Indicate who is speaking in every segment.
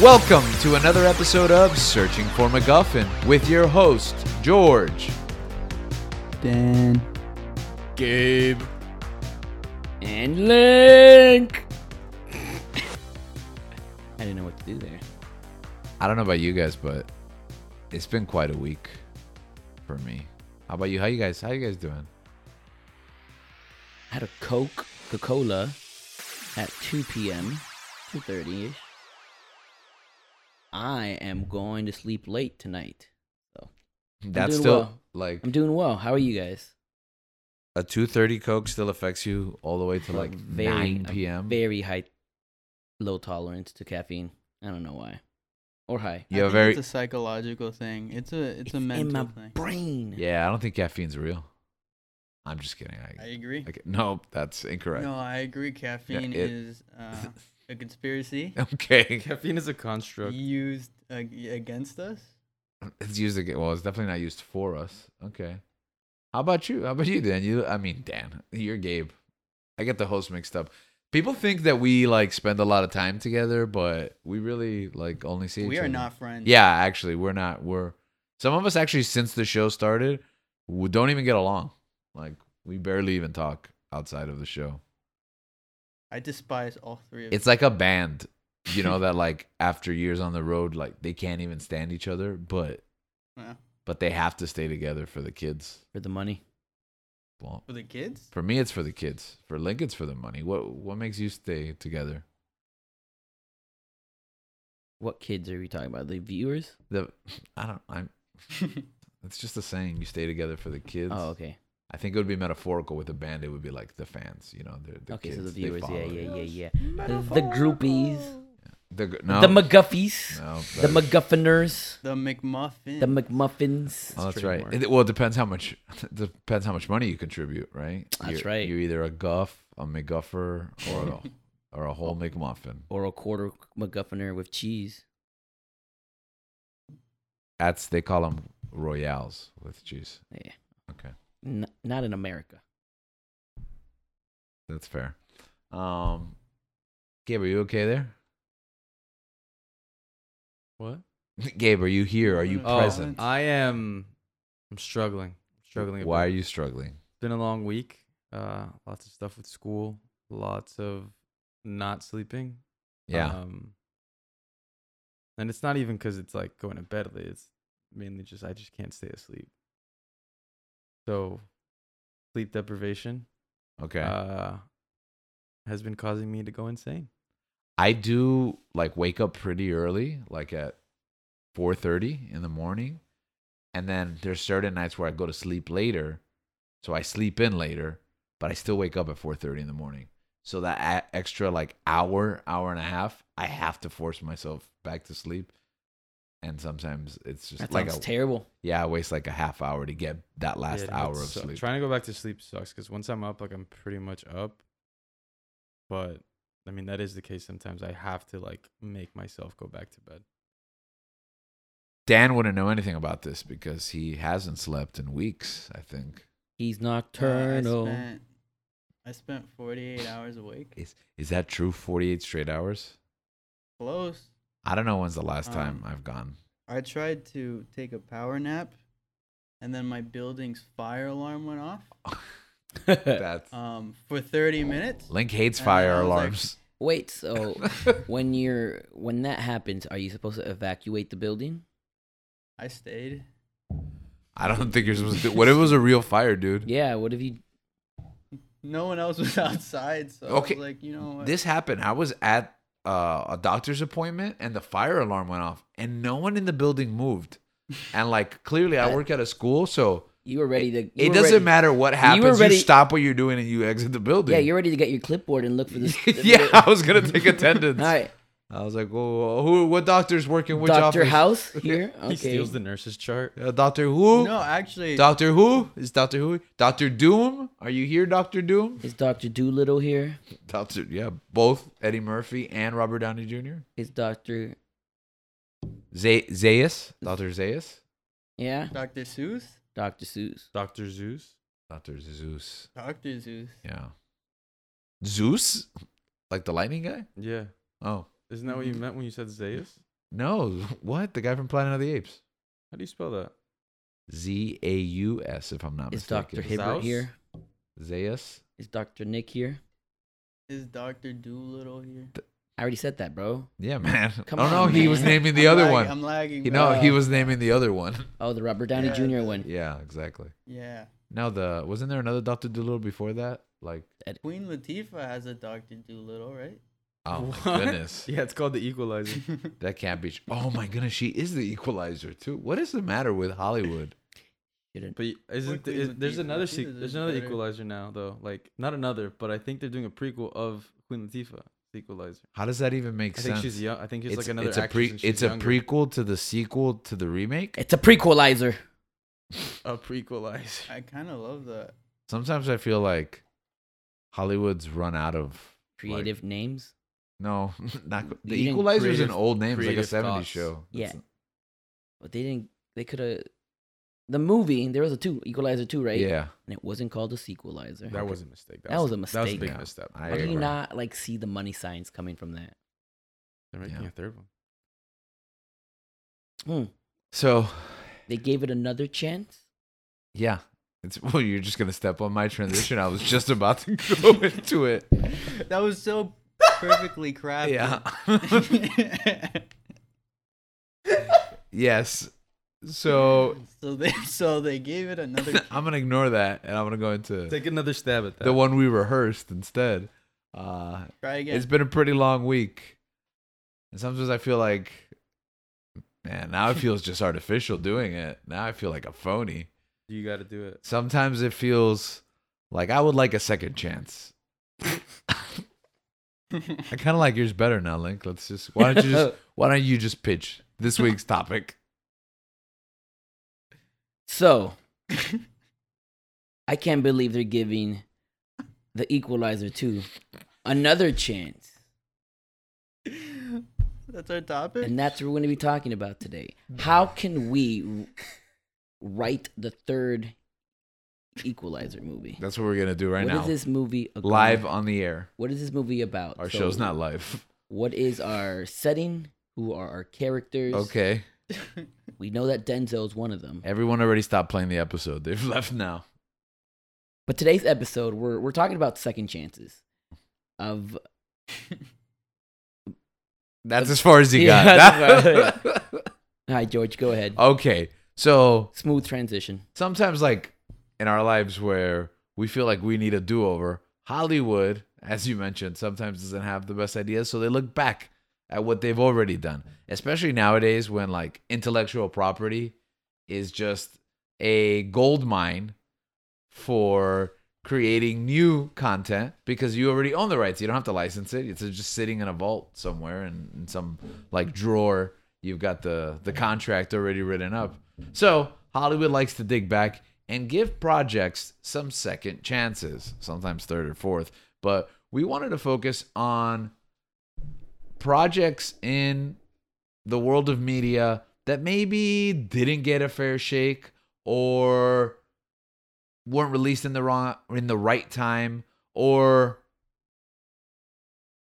Speaker 1: Welcome to another episode of Searching for MacGuffin with your host, George.
Speaker 2: Dan.
Speaker 1: Gabe.
Speaker 2: And Link. I didn't know what to do there.
Speaker 1: I don't know about you guys, but it's been quite a week for me. How about you? How you guys how you guys doing?
Speaker 2: I had a Coke, Coca Cola, at 2 p.m., 2:30 ish. I am going to sleep late tonight.
Speaker 1: That's
Speaker 2: doing
Speaker 1: still
Speaker 2: well.
Speaker 1: like
Speaker 2: I'm doing well. How are you guys?
Speaker 1: a two thirty Coke still affects you all the way to
Speaker 2: I'm
Speaker 1: like
Speaker 2: very-
Speaker 1: nine
Speaker 2: I'm
Speaker 1: PM.
Speaker 2: Very high, low tolerance to caffeine. I don't know why, or high.
Speaker 1: You
Speaker 3: I
Speaker 1: have
Speaker 3: think
Speaker 1: very
Speaker 3: It's a psychological thing. It's a it's, a
Speaker 2: in my
Speaker 3: mental thing.
Speaker 2: brain.
Speaker 1: Yeah, I don't think caffeine's real. I'm just kidding.
Speaker 3: I
Speaker 1: I,
Speaker 3: agree.
Speaker 1: okay, no, that's incorrect.
Speaker 3: No, I agree. Caffeine
Speaker 1: it-
Speaker 3: is uh, a conspiracy
Speaker 1: Okay.
Speaker 4: Caffeine is a construct.
Speaker 3: used ag- against us.
Speaker 1: It's used again. Well, it's definitely not used for us. Okay. How about you? How about you, Dan? You, I mean, Dan, you're Gabe. I get the host mixed up. People think that we like spend a lot of time together, but we really like only see.
Speaker 3: We
Speaker 1: each
Speaker 3: are
Speaker 1: other.
Speaker 3: not friends.
Speaker 1: Yeah, actually, we're not. We're some of us actually since the show started, we don't even get along. Like we barely even talk outside of the show.
Speaker 3: I despise all three of
Speaker 1: It's like a band, you know, that like after years on the road, like they can't even stand each other, but
Speaker 3: you. Uh,
Speaker 1: but they have to stay together for the kids.
Speaker 2: For the money.
Speaker 1: Well,
Speaker 3: for the kids.
Speaker 1: For me, it's for the kids. For Lincoln's for the money. What what makes you stay together?
Speaker 2: What kids are we talking about? The viewers?
Speaker 1: The I don't. I'm. It's just a saying. You stay together for the kids.
Speaker 2: Oh, okay.
Speaker 1: I think it would be metaphorical with a band. It would be like the fans. You know, the, the
Speaker 2: okay,
Speaker 1: kids.
Speaker 2: so the
Speaker 1: they
Speaker 2: viewers.
Speaker 1: follow
Speaker 2: Yeah,
Speaker 1: you.
Speaker 2: yeah, yeah, yeah. The, the groupies.
Speaker 1: The gr- no.
Speaker 2: The McGuffies.
Speaker 1: No,
Speaker 2: the
Speaker 1: that-
Speaker 2: McGuffiners.
Speaker 3: the McMuffin.
Speaker 2: The McMuffins.
Speaker 1: Oh, that's right.
Speaker 4: trademark.
Speaker 1: It- well, it depends how much. It depends how much money you contribute, right?
Speaker 2: That's
Speaker 1: You're-
Speaker 2: right.
Speaker 1: You're either a guff, a McGuffer, or a, or a whole McMuffin.
Speaker 2: Or a quarter McGuffiner with cheese.
Speaker 1: That's they call them royales with cheese.
Speaker 2: Yeah.
Speaker 1: Okay.
Speaker 2: N- not in America.
Speaker 1: That's fair. Um, Gabe, are you okay there?
Speaker 4: What?
Speaker 1: Gabe, are you here? Are you
Speaker 3: Oh,
Speaker 1: present?
Speaker 4: I am. I'm struggling. struggling. a
Speaker 1: Why are
Speaker 4: bit.
Speaker 1: you struggling?
Speaker 4: It's been a long week. Uh, lots of stuff with school. Lots of not sleeping.
Speaker 1: Yeah.
Speaker 4: Um, and it's not even because it's like going to bed late. It's mainly just I just can't stay asleep. So, sleep deprivation
Speaker 1: okay.
Speaker 4: uh, has been causing me to go insane.
Speaker 1: I do like wake up pretty early, like at 4:30 in the morning, and then there's certain nights where I go to sleep later, so I sleep in later, but I still wake up at 4:30 in the morning. So that a- extra like hour, hour and a half, I have to force myself back to sleep. And sometimes it's just
Speaker 2: That
Speaker 1: like
Speaker 2: sounds
Speaker 1: a,
Speaker 2: terrible.
Speaker 1: yeah, I waste like a half hour to get that last
Speaker 4: Yeah, dude,
Speaker 1: hour
Speaker 4: that
Speaker 1: of
Speaker 4: sucks.
Speaker 1: sleep.
Speaker 4: Trying to go back to sleep sucks because once I'm up, like I'm pretty much up. But I mean, that is the case sometimes. I have to like make myself go back to bed.
Speaker 1: Dan wouldn't know anything about this because he hasn't slept in weeks, I think.
Speaker 2: He's
Speaker 3: Uh,
Speaker 2: nocturnal.
Speaker 3: I spent, I spent 48 hours awake.
Speaker 1: Is is that true? 48 straight hours?
Speaker 3: Close.
Speaker 1: I don't know when's the last
Speaker 2: Uh,
Speaker 1: time
Speaker 3: Um,
Speaker 1: I've gone.
Speaker 3: I tried to take a power nap, and then my building's fire alarm went off.
Speaker 2: uh,
Speaker 1: That's
Speaker 3: Um, for 30 minutes.
Speaker 1: Link hates
Speaker 3: and then
Speaker 1: fire
Speaker 3: I was like-
Speaker 1: alarms.
Speaker 2: Wait, so when you're when that happens, are you supposed to evacuate the building?
Speaker 3: I stayed.
Speaker 1: I don't think you're supposed to. What if it was a real fire, dude?
Speaker 2: Yeah, what if you
Speaker 3: No one else was outside, so
Speaker 1: Okay,
Speaker 3: I was like, you know what?
Speaker 1: This happened. I was at uh, a doctor's appointment and the fire alarm went off and no one in the building moved. And like clearly, I work at a school, so
Speaker 2: you were ready to Uh, you
Speaker 1: it
Speaker 2: were
Speaker 1: doesn't
Speaker 2: ready-
Speaker 1: matter what
Speaker 2: were
Speaker 1: happens. You,
Speaker 2: ready-
Speaker 1: stop what you're doing and you exit the building.
Speaker 2: Yeah, you're ready to get your clipboard and look for this.
Speaker 1: yeah, I was gonna take attendance.
Speaker 2: All right.
Speaker 1: I was like, "Whoa, who? What doctor's working? Which
Speaker 2: Dr.
Speaker 1: office?
Speaker 2: House here. Okay.
Speaker 4: He steals the nurse's chart.
Speaker 1: Uh, Doctor Who?
Speaker 3: No, actually,
Speaker 1: Doctor Who is Doctor Who? Doctor Doom? Are you here, Doctor Doom?
Speaker 2: Is Dr. Doolittle here?
Speaker 1: Doctor, yeah, both Eddie Murphy and Robert Downey Jr.
Speaker 2: Is Dr.
Speaker 1: Z- Zaius, Doctor Zaius,
Speaker 2: Yeah?
Speaker 3: Dr. Seuss,
Speaker 2: Dr. Seuss.
Speaker 4: Doctor Zeus.
Speaker 1: Doctor Zeus.
Speaker 3: Dr. Seuss.
Speaker 1: Yeah, Zeus, like the lightning guy.
Speaker 4: Yeah.
Speaker 1: Oh, Mm-hmm.
Speaker 4: Isn't that what you meant when you said Zeus?
Speaker 1: No, what? The guy from Planet of the Apes.
Speaker 4: How do you spell that?
Speaker 1: Z A U S, if I'm not
Speaker 2: Is Dr.
Speaker 1: mistaken.
Speaker 4: Hib-
Speaker 2: Hibbert
Speaker 4: Zaus?
Speaker 2: here?
Speaker 1: Zaius?
Speaker 2: Is Dr. Nick here?
Speaker 3: Is Doctor Doolittle here?
Speaker 2: I already said that, bro.
Speaker 1: Yeah, man.
Speaker 2: Come
Speaker 1: oh, no,
Speaker 2: on,
Speaker 1: he was
Speaker 2: man.
Speaker 1: naming the
Speaker 3: I'm
Speaker 1: other
Speaker 3: lag-
Speaker 1: one.
Speaker 3: I'm lagging.
Speaker 1: You know,
Speaker 3: bro.
Speaker 1: he was naming the other one.
Speaker 2: Oh, the Robert Downey
Speaker 3: Yeah,
Speaker 2: Jr. one.
Speaker 1: Yeah, exactly.
Speaker 3: Yeah.
Speaker 1: Now the wasn't there another Doctor Doolittle before that? Like,
Speaker 3: Queen Latifah has a Doctor Doolittle, right?
Speaker 1: oh my
Speaker 4: What?
Speaker 1: goodness,
Speaker 4: Yeah, it's called the Equalizer.
Speaker 1: that can't be. Oh my goodness, she is the Equalizer too. What is the matter with Hollywood?
Speaker 2: Shouldn't-
Speaker 4: But isn't
Speaker 3: Quickly
Speaker 4: the, is,
Speaker 3: with
Speaker 4: there's
Speaker 3: these, I
Speaker 4: another
Speaker 3: think
Speaker 4: sequ-
Speaker 3: that
Speaker 4: there's
Speaker 3: there's
Speaker 4: another
Speaker 3: better-
Speaker 4: Equalizer now though. Like not another, but I think they're doing a prequel of Queen Latifah, the Equalizer.
Speaker 1: How does that even make
Speaker 4: I
Speaker 1: sense?
Speaker 4: think she's young. I think she's
Speaker 1: it's
Speaker 4: like another
Speaker 1: it's a
Speaker 4: actress.
Speaker 1: pre.
Speaker 4: and she's
Speaker 1: It's a
Speaker 4: younger.
Speaker 1: prequel to the sequel to the remake.
Speaker 2: It's a prequelizer.
Speaker 4: a prequelizer.
Speaker 3: I kind of love that.
Speaker 1: Sometimes I feel like Hollywood's run out of like-
Speaker 2: Creative names.
Speaker 1: no, not the
Speaker 2: You didn't
Speaker 1: Equalizer is an
Speaker 4: creative-
Speaker 1: old name, it's like a
Speaker 4: creative
Speaker 1: '70s
Speaker 4: thoughts.
Speaker 1: show.
Speaker 2: Yeah.
Speaker 1: It's-
Speaker 2: But they didn't. They could have. The movie there was a two Equalizer two, right?
Speaker 1: yeah.
Speaker 2: And it wasn't called a sequelizer.
Speaker 4: That was a mistake.
Speaker 2: That was a
Speaker 4: That was a
Speaker 2: mistake.
Speaker 4: big
Speaker 1: Yeah.
Speaker 4: misstep.
Speaker 1: I
Speaker 2: How do you
Speaker 1: agree.
Speaker 2: not like see the money signs coming from that?
Speaker 4: They're making
Speaker 1: Yeah.
Speaker 4: a third one.
Speaker 2: Hmm.
Speaker 1: So
Speaker 2: They gave it another chance.
Speaker 1: Yeah. It's well, you're just gonna step on my transition. I was just about to go into it.
Speaker 3: That was so perfectly crafted.
Speaker 1: Yeah. yes. So
Speaker 3: so they so they gave it another.
Speaker 1: I'm gonna ignore that and I'm gonna go into
Speaker 4: Take another stab at that.
Speaker 1: the one we rehearsed instead. Uh
Speaker 3: Try again.
Speaker 1: it's been a pretty long week. And sometimes I feel like man, now it feels just artificial doing it. Now I feel like a phony.
Speaker 4: You got to do it.
Speaker 1: Sometimes it feels like I would like a second chance. I kind of like yours better now, Link. Let's just why don't you just why don't you just pitch this week's topic?
Speaker 2: So I can't believe they're giving the Equalizer two another chance,
Speaker 3: That's our topic.
Speaker 2: and that's what we're going to be talking about today. How can we write the third Equalizer movie?
Speaker 1: That's what we're gonna do right
Speaker 2: What is
Speaker 1: now,
Speaker 2: this movie about?
Speaker 1: live on the air.
Speaker 2: What is this movie about?
Speaker 1: Our
Speaker 2: So
Speaker 1: show's not live.
Speaker 2: What is our setting? Who are our characters?
Speaker 1: Okay,
Speaker 2: We know that Denzel is one of them.
Speaker 1: everyone already stopped playing the episode. They've left now.
Speaker 2: But today's episode, we're we're talking about second chances. Of
Speaker 1: That's as far as you
Speaker 2: Yeah,
Speaker 1: got.
Speaker 2: that's hi George, go ahead.
Speaker 1: okay, so
Speaker 2: Smooth transition.
Speaker 1: sometimes like in our lives where we feel like we need a do-over hollywood as you mentioned sometimes doesn't have the best ideas so they look back at what they've already done especially nowadays when like intellectual property is just a gold mine for creating new content because you already own the rights you don't have to license it it's just sitting in a vault somewhere and in some like drawer you've got the the contract already written up so Hollywood likes to dig back and give projects some second chances, sometimes third or fourth. But we wanted to focus on projects in the world of media that maybe didn't get a fair shake or weren't released in the wrong in the right time or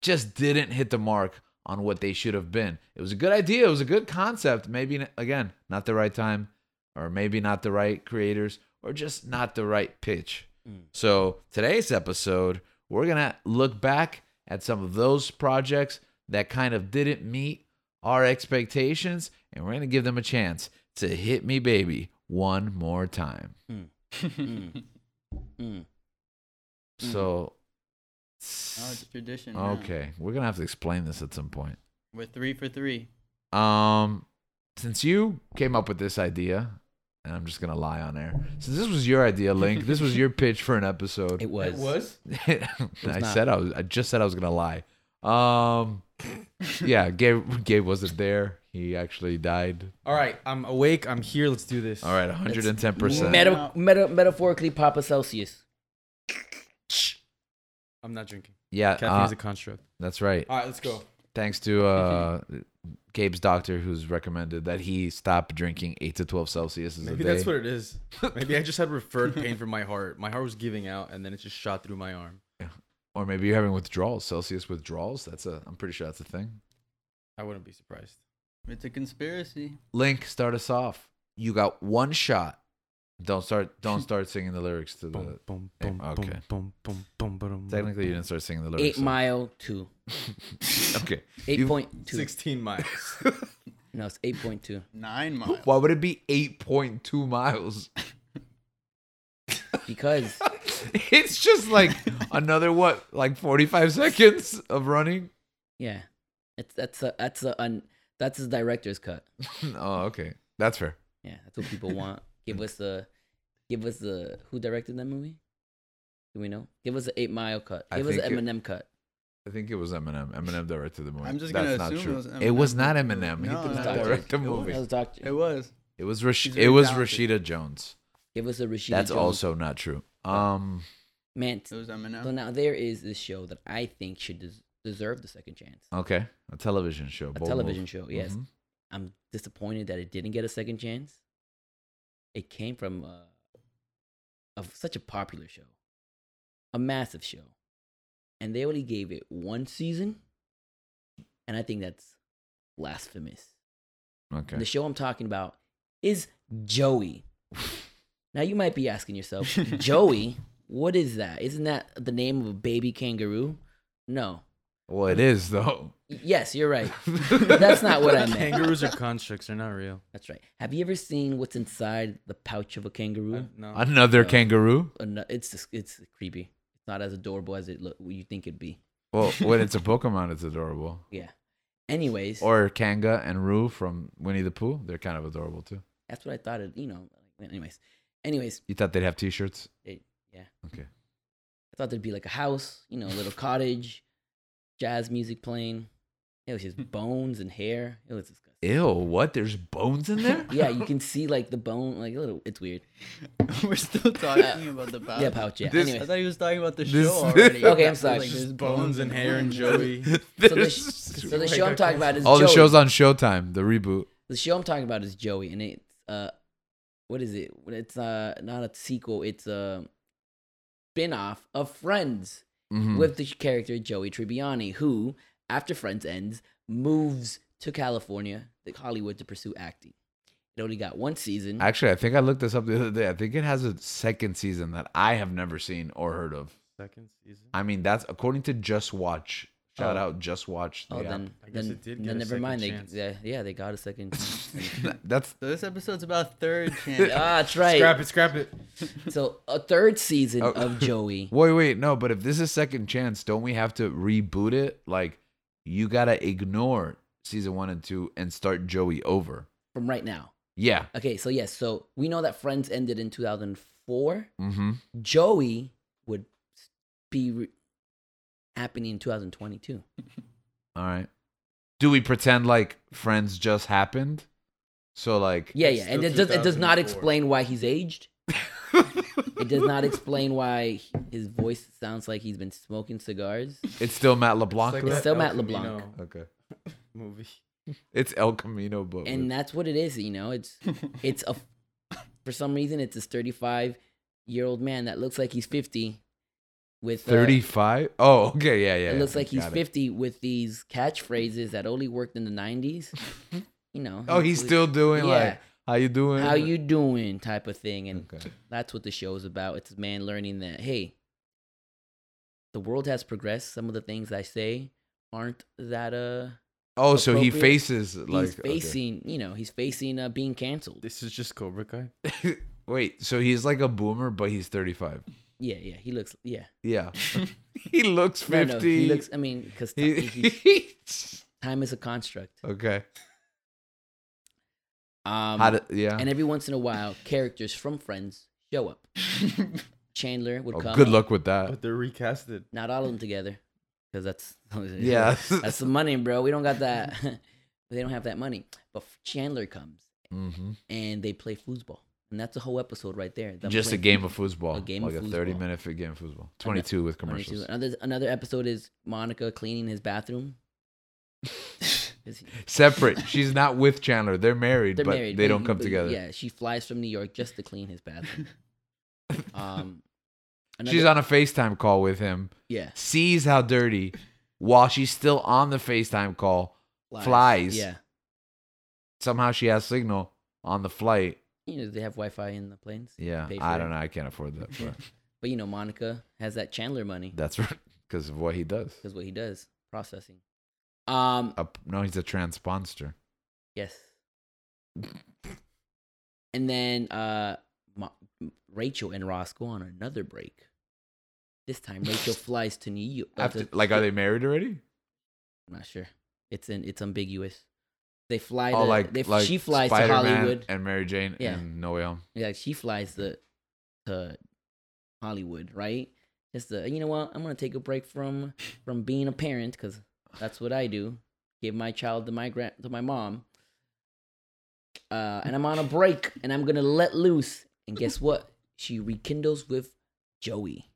Speaker 1: just didn't hit the mark on what they should have been. It was a good idea, it was a good concept, maybe again, not the right time or maybe not the right creators or just not the right pitch.
Speaker 2: Mm.
Speaker 1: So, today's episode, we're going to look back at some of those projects that kind of didn't meet our expectations and we're going to give them a chance to hit me baby one more time.
Speaker 2: Mm. Mm.
Speaker 1: So
Speaker 3: Oh, it's tradition. now.
Speaker 1: Okay, we're going to have to explain this at some point.
Speaker 3: We're three for three.
Speaker 1: Um, since you came up with this idea, and I'm just gonna lie on air. Since this was your idea, Link, this was your pitch for an episode.
Speaker 2: It was.
Speaker 1: I
Speaker 2: not.
Speaker 1: said I was. I just said I was gonna lie. Um, yeah, Gabe. Gabe wasn't there. He actually died.
Speaker 4: All right, I'm awake. I'm here. Let's do this.
Speaker 1: All right, 110 percent.
Speaker 3: meta-
Speaker 2: Meta- meta- metaphorically, Papa Celsius.
Speaker 4: I'm not drinking.
Speaker 1: Yeah,
Speaker 4: Caffeine's
Speaker 1: uh,
Speaker 4: a construct.
Speaker 1: that's right.
Speaker 4: All right, let's go.
Speaker 1: Thanks to uh, Gabe's doctor, who's recommended that he stop drinking eight to 12 Celsius a
Speaker 4: Maybe
Speaker 1: day.
Speaker 4: that's what it is. Maybe I just had referred pain from my heart. My heart was giving out, and then it just shot through my arm.
Speaker 1: or maybe you're having withdrawals, Celsius withdrawals. That's a. I'm pretty sure that's a thing.
Speaker 4: I wouldn't be surprised.
Speaker 3: It's a conspiracy.
Speaker 1: Link, start us off. You got one shot. Don't start. Don't start singing the lyrics to the.
Speaker 4: Boom, boom,
Speaker 1: Hey,
Speaker 4: boom,
Speaker 1: eh, okay.
Speaker 4: boom, boom, boom, boom,
Speaker 1: Technically, you didn't start singing the lyrics.
Speaker 2: Eight
Speaker 1: so-
Speaker 2: mile two.
Speaker 1: okay.
Speaker 2: Eight point two.
Speaker 4: 16 miles.
Speaker 2: No, it's eight point two.
Speaker 3: Nine
Speaker 4: Oh,
Speaker 3: miles.
Speaker 1: Why would it be eight point two miles?
Speaker 2: Because
Speaker 1: it's just like another what, like forty five seconds of running.
Speaker 2: yeah, it's that's a that's a un, that's his director's cut.
Speaker 1: oh, okay, that's fair.
Speaker 2: Yeah, that's what people want. Give us the, give us the who directed that movie? Do we know? Give us the eight mile cut.
Speaker 1: I
Speaker 2: Give us the
Speaker 1: think it-
Speaker 2: Eminem cut.
Speaker 1: I think it was Eminem. Eminem directed the movie.
Speaker 3: I'm just
Speaker 1: That's
Speaker 3: gonna
Speaker 1: not
Speaker 3: assume
Speaker 1: true.
Speaker 3: it was Eminem.
Speaker 1: It was not Eminem.
Speaker 3: No,
Speaker 1: he did
Speaker 2: no,
Speaker 1: not
Speaker 2: no.
Speaker 1: direct the
Speaker 3: It was.
Speaker 1: movie.
Speaker 2: That was
Speaker 3: It
Speaker 2: Doctor.
Speaker 3: was.
Speaker 1: It was Rash-
Speaker 3: He's
Speaker 1: It
Speaker 3: very
Speaker 1: was
Speaker 3: talented.
Speaker 1: Rashida Jones.
Speaker 2: Give us the Rashida.
Speaker 1: That's
Speaker 2: Jones.
Speaker 1: also not true. Um,
Speaker 2: man. t-
Speaker 3: It was Eminem.
Speaker 2: So now there is this show that I think should des- deserve the second chance.
Speaker 1: okay, a television show.
Speaker 2: A
Speaker 1: bold
Speaker 2: television
Speaker 1: move.
Speaker 2: show, yes.
Speaker 1: Mhm.
Speaker 2: I'm disappointed that it didn't get a second chance. It came from uh, of such a popular show, a massive show, and they only gave it one season, and I think that's blasphemous.
Speaker 1: Okay.
Speaker 2: The show I'm talking about is Joey. now you might be asking yourself, Joey, what is that? Isn't that the name of a baby kangaroo? No.
Speaker 1: Well, it is though.
Speaker 2: Y- Yes, you're right. That's not what I meant.
Speaker 4: Kangaroos are constructs. They're not real.
Speaker 2: That's right. Have you ever seen what's inside the pouch of a kangaroo?
Speaker 4: I- no.
Speaker 1: Another
Speaker 2: No.
Speaker 1: kangaroo.
Speaker 2: Ano- it's just, it's creepy. It's not as adorable as it look you think it'd be.
Speaker 1: Well, when it's a Pokemon, it's adorable.
Speaker 2: Yeah. Anyways,
Speaker 1: Or Kanga and Roo from Winnie the Pooh. They're kind of adorable too.
Speaker 2: that's what I thought. It, you know. Anyways, anyways,
Speaker 1: You thought they'd have T-shirts?
Speaker 2: It- yeah.
Speaker 1: Okay.
Speaker 2: I thought there'd be like a house, you know, a little cottage, jazz music playing. It was just bones and hair. It was disgusting.
Speaker 1: Hmm. Ew! What? There's bones in there?
Speaker 2: Yeah, you can see like the bone, like a little. It's weird.
Speaker 3: We're still talking about the pouch.
Speaker 2: Yeah, pouch. Yeah.
Speaker 1: This-
Speaker 3: I
Speaker 2: Anyways,
Speaker 3: thought he was talking about the
Speaker 1: This-
Speaker 3: show already.
Speaker 2: Okay, I'm
Speaker 3: It's
Speaker 2: sorry.
Speaker 3: there's
Speaker 4: Just bones and hair and Joey.
Speaker 2: so the, sh- so the show I'm talking about is
Speaker 1: All
Speaker 2: Joey.
Speaker 1: the shows on Showtime. The reboot.
Speaker 2: The show I'm talking about is Joey, and it's uh, what is it? It's uh, not a sequel. It's a spin-off of Friends
Speaker 1: Mhm.
Speaker 2: with the character Joey Tribbiani, who, after Friends ends, moves to California, to Hollywood, to pursue acting. It only got one season.
Speaker 1: Actually, I think I looked this up the other day. I think it has a second season that I have never seen or heard of.
Speaker 4: Second season.
Speaker 1: I mean, that's according to Just Watch. Shout
Speaker 2: Oh.
Speaker 1: out Just Watch. the
Speaker 2: oh,
Speaker 1: app.
Speaker 2: then,
Speaker 4: I guess
Speaker 2: then,
Speaker 4: it did get
Speaker 2: then
Speaker 4: a
Speaker 2: never
Speaker 4: second
Speaker 2: mind. They,
Speaker 4: chance.
Speaker 2: yeah, yeah, they got a second.
Speaker 1: that's
Speaker 3: So this episode's about third chance.
Speaker 2: ah, that's right.
Speaker 4: Scrap it, scrap it.
Speaker 2: So a third season
Speaker 1: Oh.
Speaker 2: of Joey.
Speaker 1: wait, wait, no. But if this is second chance, don't we have to reboot it? Like, you gotta ignore season one and two and start Joey over.
Speaker 2: from right now.
Speaker 1: Yeah.
Speaker 2: Okay, so yes, so we know that Friends ended in 2004.
Speaker 1: Mm-hmm.
Speaker 2: Joey would be re- happening in 2022.
Speaker 1: All right. Do we pretend like Friends just happened? So like,
Speaker 2: Yeah,
Speaker 4: It's
Speaker 2: yeah, and
Speaker 4: still
Speaker 2: it does it does not
Speaker 4: 2004.
Speaker 2: explain why he's aged. It does not explain why his voice sounds like he's been smoking cigars.
Speaker 1: it's still Matt LeBlanc.
Speaker 4: like
Speaker 1: though?
Speaker 4: that
Speaker 2: still
Speaker 4: El
Speaker 2: Matt LeBlanc.
Speaker 4: Camino
Speaker 1: okay.
Speaker 4: Movie.
Speaker 1: It's El Camino, but with-
Speaker 2: And that's what it is, you know. It's it's a for some reason it's this 35 year old man that looks like he's 50 with uh,
Speaker 1: 35 oh okay yeah yeah
Speaker 2: it
Speaker 1: yeah.
Speaker 2: looks like he's
Speaker 1: Got it.
Speaker 2: 50 with these catchphrases that only worked in the 90s. You know.
Speaker 1: oh he's
Speaker 2: we-
Speaker 1: still doing
Speaker 2: Yeah.
Speaker 1: like how you doing
Speaker 2: How you doing type of thing and
Speaker 1: okay
Speaker 2: that's what the show is about. It's a man learning that hey, the world has progressed. Some of the things I say aren't that uh
Speaker 1: oh so he
Speaker 2: Appropriate.
Speaker 1: faces like
Speaker 2: he's
Speaker 1: okay.
Speaker 2: facing, you know, he's facing uh being canceled.
Speaker 4: This is just Cobra Kai.
Speaker 1: wait so he's like a boomer but he's 35
Speaker 2: Yeah, yeah, he looks yeah.
Speaker 1: yeah he looks 50
Speaker 2: No, no, he looks I mean cuz
Speaker 1: He-
Speaker 2: time is a construct.
Speaker 1: okay
Speaker 2: Um
Speaker 1: how uh, do, yeah
Speaker 2: and every once in a while characters from friends show up. Chandler would
Speaker 1: oh,
Speaker 2: come.
Speaker 1: good luck with that
Speaker 4: But they're recasted.
Speaker 2: Not all of them together, because that's
Speaker 1: yeah
Speaker 2: that's the money, bro. We don't got that. they don't have that money. But Chandler comes
Speaker 1: Mhm.
Speaker 2: and they play foosball, and that's a whole episode right there. them
Speaker 1: just a
Speaker 2: playing
Speaker 1: game of
Speaker 2: foosball.
Speaker 1: football
Speaker 2: A game
Speaker 1: like
Speaker 2: of
Speaker 1: a 30
Speaker 2: foosball.
Speaker 1: minute fi- game of football 22 with
Speaker 2: Another-
Speaker 1: commercials
Speaker 2: Another another episode is Monica cleaning his bathroom. Is he-
Speaker 1: separate she's not with chandler they're married
Speaker 2: They're
Speaker 1: but
Speaker 2: married.
Speaker 1: they
Speaker 2: but-
Speaker 1: don't come
Speaker 2: but
Speaker 1: together
Speaker 2: Yeah, she flies from New York just to clean his bathroom. Um,
Speaker 1: she's on a facetime call with him
Speaker 2: yeah
Speaker 1: sees how dirty while she's still on the FaceTime call, flies.
Speaker 2: Yeah,
Speaker 1: somehow she has signal on the flight.
Speaker 2: You know, they have Wi Fi in the planes.
Speaker 1: Yeah,
Speaker 2: Pay for
Speaker 1: I
Speaker 2: it.
Speaker 1: don't know. I can't afford that, but
Speaker 2: But you know, Monica has that Chandler money
Speaker 1: that's because of what he does.
Speaker 2: because what he does processing. Um,
Speaker 1: Up, no, he's a transponster.
Speaker 2: yes. And then uh, Ma- Rachel and Ross go on another break. This time, Rachel flies to New York. uh,
Speaker 1: After,
Speaker 2: to-
Speaker 1: like, are they married already?
Speaker 2: I'm not sure. It's in. It's ambiguous. They fly.
Speaker 1: oh,
Speaker 2: to-
Speaker 1: like,
Speaker 2: they,
Speaker 1: like
Speaker 2: she flies
Speaker 1: Spider-Man
Speaker 2: to Hollywood.
Speaker 1: and Mary Jane
Speaker 2: Yeah.
Speaker 1: and No Way Home.
Speaker 2: Yeah, she flies the to Hollywood, right? Just the you know what? I'm gonna take a break from from being a parent because that's what I do. Give my child to my grand to my mom. Uh, and I'm on a break, and I'm gonna let loose. And guess what? She rekindles with Joey.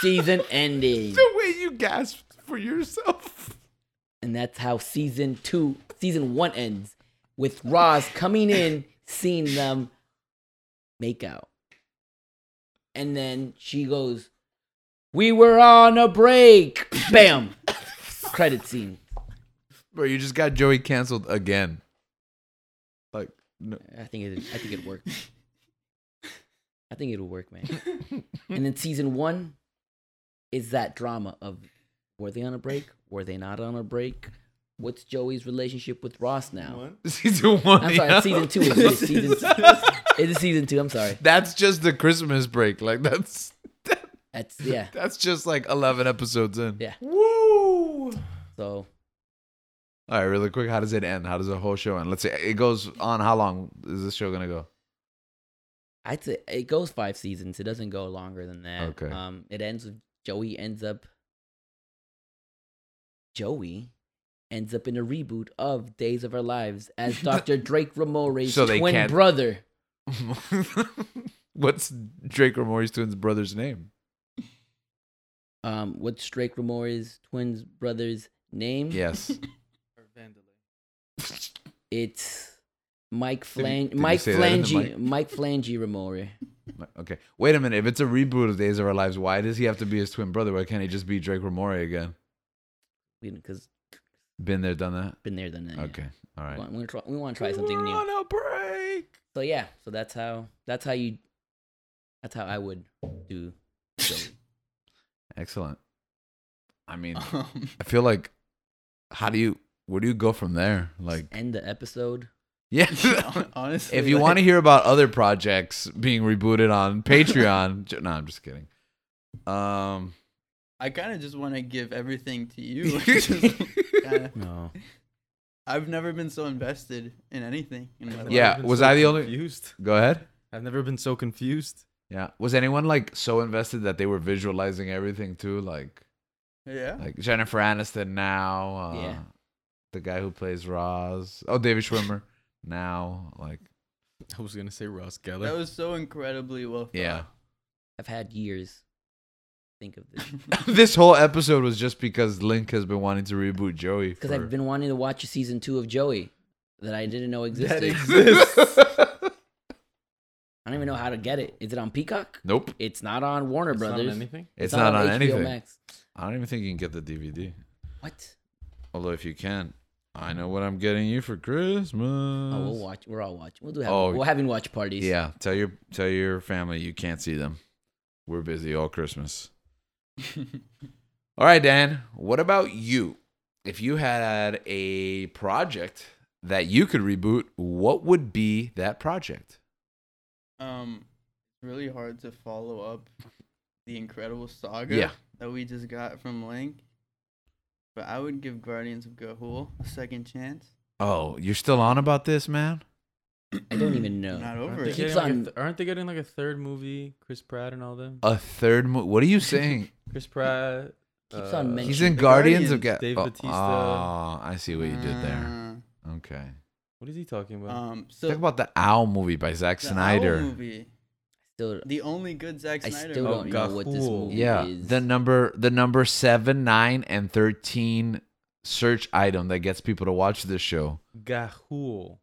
Speaker 2: season ending,
Speaker 1: The way you gasped for yourself.
Speaker 2: and that's how season two, season one ends with Roz coming in, seeing them make out. And then she goes, We were on a break. Bam. Credit scene.
Speaker 1: Bro, you just got Joey canceled again. Like, no.
Speaker 2: I think it I think it worked. I think it'll work, man. and then season one is that drama of were they on a break? Were they not on a break? What's Joey's relationship with Ross now?
Speaker 1: season one.
Speaker 2: I'm sorry,
Speaker 1: yeah.
Speaker 2: season two is this season two. It is season two, I'm sorry.
Speaker 1: That's just the Christmas break. Like, that's
Speaker 2: That's yeah.
Speaker 1: that's just like 11 episodes in.
Speaker 2: Yeah.
Speaker 1: Woo! All
Speaker 2: So
Speaker 1: right, really quick. How does it end? How does the whole show end? Let's say it goes on. How long is this show gonna go?
Speaker 2: I'd say it goes five seasons. It doesn't go longer than that.
Speaker 1: Okay.
Speaker 2: Um, it ends with Joey ends up. Joey ends up in a reboot of Days of Our Lives as Dr. Drake Ramore's
Speaker 1: So they
Speaker 2: twin
Speaker 1: can't-
Speaker 2: brother.
Speaker 1: What's Drake Ramore's twin's brother's name?
Speaker 2: Um, what's Drake Ramore's twin brother's name?
Speaker 1: Yes.
Speaker 2: It's Mike
Speaker 1: you-
Speaker 2: Flan
Speaker 1: did you
Speaker 2: Mike
Speaker 1: say that in the
Speaker 2: Flange Mike Flange Ramore.
Speaker 1: okay. Wait a minute. If it's a reboot of Days of Our Lives, why does he have to be his twin brother? Why can't he just be Drake Ramore again?
Speaker 2: Because
Speaker 1: Been there, done that.
Speaker 2: been there than that.
Speaker 1: Okay. All
Speaker 2: We
Speaker 1: right.
Speaker 2: want, to try, we want to try something
Speaker 1: We're
Speaker 2: new.
Speaker 1: on a break.
Speaker 2: So yeah, so that's how that's how you that's how I would do. Joey.
Speaker 1: Excellent. I mean,
Speaker 3: Um,
Speaker 1: I feel like, how do you? Where do you go from there?
Speaker 2: Just
Speaker 1: Like,
Speaker 2: end the episode.
Speaker 1: yeah.
Speaker 3: honestly,
Speaker 1: If you
Speaker 3: like,
Speaker 1: want to hear about other projects being rebooted on Patreon, j- no, I'm just kidding. Um,
Speaker 3: I kind of just want to give everything to you. Just kinda-
Speaker 4: No.
Speaker 3: I've never been so invested in anything. In my life.
Speaker 1: Yeah, was I the only-
Speaker 4: confused?
Speaker 1: go ahead.
Speaker 4: I've never been so confused.
Speaker 1: Yeah, was anyone like so invested that they were visualizing everything too? Like,
Speaker 3: yeah.
Speaker 1: like Jennifer Aniston now. Uh,
Speaker 2: Yeah.
Speaker 1: The guy who plays Roz. Oh, David Schwimmer now. Like,
Speaker 4: I was gonna say Ross Geller.
Speaker 3: That was so incredibly well. Thought.
Speaker 1: yeah.
Speaker 2: I've had years. to Think of this
Speaker 1: this whole episode was just because Link has been wanting to reboot Joey.
Speaker 2: because I've been wanting to watch a season two of Joey that I didn't know existed.
Speaker 1: been.
Speaker 2: I don't even know how to get it. Is it on Peacock?
Speaker 1: nope.
Speaker 2: It's not on Warner
Speaker 4: It's not on
Speaker 2: Brothers.
Speaker 4: anything?
Speaker 1: It's, not, on,
Speaker 2: HBO
Speaker 1: anything.
Speaker 2: Max.
Speaker 1: I don't even think you can get the DVD.
Speaker 2: What?
Speaker 1: Although if you can, I know what I'm getting you for Christmas.
Speaker 2: Oh, we'll watch. We're all watch. We'll do. Have,
Speaker 1: Mm. Oh.
Speaker 2: We're having watch parties.
Speaker 1: Yeah, tell your tell your family you can't see them. We're busy all Christmas. All right, Dan. What about you? If you had a project that you could reboot, what would be that project?
Speaker 3: um, it's really hard to follow up the incredible saga
Speaker 1: Yeah.
Speaker 3: that we just got from Link. But I would give Guardians of Gahul a second chance.
Speaker 1: Oh, you're still on about this, man?
Speaker 2: I don't even know.
Speaker 3: Not
Speaker 4: Aren't
Speaker 3: over
Speaker 4: they,
Speaker 3: it.
Speaker 2: Keeps
Speaker 4: getting like a
Speaker 2: on-
Speaker 4: th- aren't they getting like a third movie? Chris Pratt and all them.
Speaker 1: A third mo- What are you saying?
Speaker 4: Chris Pratt. uh,
Speaker 2: Keeps on mentioning-
Speaker 1: He's
Speaker 2: Mention
Speaker 1: in
Speaker 4: the
Speaker 1: Guardians, of Ga-
Speaker 4: Guardians, Dave
Speaker 1: oh,
Speaker 4: Bautista.
Speaker 1: ah, I see what you did there. Okay.
Speaker 4: What is he talking
Speaker 3: Uh,
Speaker 4: about?
Speaker 3: Um, so
Speaker 1: Talk about the Owl movie by Zack
Speaker 3: the Owl
Speaker 1: Snyder.
Speaker 3: movie,
Speaker 2: Still,
Speaker 3: the only good Zack
Speaker 2: I
Speaker 3: Snyder.
Speaker 2: still
Speaker 4: Oh,
Speaker 2: don't
Speaker 3: movie.
Speaker 2: know what this
Speaker 4: Gahul.
Speaker 2: movie
Speaker 1: Yeah,
Speaker 2: is.
Speaker 1: the number the number 7, 9 and 13 search item that gets people to watch this show.
Speaker 4: Gahul.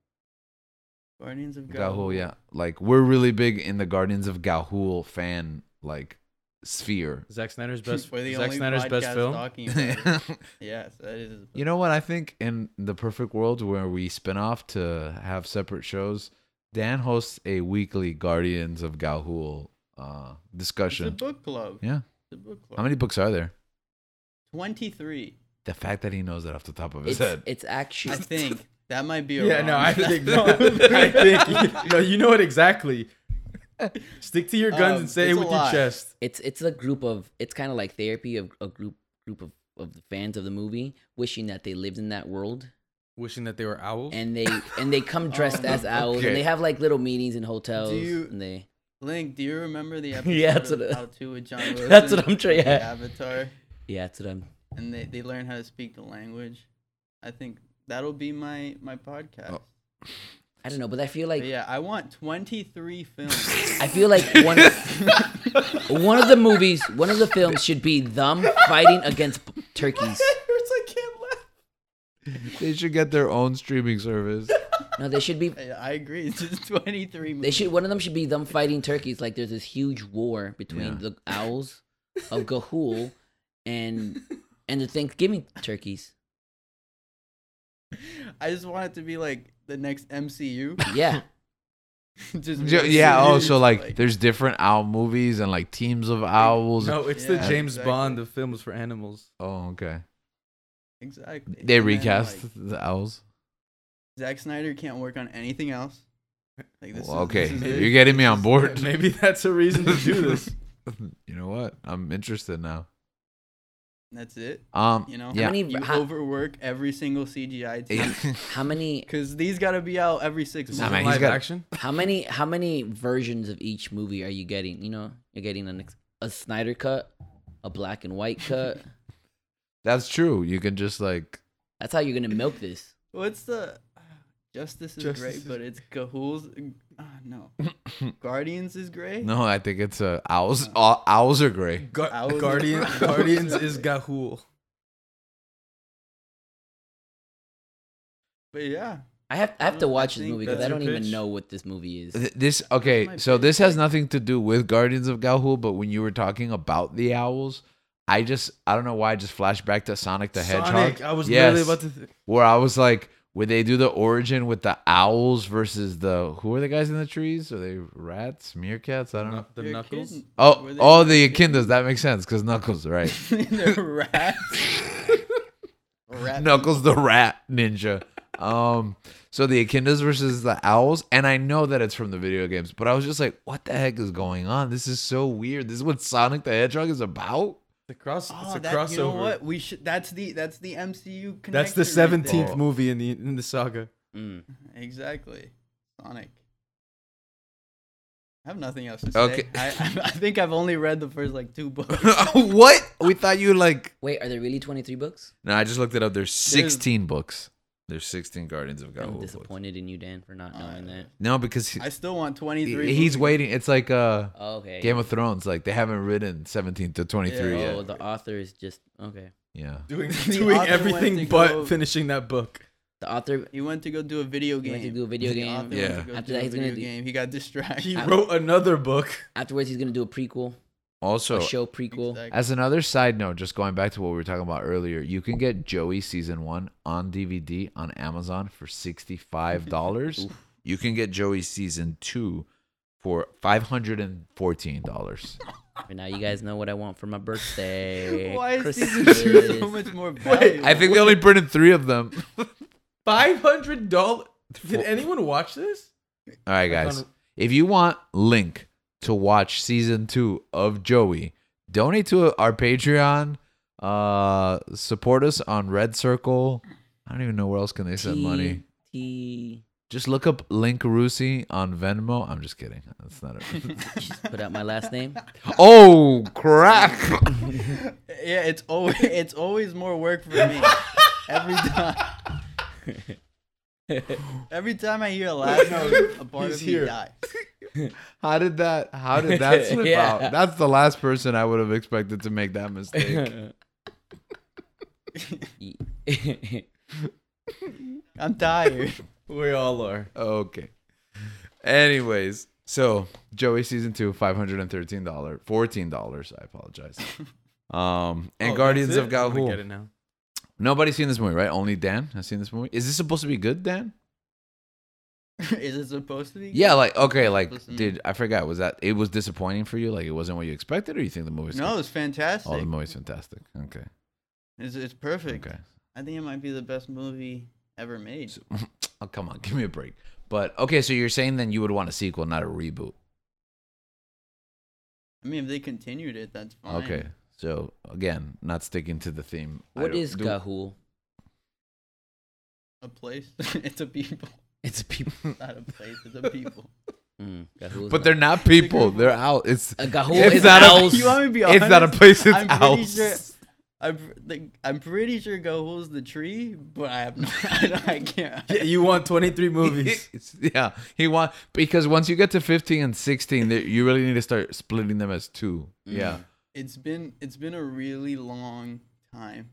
Speaker 3: Guardians of Gahul.
Speaker 1: Gahul, yeah. Like we're really big in the Guardians of Gahul fan like sphere.
Speaker 4: Zack Snyder's best.
Speaker 3: We're the
Speaker 4: Zack
Speaker 3: only
Speaker 4: Snyder's best
Speaker 3: podcast
Speaker 4: film.
Speaker 3: talking about it. yes, that is. his
Speaker 1: You know what? I think in the perfect world where we spin off to have separate shows, Dan hosts a weekly Guardians of Galhul uh,
Speaker 3: best. it's a
Speaker 1: discussion.
Speaker 3: book club.
Speaker 1: Yeah.
Speaker 3: It's a book club.
Speaker 1: How many books are there?
Speaker 3: Twenty-three.
Speaker 1: The fact that he knows that off the top of his
Speaker 2: It's,
Speaker 1: head.
Speaker 2: it's actually
Speaker 3: I think that might be. A
Speaker 4: Yeah,
Speaker 3: wrong.
Speaker 4: no, I think no, I think no. You know it exactly. Stick to your guns
Speaker 3: Um,
Speaker 4: and say it
Speaker 3: it's a
Speaker 4: with your
Speaker 3: lot.
Speaker 4: chest.
Speaker 2: it's it's a group of it's kind of like therapy of a group group of of the fans of the movie wishing that they lived in that world
Speaker 4: Wishing that they were owls.
Speaker 2: and they and they come dressed
Speaker 3: Oh,
Speaker 2: as owls
Speaker 1: okay.
Speaker 2: and they have like little meetings in hotels
Speaker 3: Do you-
Speaker 2: and they
Speaker 3: Link, do you remember the episode
Speaker 2: Yeah, that's
Speaker 3: of
Speaker 2: what I-
Speaker 3: How to with John Wilson?
Speaker 2: that's what I'm trying
Speaker 3: with
Speaker 2: yeah.
Speaker 3: Avatar,
Speaker 2: yeah that's what I'm
Speaker 3: and they they learn how to speak the language. I think that'll be my my podcast.
Speaker 1: Oh.
Speaker 2: I don't know but I feel like
Speaker 3: But yeah, I want 23 films.
Speaker 2: I feel like one one of the movies one of the films should be them fighting against turkeys
Speaker 4: I can't laugh.
Speaker 1: they should get their own streaming service.
Speaker 2: no they should be
Speaker 3: I, I agree. It's just 23
Speaker 2: They
Speaker 3: movies.
Speaker 2: should. One of them should be them fighting turkeys. Like there's this huge war between
Speaker 1: Yeah.
Speaker 2: the owls of Gahul and and the Thanksgiving turkeys.
Speaker 3: I just want it to be like the next MCU.
Speaker 2: Yeah,
Speaker 3: just
Speaker 1: Ju-
Speaker 3: one
Speaker 1: yeah. Oh,
Speaker 3: series,
Speaker 1: so like there's different owl movies and like teams of owls.
Speaker 4: No, it's the
Speaker 3: Yeah,
Speaker 4: James
Speaker 3: exactly.
Speaker 4: Bond of films for animals.
Speaker 1: Oh, okay.
Speaker 3: exactly.
Speaker 1: They
Speaker 3: And then,
Speaker 1: recast
Speaker 3: Like,
Speaker 1: the owls.
Speaker 3: Zack Snyder can't work on anything else. Like this.
Speaker 1: Well,
Speaker 3: is-
Speaker 1: okay,
Speaker 3: this is
Speaker 4: maybe
Speaker 3: it.
Speaker 1: you're getting me on board.
Speaker 4: Maybe that's a reason to do this.
Speaker 1: you know what? I'm interested now.
Speaker 3: That's it.
Speaker 1: Um,
Speaker 3: You know.
Speaker 1: yeah.
Speaker 2: How many-
Speaker 3: You
Speaker 2: how-
Speaker 3: overwork every single CGI team
Speaker 2: how many?
Speaker 3: because these gotta be out every six
Speaker 4: This
Speaker 3: months.
Speaker 1: Nah, man,
Speaker 4: isn't
Speaker 1: he's
Speaker 4: live
Speaker 1: got-
Speaker 4: action.
Speaker 2: How many? How many versions of each movie are you getting? You know, you're getting an, ex- a Snyder cut, a black and white cut.
Speaker 1: That's true. You can just like
Speaker 2: That's how you're gonna milk this.
Speaker 3: What's the Justice is
Speaker 4: Justice
Speaker 3: great,
Speaker 4: is-
Speaker 3: but it's Gahul's. Uh, no, Guardians is great.
Speaker 1: no. I think it's uh, owls. Uh, owls are gray.
Speaker 4: Gar-
Speaker 3: Owls-
Speaker 4: Guardian,
Speaker 3: Owls
Speaker 4: Guardians
Speaker 3: are
Speaker 4: is
Speaker 3: great.
Speaker 4: Gahul.
Speaker 3: But yeah,
Speaker 2: I have I have to
Speaker 3: I
Speaker 2: watch this
Speaker 3: think
Speaker 2: movie because
Speaker 4: that's
Speaker 2: I
Speaker 4: your
Speaker 2: don't even
Speaker 4: pitch.
Speaker 2: know what this movie is.
Speaker 1: Th- This okay.
Speaker 3: my
Speaker 1: So this
Speaker 3: favorite.
Speaker 1: has nothing to do with Guardians of Galhul, but when you were talking about the owls, I just I don't know why I just flashed back to Sonic the Hedgehog.
Speaker 4: Sonic, I was
Speaker 1: Yes.
Speaker 4: literally about to. Th-
Speaker 1: where I was like, would they do the origin with the owls versus the who are the guys in the trees? Are they rats, meerkats? I don't know.
Speaker 4: the
Speaker 3: you're
Speaker 4: knuckles.
Speaker 3: kidding.
Speaker 1: Oh,
Speaker 3: Were they-
Speaker 1: oh, the echindas. That makes sense because Knuckles, right?
Speaker 3: They're rats. Rat
Speaker 1: Knuckles the rat ninja. Um, so the echindas versus the owls, and I know that it's from the video games, but I was just like, what the heck is going on? This is so weird. This is what Sonic the Hedgehog is about.
Speaker 4: The cross.
Speaker 3: Oh,
Speaker 4: it's a
Speaker 3: that,
Speaker 4: crossover.
Speaker 3: you know what? We should. That's the that's the MCU. Connector
Speaker 4: That's the
Speaker 3: right
Speaker 4: seventeenth
Speaker 1: Oh.
Speaker 4: movie in the in the saga.
Speaker 2: Mm.
Speaker 3: there. Exactly. Sonic. I have nothing else to say.
Speaker 1: Okay.
Speaker 3: I, I, I think I've only read the first like two books.
Speaker 1: what? We thought you like.
Speaker 2: Wait, are there really 23 books?
Speaker 1: No, I just looked it up. There's 16 books. There's 16 Guardians of
Speaker 2: I'm
Speaker 1: Gahul. books.
Speaker 2: disappointed in you, Dan, for not knowing that.
Speaker 1: No, because he,
Speaker 3: I still want twenty three.
Speaker 1: he- he's waiting. It's like uh,
Speaker 2: Oh, okay.
Speaker 1: Game of Thrones. Like they haven't written 17 to 23
Speaker 3: Yeah.
Speaker 2: Oh,
Speaker 1: yet.
Speaker 2: the author is just okay.
Speaker 1: Yeah.
Speaker 4: Doing
Speaker 3: The
Speaker 4: doing
Speaker 3: author went
Speaker 4: everything
Speaker 3: to
Speaker 4: but
Speaker 3: go-
Speaker 4: finishing that book.
Speaker 2: The author
Speaker 3: He went to go do a
Speaker 2: He
Speaker 3: video game.
Speaker 2: went to do a video
Speaker 3: The
Speaker 2: game.
Speaker 3: author
Speaker 1: Yeah.
Speaker 3: went to go
Speaker 2: After
Speaker 3: do
Speaker 2: that,
Speaker 3: a
Speaker 2: he's gonna
Speaker 3: video
Speaker 2: do-
Speaker 3: game. He got distracted.
Speaker 4: He wrote another book.
Speaker 2: afterwards he's gonna do a prequel,
Speaker 1: Also,
Speaker 2: a show prequel.
Speaker 3: Exactly.
Speaker 1: As another side note, just going back to what we were talking about earlier, you can get Joey season one on DVD on Amazon for sixty-five dollars. you can get Joey season two for five hundred and fourteen dollars.
Speaker 2: And now you guys know what I want for my birthday.
Speaker 3: Why is season
Speaker 2: Christmas.
Speaker 3: two so much more valuable?
Speaker 1: I think they only printed three of them. All
Speaker 4: Five hundred dollars. Did
Speaker 1: Well-
Speaker 4: anyone watch this?
Speaker 1: right, guys. If you want Link to watch season two of Joey, donate to our Patreon. Uh, support us on Red Circle. I don't even know where else can they send money.
Speaker 2: T-
Speaker 1: Just look up Link Carusi on Venmo. I'm just kidding. That's not it.
Speaker 2: put out my last name.
Speaker 1: oh crap!
Speaker 3: yeah, it's always it's always more work for me every time. Every time I hear a laugh, note, a part
Speaker 4: he's
Speaker 3: of
Speaker 4: here.
Speaker 3: me dies.
Speaker 1: How did that? How did that slip
Speaker 2: Yeah.
Speaker 1: out? That's the last person I would have expected to make that mistake.
Speaker 3: I'm tired.
Speaker 4: We all are.
Speaker 1: okay. Anyways, So Joey season two, five hundred and thirteen dollars, fourteen dollars. I apologize. Um,
Speaker 4: Oh,
Speaker 1: and
Speaker 4: that's
Speaker 1: Guardians of
Speaker 4: it? I'm gonna
Speaker 1: Gahul.
Speaker 4: Get it now.
Speaker 1: Nobody's seen this movie, right? Only Dan has seen this movie. Is this supposed to be good, Dan?
Speaker 3: Is it supposed to be?
Speaker 1: Yeah, like okay, like
Speaker 3: Listen.
Speaker 1: dude, I forgot. Was that it was disappointing for you? Like it wasn't what you expected, or you think the movie's
Speaker 3: No,
Speaker 1: good?
Speaker 3: it's fantastic.
Speaker 1: Oh, the movie's fantastic. Okay,
Speaker 3: It's, it's perfect.
Speaker 1: okay.
Speaker 3: I think it might be the best movie ever made.
Speaker 1: So- oh, come on, give me a break. But okay, so you're saying then you would want a sequel, not a reboot.
Speaker 3: I mean, if they continued it, that's fine.
Speaker 1: Okay, so again, not sticking to the theme. I
Speaker 2: What
Speaker 1: don't-
Speaker 2: is
Speaker 1: do-
Speaker 2: Gahul?
Speaker 3: A place. it's a people.
Speaker 2: It's a people.
Speaker 3: It's not a place. It's a people.
Speaker 2: Mm, Gahul is
Speaker 1: But
Speaker 2: a-
Speaker 1: they're not people. They're out. It's
Speaker 2: A Gahul
Speaker 1: It's
Speaker 2: is
Speaker 1: not
Speaker 2: an
Speaker 1: a-
Speaker 2: owl.
Speaker 3: you want me to be honest?
Speaker 1: it's not a place. It's
Speaker 3: I'm pretty
Speaker 1: house.
Speaker 3: sure- I'm, pr- like, I'm pretty sure Gohul's the tree, but I have no. I, don't- I can't.
Speaker 4: Yeah, you want 23 movies.
Speaker 1: It's- yeah, he want because once you get to 15 and 16, they, you really need to start splitting them as two. Yeah,
Speaker 2: Mm.
Speaker 3: It's been it's been a really long time.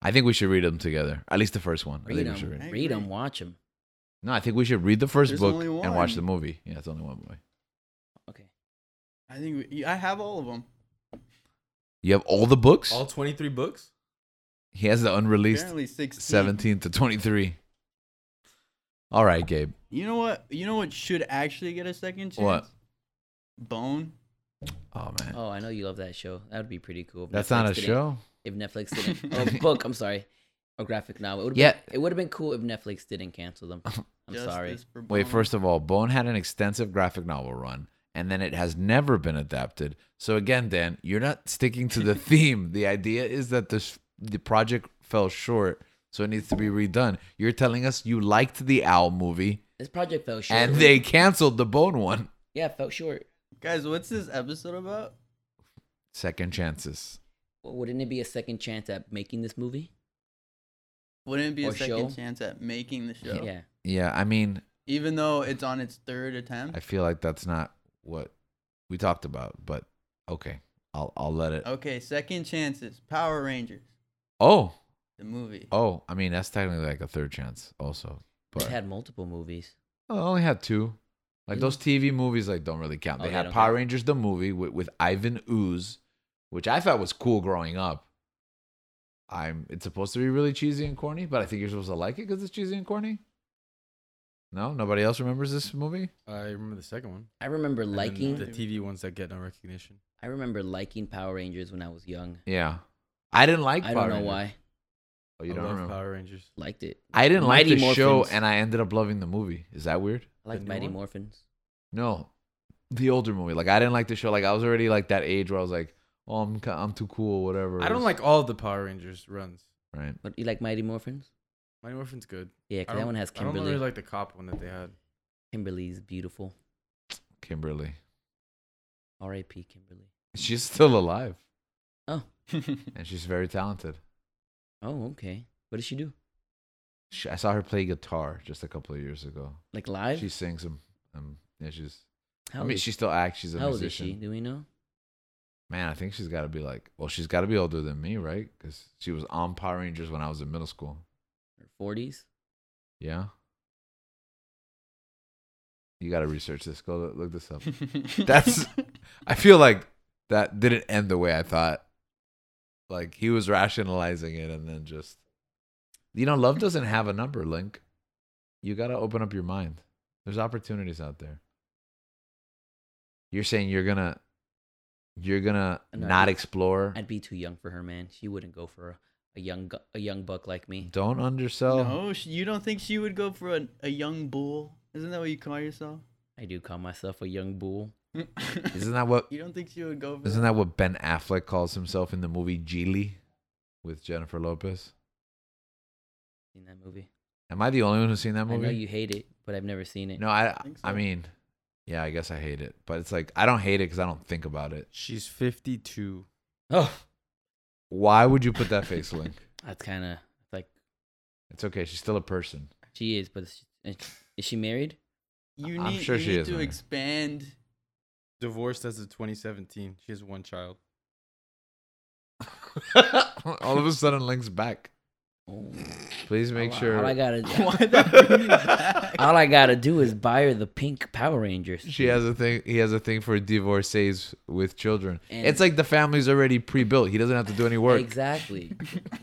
Speaker 1: I think we should read them together. At least the first one. I
Speaker 2: Read
Speaker 1: think we should
Speaker 2: them.
Speaker 1: read.
Speaker 3: I
Speaker 2: Read
Speaker 3: agree.
Speaker 2: them. Watch them.
Speaker 1: No, I think we should read the first
Speaker 3: There's
Speaker 1: book
Speaker 3: only
Speaker 1: and watch
Speaker 3: one.
Speaker 1: the movie. Yeah, it's only one movie.
Speaker 2: Okay.
Speaker 3: I think we, I have all of them.
Speaker 1: You have all the books.
Speaker 4: All 23 books?
Speaker 1: he has the unreleased
Speaker 3: Apparently sixteen.
Speaker 1: 17 to 23. All right, Gabe.
Speaker 3: You know what? You know what should actually get a second chance.
Speaker 1: What?
Speaker 3: Bone.
Speaker 1: Oh man,
Speaker 2: Oh, I know you love that show. That would be pretty cool. if
Speaker 1: that's
Speaker 2: Netflix
Speaker 1: not a
Speaker 2: didn't-
Speaker 1: show.
Speaker 2: If Netflix didn't, oh, book. I'm sorry, a graphic novel. It would've
Speaker 1: Yeah.
Speaker 2: been, it would have been cool if Netflix didn't cancel them. I'm sorry.
Speaker 3: Justice for
Speaker 1: Wait,
Speaker 3: Bone.
Speaker 1: first of all, Bone had an extensive graphic novel run, and then it has never been adapted. So again, Dan, you're not sticking to the theme. the idea is that this the project fell short, so it needs to be redone. You're telling us you liked the Owl movie,
Speaker 2: This project fell short.
Speaker 1: and they canceled the Bone one.
Speaker 2: yeah, it fell short.
Speaker 3: guys, what's this episode about?
Speaker 1: Second chances.
Speaker 2: Well, wouldn't it be a second chance at making this movie?
Speaker 3: Wouldn't it be
Speaker 2: Or
Speaker 3: a second
Speaker 2: show?
Speaker 3: chance at making the show?
Speaker 2: Yeah.
Speaker 1: Yeah, I mean,
Speaker 3: Even though it's on its third attempt.
Speaker 1: I feel like that's not what we talked about, but okay, I'll I'll let
Speaker 2: Oh.
Speaker 1: it.
Speaker 3: Okay, second chances. Power Rangers,
Speaker 1: Oh,
Speaker 3: the movie.
Speaker 1: oh, I mean that's technically like a third chance, also. But
Speaker 2: It had multiple movies.
Speaker 1: Oh, I only had two. Like
Speaker 2: Really?
Speaker 1: those TV movies, like don't really count.
Speaker 2: Mm. Oh,
Speaker 1: They
Speaker 2: they
Speaker 1: had
Speaker 2: don't
Speaker 1: Power
Speaker 2: count.
Speaker 1: Rangers the movie with, with Ivan Ooze, which I thought was cool growing up. I'm. It's supposed to be really cheesy and corny, but I think you're supposed to like it because it's cheesy and corny. No, nobody else remembers this movie.
Speaker 4: I remember the second one.
Speaker 2: I remember
Speaker 4: And then
Speaker 2: liking.
Speaker 4: the TV ones that get no recognition.
Speaker 2: I remember liking Power Rangers when I was young.
Speaker 1: Yeah, I didn't like.
Speaker 2: I
Speaker 1: Power
Speaker 2: don't know
Speaker 1: Rangers.
Speaker 2: why.
Speaker 1: Oh, you
Speaker 4: I
Speaker 1: don't
Speaker 4: love
Speaker 1: remember?
Speaker 4: Power Rangers.
Speaker 2: Liked it.
Speaker 1: I didn't
Speaker 2: Mighty
Speaker 1: like the show,
Speaker 2: Morphins.
Speaker 1: and I ended up loving the movie. Is that weird?
Speaker 2: I liked
Speaker 4: new
Speaker 2: Mighty
Speaker 4: one?
Speaker 2: Morphins.
Speaker 1: No, the older movie. Like I didn't like the show. Like I was already like that age where I was like, oh, I'm ki- I'm too cool, whatever.
Speaker 4: I don't like all the Power Rangers runs.
Speaker 1: right.
Speaker 2: But you like Mighty Morphins?
Speaker 4: Mighty Morphin's good.
Speaker 2: Yeah,
Speaker 4: I
Speaker 2: because that
Speaker 4: don't-
Speaker 2: one has
Speaker 4: I don't
Speaker 2: Kimberly.
Speaker 4: really like the cop one that they had.
Speaker 2: Kimberly's beautiful.
Speaker 1: Kimberly.
Speaker 2: R.I.P. Kimberly.
Speaker 1: She's still alive
Speaker 3: That's
Speaker 1: and she's very talented.
Speaker 2: Oh, okay. What does she do?
Speaker 1: She, I saw her play guitar just a couple of years ago.
Speaker 2: Like live?
Speaker 1: She sings and um, yeah, she's.
Speaker 2: How
Speaker 1: I
Speaker 2: old
Speaker 1: mean,
Speaker 2: is-
Speaker 1: she still acts. She's a
Speaker 2: How old is
Speaker 1: musician.
Speaker 2: she? Do we know?
Speaker 1: Man, I think she's got to be like, well, she's got to be older than me, right? Because she was on Power Rangers when I was in middle school.
Speaker 2: Her forties?
Speaker 1: Yeah. You got to research this. Go look, look this up. That's- I feel like that didn't end the way I thought. Like he was rationalizing it and then just you know, love doesn't have a number, Link. You gotta open up your mind. There's opportunities out there. You're saying you're gonna you're gonna
Speaker 2: No,
Speaker 1: not
Speaker 2: I-
Speaker 1: explore.
Speaker 2: I'd be too young for her, man. She wouldn't go for a, a young gu- a young buck like me.
Speaker 1: Don't undersell.
Speaker 3: no, sh- you don't think she would go for a, a young bull? Isn't that what you call yourself?
Speaker 2: I do call myself a young bull.
Speaker 3: you
Speaker 1: Isn't that what
Speaker 3: don't think she would go for
Speaker 1: isn't
Speaker 3: that?
Speaker 1: that what Ben Affleck calls himself in the movie Geely with Jennifer Lopez?
Speaker 2: Seen that movie?
Speaker 1: Am I the only one who's seen that
Speaker 2: I
Speaker 1: movie?
Speaker 2: know you hate it, but I've never seen it.
Speaker 1: No, I
Speaker 3: think
Speaker 1: I
Speaker 3: so.
Speaker 1: mean, yeah, I guess I hate it, but it's like I don't hate it because I don't think about it.
Speaker 4: She's 52.
Speaker 2: Oh,
Speaker 1: Why would you put that face link?
Speaker 2: that's kind of like
Speaker 1: It's okay. She's still a person.
Speaker 2: she is, but is she, is she married?
Speaker 3: You need,
Speaker 1: I'm sure
Speaker 3: you
Speaker 1: she
Speaker 3: need
Speaker 1: is,
Speaker 3: to
Speaker 1: man.
Speaker 3: expand.
Speaker 4: Divorced as of 2017. She has one child.
Speaker 1: All of a sudden, Link's back.
Speaker 2: Oh.
Speaker 1: Please make
Speaker 2: all, I-
Speaker 1: sure.
Speaker 2: All I gotta
Speaker 3: Why the bring it back?
Speaker 2: all I gotta do is buy her the pink Power Rangers.
Speaker 1: she has a thing. He has a thing for divorcees with children.
Speaker 2: And-
Speaker 1: it's like the family's already pre-built. He doesn't have to do any work.
Speaker 2: Exactly.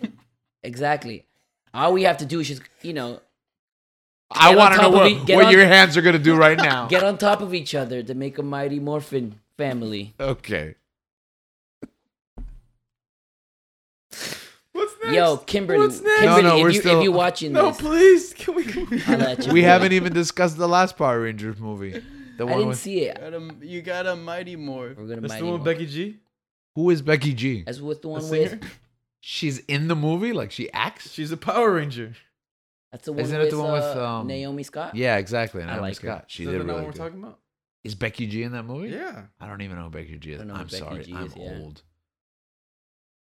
Speaker 2: exactly. All we have to do is just you know
Speaker 1: I
Speaker 2: Get on
Speaker 1: want to know
Speaker 2: top of
Speaker 1: what,
Speaker 2: it, get
Speaker 1: what
Speaker 2: on-
Speaker 1: your hands are gonna do right now.
Speaker 2: get on top of each other to make a mighty morphin family.
Speaker 1: okay.
Speaker 4: What's next?
Speaker 2: Yo, Kimberly,
Speaker 4: What's next?
Speaker 2: Kimberly,
Speaker 1: No, no,
Speaker 2: if,
Speaker 1: we're
Speaker 2: you,
Speaker 1: still-
Speaker 2: if you're watching
Speaker 4: no,
Speaker 2: this,
Speaker 4: please. Can we?
Speaker 2: I'll let you
Speaker 1: We
Speaker 2: know.
Speaker 1: haven't even discussed the last Power Rangers movie. The
Speaker 2: I
Speaker 1: one
Speaker 2: didn't
Speaker 1: with
Speaker 2: see it.
Speaker 3: Got a- you got a mighty morph.
Speaker 2: We're gonna
Speaker 4: That's
Speaker 2: mighty
Speaker 4: the one with
Speaker 2: morph.
Speaker 4: Becky G.
Speaker 1: who is Becky G?
Speaker 2: That's with the
Speaker 4: The
Speaker 2: one
Speaker 4: singer.
Speaker 2: with
Speaker 1: She's in the movie, like she acts.
Speaker 4: She's a Power Ranger.
Speaker 2: that's the one
Speaker 1: Isn't it
Speaker 2: with,
Speaker 1: the one with,
Speaker 2: uh,
Speaker 1: um,
Speaker 2: Naomi Scott.
Speaker 1: yeah, exactly. And
Speaker 2: I
Speaker 1: Adam
Speaker 2: like her.
Speaker 1: Scott. She
Speaker 4: Is that
Speaker 1: did
Speaker 4: the one
Speaker 1: really
Speaker 4: we're
Speaker 1: good.
Speaker 4: talking about?
Speaker 1: Is Becky G in that movie?
Speaker 4: Yeah.
Speaker 1: I don't even know who Becky G
Speaker 2: I
Speaker 1: is.
Speaker 2: don't know who
Speaker 1: I'm
Speaker 2: Becky
Speaker 1: sorry,
Speaker 2: G
Speaker 1: I'm
Speaker 2: is, yeah.
Speaker 1: old.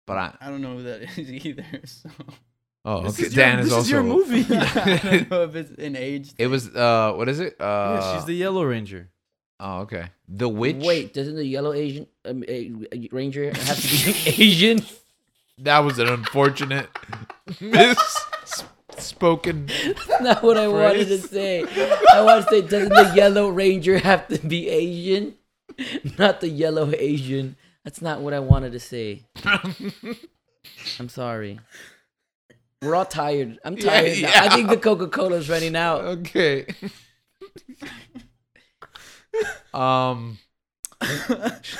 Speaker 1: But I
Speaker 3: I don't know who that is either. So
Speaker 1: oh okay.
Speaker 4: This is your-
Speaker 1: Dan is
Speaker 4: this
Speaker 1: also
Speaker 4: is your
Speaker 1: old.
Speaker 4: movie.
Speaker 3: I don't know if it's an age.
Speaker 1: It was uh what is it? Uh
Speaker 4: yeah, she's the Yellow Ranger.
Speaker 1: Oh okay. The Witch.
Speaker 2: Wait, doesn't the yellow Asian um, a, a ranger have to be Asian?
Speaker 1: That was an unfortunate mis spoken
Speaker 2: Not what I wanted to
Speaker 1: Phrase.
Speaker 2: say. I want to say, doesn't the yellow ranger have to be Asian? Not the yellow Asian. That's not what I wanted to say. I'm sorry. We're all tired. I'm
Speaker 1: Yeah,
Speaker 2: tired. now. I
Speaker 1: yeah.
Speaker 2: think the Coca Cola's running out.
Speaker 1: Okay. um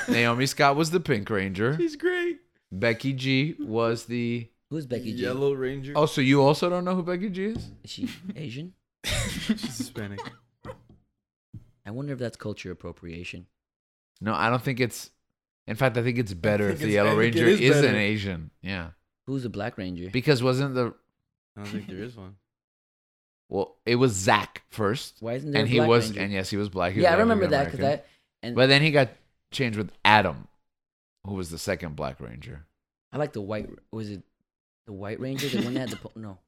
Speaker 1: Naomi Scott was the Pink Ranger.
Speaker 4: She's great.
Speaker 1: Becky G was the
Speaker 2: Who's Becky G?
Speaker 4: Yellow Ranger.
Speaker 1: Oh, so you also don't know who Becky G is?
Speaker 2: Is she Asian?
Speaker 4: she's Hispanic.
Speaker 2: I wonder if that's culture appropriation.
Speaker 1: No, I don't think it's. In fact, I think it's better
Speaker 4: think
Speaker 1: if the
Speaker 4: it's-
Speaker 1: Yellow
Speaker 4: I think it
Speaker 1: Ranger
Speaker 4: is
Speaker 1: is, an
Speaker 4: better.
Speaker 1: Asian. Yeah,
Speaker 2: Who's the Black Ranger?
Speaker 1: because wasn't the
Speaker 4: I don't think there is one.
Speaker 1: well, it was Zach first,
Speaker 2: Why isn't there
Speaker 1: and
Speaker 2: a
Speaker 1: he
Speaker 2: Black
Speaker 1: was,
Speaker 2: Ranger?
Speaker 1: and yes, he was black. He was
Speaker 2: yeah, I remember that because
Speaker 1: African
Speaker 2: that.
Speaker 1: American.
Speaker 2: And
Speaker 1: But then he got changed with Adam, who was the second Black Ranger.
Speaker 2: I like the white. Was it the White Ranger? The one that had the po- no,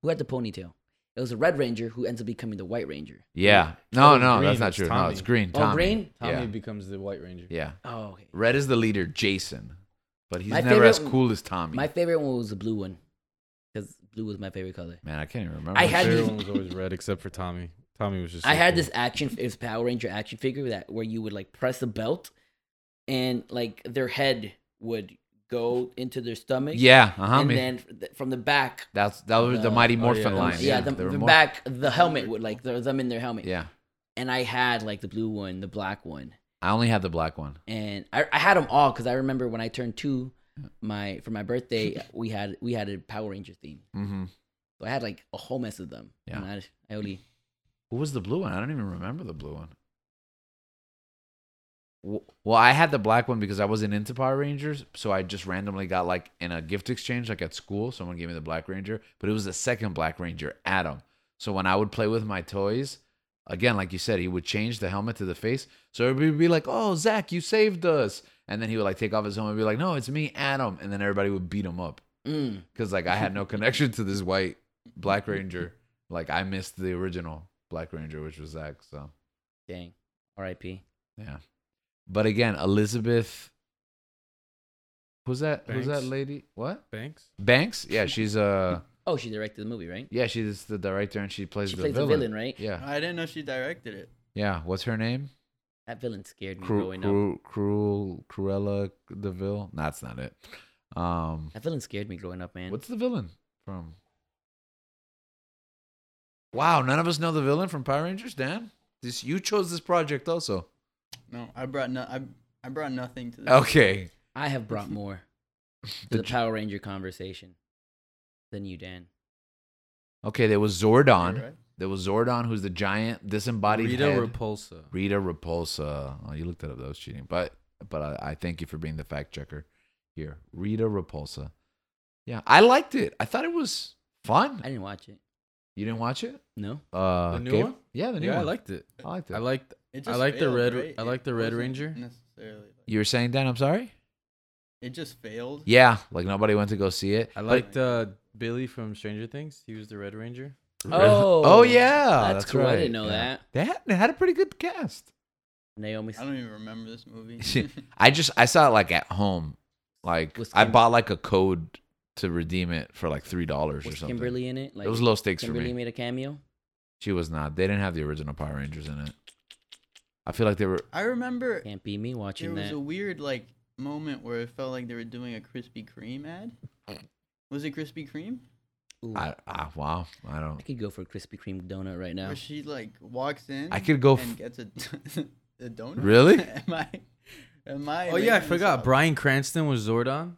Speaker 2: who had the ponytail? It was the Red Ranger who ends up becoming the White Ranger.
Speaker 1: Yeah, no,
Speaker 4: Oh,
Speaker 1: no,
Speaker 4: green,
Speaker 1: that's not
Speaker 4: it's
Speaker 1: true. No,
Speaker 4: Tommy.
Speaker 1: it's green.
Speaker 2: Oh,
Speaker 1: Tommy.
Speaker 2: green?
Speaker 4: Tommy
Speaker 1: Yeah,
Speaker 4: becomes the White Ranger.
Speaker 1: yeah.
Speaker 2: Oh, okay.
Speaker 1: Red is the leader, Jason, but he's
Speaker 2: My
Speaker 1: never
Speaker 2: favorite-
Speaker 1: as cool as Tommy.
Speaker 2: My favorite one was the blue one because blue was my favorite color.
Speaker 1: Man, I can't even remember.
Speaker 2: I
Speaker 1: the
Speaker 2: had
Speaker 1: favorite
Speaker 2: this-
Speaker 1: one.
Speaker 4: Everyone was always red except for Tommy. Tommy was just.
Speaker 2: I
Speaker 4: so
Speaker 2: had
Speaker 4: cool.
Speaker 2: this action. It was Power Ranger action figure that where you would like press a belt, and like their head would go into their stomach.
Speaker 1: Yeah, uh-huh.
Speaker 2: and
Speaker 1: me-
Speaker 2: then f- from the back,
Speaker 1: that's that was the,
Speaker 2: the-
Speaker 1: Mighty
Speaker 4: oh,
Speaker 1: Morphin
Speaker 4: yeah,
Speaker 1: line.
Speaker 2: yeah,
Speaker 1: Yeah,
Speaker 2: the,
Speaker 1: they were
Speaker 2: the
Speaker 1: mor-
Speaker 2: back, the helmet would like the, them in their helmet.
Speaker 1: Yeah,
Speaker 2: and I had like the blue one, the black one.
Speaker 1: I only had the black one.
Speaker 2: and I, I had them all because I remember when I turned two, my for my birthday we had we had a Power Ranger theme,
Speaker 1: Mm-hmm.
Speaker 2: so I had like a whole mess of them.
Speaker 1: Yeah.
Speaker 2: And I, I only
Speaker 1: Who was the blue one? I don't even remember the blue one. W- Well, I had the black one because I wasn't into Power Rangers, so I just randomly got like in a gift exchange, like at school, someone gave me the Black Ranger, but it was the second Black Ranger, Adam. So when I would play with my toys, again, like you said, he would change the helmet to the face, so everybody would be like, "Oh, Zach, you saved us," and then he would like take off his helmet and be like, "No, it's me, Adam," and then everybody would beat him up
Speaker 2: mm,
Speaker 1: because like I had no connection to this white Black Ranger. Like I missed the original Black Ranger, which was Zach. So
Speaker 2: dang, R.I.P.
Speaker 1: yeah. But again, Elizabeth. Who's that? Who's that
Speaker 4: Banks?
Speaker 1: lady? What?
Speaker 4: Banks.
Speaker 1: Banks? Yeah, she's uh
Speaker 2: Oh, she directed the movie, right?
Speaker 1: yeah she's the director and she plays,
Speaker 2: She
Speaker 1: the,
Speaker 2: plays
Speaker 1: villain.
Speaker 2: the villain, right?
Speaker 1: Yeah,
Speaker 3: I didn't know she directed it.
Speaker 1: yeah. What's her name?
Speaker 2: That villain scared me
Speaker 1: Cru-
Speaker 2: growing up.
Speaker 1: Cru- Cruel Cruella Deville. Nah, that's not it. Um,
Speaker 2: That villain scared me growing up, man.
Speaker 1: what's the villain from? Wow, none of us know the villain from Power Rangers, Dan. This you chose this project also.
Speaker 3: No, I brought no. I I brought nothing to this.
Speaker 1: Okay.
Speaker 2: I have brought more to the Power Ranger conversation than you, Dan.
Speaker 1: Okay, there was Zordon. There was Zordon, who's the giant disembodied
Speaker 4: Rita
Speaker 1: head.
Speaker 4: Repulsa.
Speaker 1: Rita Repulsa. Oh, you looked it up. That was cheating. But but I, I thank you for being the fact checker here. Rita Repulsa. Yeah, I liked it. I thought it was fun.
Speaker 2: I didn't watch it.
Speaker 1: You didn't watch it?
Speaker 2: No,
Speaker 1: Uh,
Speaker 4: The new
Speaker 1: Gabe-
Speaker 4: one?
Speaker 1: Yeah, the new
Speaker 4: yeah,
Speaker 1: one.
Speaker 4: I liked it.
Speaker 1: I liked it.
Speaker 4: I liked. I like the red- I like the Red
Speaker 3: wasn't
Speaker 4: Ranger.
Speaker 3: Necessarily. like-
Speaker 1: you were saying, Dan, I'm sorry?
Speaker 3: It just failed.
Speaker 1: Yeah, like nobody went to go see it.
Speaker 4: I liked uh, Billy from Stranger Things. He was the Red Ranger.
Speaker 2: Oh,
Speaker 1: oh yeah.
Speaker 2: that's, cool. I
Speaker 1: right.
Speaker 2: didn't know
Speaker 1: Yeah.
Speaker 2: that.
Speaker 1: They had, they had a pretty good cast.
Speaker 2: Naomi
Speaker 3: I don't even remember this movie.
Speaker 1: I just I saw it like at home. Like
Speaker 2: Was
Speaker 1: I
Speaker 2: Kim-
Speaker 1: bought like a code to redeem it for like three dollars or
Speaker 2: Was
Speaker 1: something.
Speaker 2: Kimberly in it? Like
Speaker 1: it was low stakes for me.
Speaker 2: Kimberly made a cameo.
Speaker 1: She was not. They didn't have the original Power Rangers in it. I feel like they were.
Speaker 3: I remember
Speaker 2: Can't be me
Speaker 3: there
Speaker 2: watching
Speaker 3: was
Speaker 2: that.
Speaker 3: a weird like moment where it felt like they were doing a Krispy Kreme ad.
Speaker 2: Mm.
Speaker 3: Was it Krispy Kreme?
Speaker 2: Ooh, I,
Speaker 1: I, I wow. I don't.
Speaker 2: could go for a Krispy Kreme donut right now.
Speaker 3: Where she like walks in
Speaker 1: I could go.
Speaker 3: and
Speaker 1: F-
Speaker 3: gets a, a donut.
Speaker 1: Really?
Speaker 3: am I? Am I?
Speaker 4: Oh yeah, I
Speaker 3: making this
Speaker 4: forgot.
Speaker 3: up?
Speaker 4: Brian Cranston was Zordon.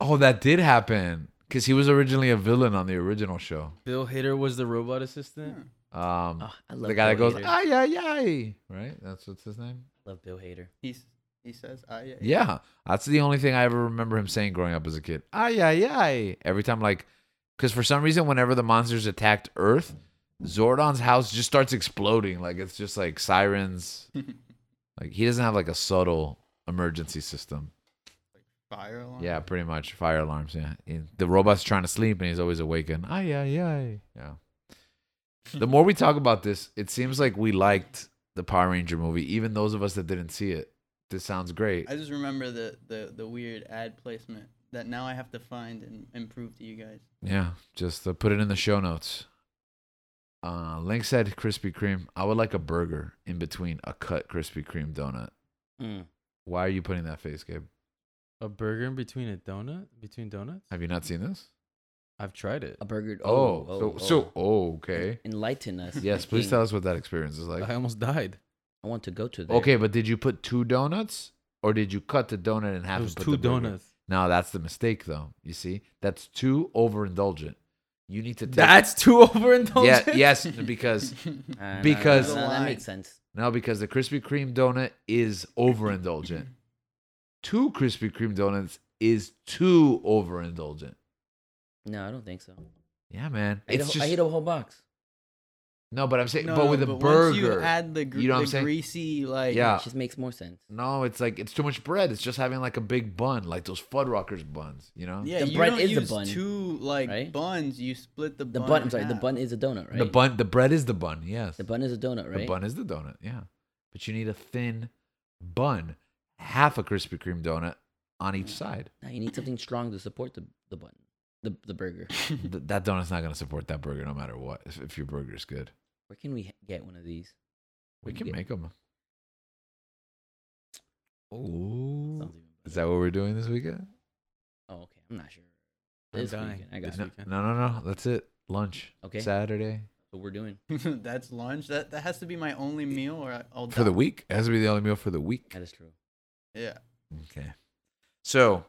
Speaker 1: oh, that did happen because he was originally a villain on the original show.
Speaker 4: Bill Hader was the robot assistant.
Speaker 3: Huh.
Speaker 1: Um,
Speaker 2: Oh, I love
Speaker 1: the guy that
Speaker 2: Bill
Speaker 1: goes
Speaker 2: Hader.
Speaker 1: ay ay ay, right? That's what's his name.
Speaker 2: love Bill Hader.
Speaker 3: He's, he says, I, yeah.
Speaker 1: Yeah, that's the only thing I ever remember him saying growing up as a kid. Ay ay ay. Every time, like, because for some reason, whenever the monsters attacked Earth, Zordon's house just starts exploding. Like it's just like sirens. like he doesn't have like a subtle emergency system.
Speaker 3: Fire alarm.
Speaker 1: Yeah, pretty much fire alarms. Yeah, He- the robot's trying to sleep and he's always awakened. Ay ay ay. Yeah. The more we talk about this, it seems like we liked the Power Ranger movie, even those of us that didn't see it. This sounds great.
Speaker 3: I just remember the, the, the weird ad placement that now I have to find and, and prove to you guys.
Speaker 1: Yeah, just uh, put it in the show notes. Uh, Link said Krispy Kreme. I would like a burger in between a cut Krispy Kreme donut.
Speaker 2: Mm.
Speaker 1: Why are you putting that face, Gabe?
Speaker 4: A burger in between a donut. Between donuts.
Speaker 1: Have you not seen this?
Speaker 4: I've tried it.
Speaker 2: A burger.
Speaker 1: Oh,
Speaker 2: Oh,
Speaker 1: so
Speaker 2: oh,
Speaker 1: so
Speaker 2: oh.
Speaker 1: oh, okay.
Speaker 2: Enlighten us.
Speaker 1: Yes, please
Speaker 2: King.
Speaker 1: tell us what that experience is like.
Speaker 4: I almost died.
Speaker 2: I want to go to there.
Speaker 1: Okay, but did you put two donuts or did you cut the donut in half?
Speaker 4: It
Speaker 1: and
Speaker 4: was
Speaker 1: put
Speaker 4: two
Speaker 1: the burger?
Speaker 4: donuts.
Speaker 1: No, that's the mistake, though. You see, that's too overindulgent. You need to take.
Speaker 4: That's too overindulgent.
Speaker 1: yeah, yes, because
Speaker 2: Uh, no, no,
Speaker 1: because-
Speaker 2: no, no, that
Speaker 3: Line.
Speaker 2: makes sense.
Speaker 1: No, because the Krispy Kreme donut is overindulgent. Two Krispy Kreme donuts is too overindulgent.
Speaker 2: No, I don't think so.
Speaker 1: Yeah, man.
Speaker 2: I ate, a,
Speaker 1: It's
Speaker 2: whole-
Speaker 1: just
Speaker 2: I ate a whole box.
Speaker 1: no, but I'm saying,
Speaker 3: No,
Speaker 1: but
Speaker 3: no,
Speaker 1: with a
Speaker 3: once you
Speaker 1: burger,
Speaker 3: add the, gr-
Speaker 1: you know what I'm
Speaker 3: the
Speaker 1: saying?
Speaker 3: greasy like
Speaker 1: Yeah.
Speaker 2: It just makes more sense.
Speaker 1: no, it's like it's too much bread. It's just having like a big bun, like those Fuddruckers buns, you know?
Speaker 3: yeah
Speaker 2: The
Speaker 3: you
Speaker 2: bread
Speaker 3: don't
Speaker 2: is the
Speaker 3: use
Speaker 2: bun,
Speaker 3: two like
Speaker 2: right?
Speaker 3: buns you split the
Speaker 2: The
Speaker 3: bun
Speaker 2: bun. I'm
Speaker 3: in
Speaker 2: sorry. The
Speaker 3: half.
Speaker 2: bun is a donut, right?
Speaker 1: The bun, the bread is the bun. Yes,
Speaker 2: The bun is a donut, right?
Speaker 1: the bun is the donut. Yeah, but you need a thin bun, half a Krispy Kreme donut on each side.
Speaker 2: Now you need something strong to support the the bun, the the burger.
Speaker 1: Th- that donut's not gonna support that burger, no matter what. If, if your burger's good,
Speaker 2: Where can we h- get one of these?
Speaker 1: we
Speaker 2: We'd
Speaker 1: can
Speaker 2: get-
Speaker 1: make them.
Speaker 2: Sounds
Speaker 1: Oh,
Speaker 2: even
Speaker 1: is
Speaker 2: better.
Speaker 1: that what we're doing this weekend?
Speaker 2: Oh, okay. I'm not sure.
Speaker 4: I'm
Speaker 2: This
Speaker 4: dying.
Speaker 2: weekend, I
Speaker 4: This
Speaker 2: got
Speaker 1: No,
Speaker 2: it.
Speaker 4: weekend.
Speaker 1: no, no, no. That's it. Lunch.
Speaker 2: Okay.
Speaker 1: Saturday
Speaker 2: What we're doing.
Speaker 3: that's lunch that that has to be my only meal or I- I'll
Speaker 1: for the
Speaker 3: die.
Speaker 1: week. It has to be the only meal for the week.
Speaker 2: That is true.
Speaker 3: yeah
Speaker 1: Okay. So,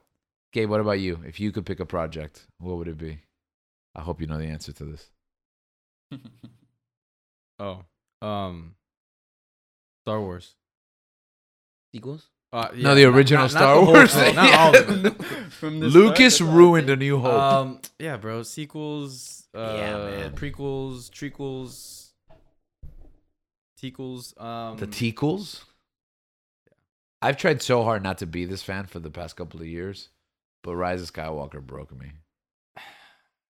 Speaker 1: Gabe, what about you? If you could pick a project, what would it be? I hope you know the answer to this.
Speaker 4: Oh, um, Star Wars.
Speaker 2: Sequels.
Speaker 4: Uh,
Speaker 1: no, the
Speaker 4: yeah, not-
Speaker 1: original
Speaker 4: not- not
Speaker 1: Star
Speaker 4: the whole-
Speaker 1: Wars.
Speaker 4: oh, not all of them.
Speaker 3: From the start,
Speaker 1: Lucas
Speaker 3: that's all I
Speaker 1: ruined
Speaker 3: think.
Speaker 1: A New Hope.
Speaker 4: Um, yeah, bro. Sequels, uh,
Speaker 1: man.
Speaker 4: prequels, trequels, tequels. Um,
Speaker 1: the Teakles. I've tried so hard not to be this fan for the past couple of years, but Rise of Skywalker broke me.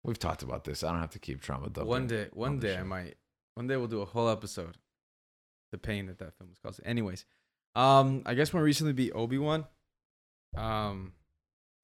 Speaker 1: We've talked about this. I don't have to keep trauma dumping.
Speaker 4: One day, one
Speaker 1: on the
Speaker 4: day I
Speaker 1: show.
Speaker 4: might. One day we'll do a whole episode. The pain that that film was causing. Anyways, um, I guess one recently be Obi Wan. Um,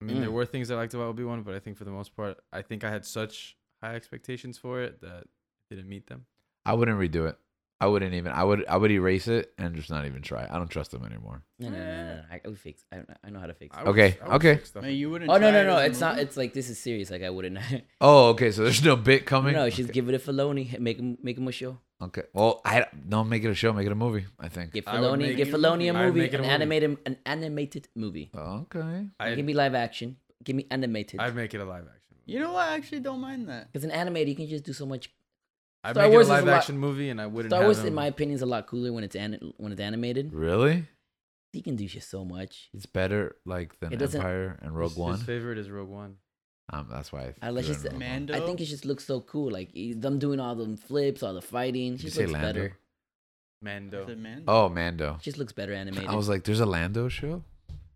Speaker 4: I mean, there
Speaker 2: Mm.
Speaker 4: were things I liked about Obi Wan, but I think for the most part, I think I had such high expectations for it that I didn't meet them.
Speaker 1: I wouldn't redo it. I wouldn't even. I would. I would erase it and just not even try. I don't trust them anymore.
Speaker 2: No, no, no, no.
Speaker 4: Eh.
Speaker 2: no. I, I would fix. I, I know how to fix.
Speaker 4: I
Speaker 2: it.
Speaker 4: would-
Speaker 1: Okay,
Speaker 4: I would
Speaker 1: okay.
Speaker 4: fix stuff.
Speaker 3: Man, you wouldn't
Speaker 2: Oh
Speaker 3: try
Speaker 2: no,
Speaker 3: it
Speaker 2: no, no.
Speaker 3: as a
Speaker 2: It's not.
Speaker 3: movie?
Speaker 2: It's like this is serious. Like I wouldn't.
Speaker 1: Oh, okay. So there's no bit coming.
Speaker 2: no, she's
Speaker 1: okay.
Speaker 2: giving it Filoni. Make him, make him a show.
Speaker 1: Okay. Well, I don't make it a show. Make it a movie. I think.
Speaker 2: Give
Speaker 4: I would
Speaker 2: Filoni,
Speaker 4: make
Speaker 2: give
Speaker 4: it a
Speaker 2: Filoni a
Speaker 4: movie. I would
Speaker 2: movie,
Speaker 4: make it a
Speaker 2: an
Speaker 4: movie.
Speaker 2: animated, an animated movie.
Speaker 1: Okay.
Speaker 4: I'd-
Speaker 2: give me live action. Give me animated.
Speaker 4: I'd make it a live action. movie.
Speaker 3: you know what I actually don't mind that
Speaker 2: Because in animated, you can just do so much.
Speaker 4: I'd
Speaker 2: Star
Speaker 4: make
Speaker 2: Wars is
Speaker 4: it a
Speaker 2: a
Speaker 4: live
Speaker 2: lot-
Speaker 4: action movie, and I wouldn't.
Speaker 2: Star
Speaker 4: have
Speaker 2: Wars, in
Speaker 4: him-
Speaker 2: my opinion, is a lot cooler when it's an, when it's animated.
Speaker 1: Really?
Speaker 2: He can do just so much.
Speaker 1: It's better like than
Speaker 2: It doesn't-
Speaker 1: Empire and
Speaker 4: his-
Speaker 1: Rogue One.
Speaker 4: His favorite is Rogue One.
Speaker 1: Um, that's why. I
Speaker 2: Unless
Speaker 1: threw
Speaker 2: it's
Speaker 1: in Rogue One.
Speaker 3: Mando.
Speaker 2: I think it just looks so cool. Like he- them doing all them flips, all the fighting.
Speaker 1: Did
Speaker 2: She
Speaker 1: you
Speaker 2: just
Speaker 1: say
Speaker 2: looks
Speaker 1: Lando?
Speaker 2: better.
Speaker 3: Is
Speaker 4: Mando.
Speaker 3: it man
Speaker 1: Oh, Mando.
Speaker 2: It Just looks better animated.
Speaker 1: I was like, "There's a Lando show."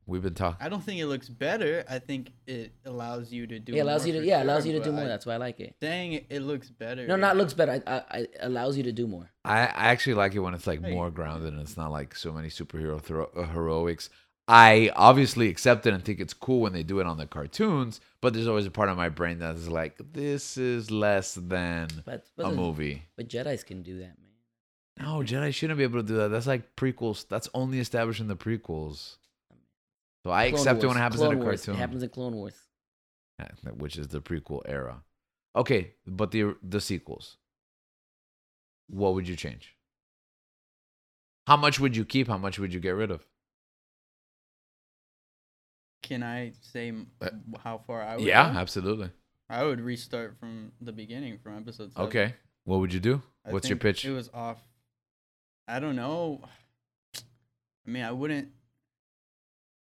Speaker 1: We've been talking.
Speaker 3: I don't think it looks better I think it allows you to do
Speaker 2: it allows
Speaker 3: more
Speaker 2: you to
Speaker 3: for
Speaker 2: yeah,
Speaker 3: sure,
Speaker 2: allows you to
Speaker 3: but
Speaker 2: do more.
Speaker 3: I-
Speaker 2: That's why I like it.
Speaker 3: saying it, it looks better
Speaker 2: No, not
Speaker 3: is-
Speaker 2: looks better. I, I, I it allows you to do more.
Speaker 1: I, I actually like it when it's like
Speaker 3: Hey.
Speaker 1: more grounded and it's not like so many superhero thro- uh, heroics. I obviously accept it and think it's cool when they do it on the cartoons, but there's always a part of my brain that's like, this is less than
Speaker 2: But but,
Speaker 1: a
Speaker 2: the-
Speaker 1: movie.
Speaker 2: but Jedi's can do that, man.
Speaker 1: No, Jedi shouldn't be able to do that. That's like prequels. That's only established in the prequels. So I
Speaker 2: Clone
Speaker 1: accept it when
Speaker 2: Wars-
Speaker 1: it happens
Speaker 2: Clone
Speaker 1: in a
Speaker 2: Wars,
Speaker 1: cartoon,
Speaker 2: It happens in Clone Wars.
Speaker 1: Uh, which is the prequel era. Okay, but the the sequels. What would you change? How much would you keep? How much would you get rid of?
Speaker 3: Can I say m-
Speaker 1: Uh,
Speaker 3: how far I would?
Speaker 1: Yeah,
Speaker 3: go?
Speaker 1: absolutely.
Speaker 3: I would restart from the beginning from episode. Seven.
Speaker 1: Okay, what would you do?
Speaker 3: I
Speaker 1: What's your
Speaker 3: think
Speaker 1: pitch?
Speaker 3: It was off. I don't know. I mean, I wouldn't.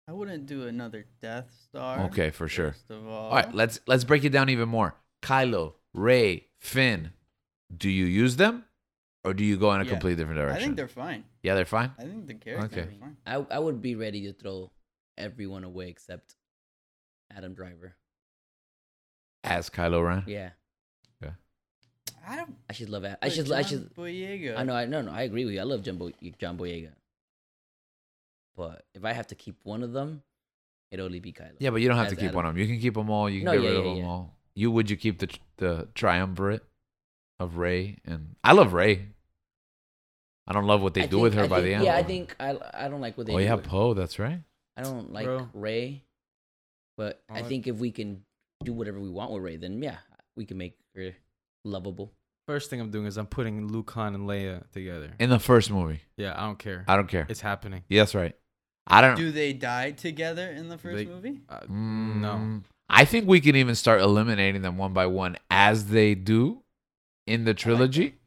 Speaker 3: I wouldn't do another Death Star.
Speaker 1: Okay, for sure.
Speaker 3: First of all,
Speaker 1: All right, let's let's break it down even more. Kylo, Ray, Finn, do you use them, or do you go in a
Speaker 3: Yeah.
Speaker 1: completely different
Speaker 3: I
Speaker 1: direction?
Speaker 3: think they're fine.
Speaker 1: yeah, they're fine.
Speaker 3: I think the characters
Speaker 1: Okay.
Speaker 3: are fine.
Speaker 2: I I would be ready to throw everyone away except Adam Driver.
Speaker 1: As Kylo Ren.
Speaker 2: Yeah,
Speaker 3: I don't.
Speaker 2: I should love. Ad- I
Speaker 3: but
Speaker 2: should. I
Speaker 3: John
Speaker 2: should.
Speaker 3: Boyega.
Speaker 2: I know. I no no. I agree with you. I love John, Boy- John Boyega. But if I have to keep one of them, it'd only be Kylo.
Speaker 1: Yeah, but you don't have
Speaker 2: As
Speaker 1: to keep
Speaker 2: Adam.
Speaker 1: one of them. You can keep them all. You can
Speaker 2: No,
Speaker 1: get
Speaker 2: yeah,
Speaker 1: rid of
Speaker 2: yeah,
Speaker 1: them
Speaker 2: yeah.
Speaker 1: all. You would you keep the tr- the triumvirate of Ray and I love Ray. I don't love what they
Speaker 2: I
Speaker 1: do
Speaker 2: think-
Speaker 1: with her
Speaker 2: I
Speaker 1: by
Speaker 2: think-
Speaker 1: the end.
Speaker 2: Yeah, I think I I don't like what they.
Speaker 1: Oh
Speaker 2: do
Speaker 1: yeah,
Speaker 2: with-
Speaker 1: Poe. That's right.
Speaker 2: I don't like
Speaker 4: Bro.
Speaker 2: Ray, but I
Speaker 4: Alright.
Speaker 2: think if we can do whatever we want with Ray, then yeah, we can make her lovable.
Speaker 4: First thing I'm doing is I'm putting Luke Han and Leia together.
Speaker 1: In the first movie,
Speaker 4: yeah, I don't care.
Speaker 1: I don't care.
Speaker 4: it's happening.
Speaker 1: Yeah, that's right. I don't.
Speaker 3: Do they die together in the first
Speaker 4: They-
Speaker 3: movie?
Speaker 4: Uh, No.
Speaker 1: Mm, I think we can even start eliminating them one by one as they do in the trilogy,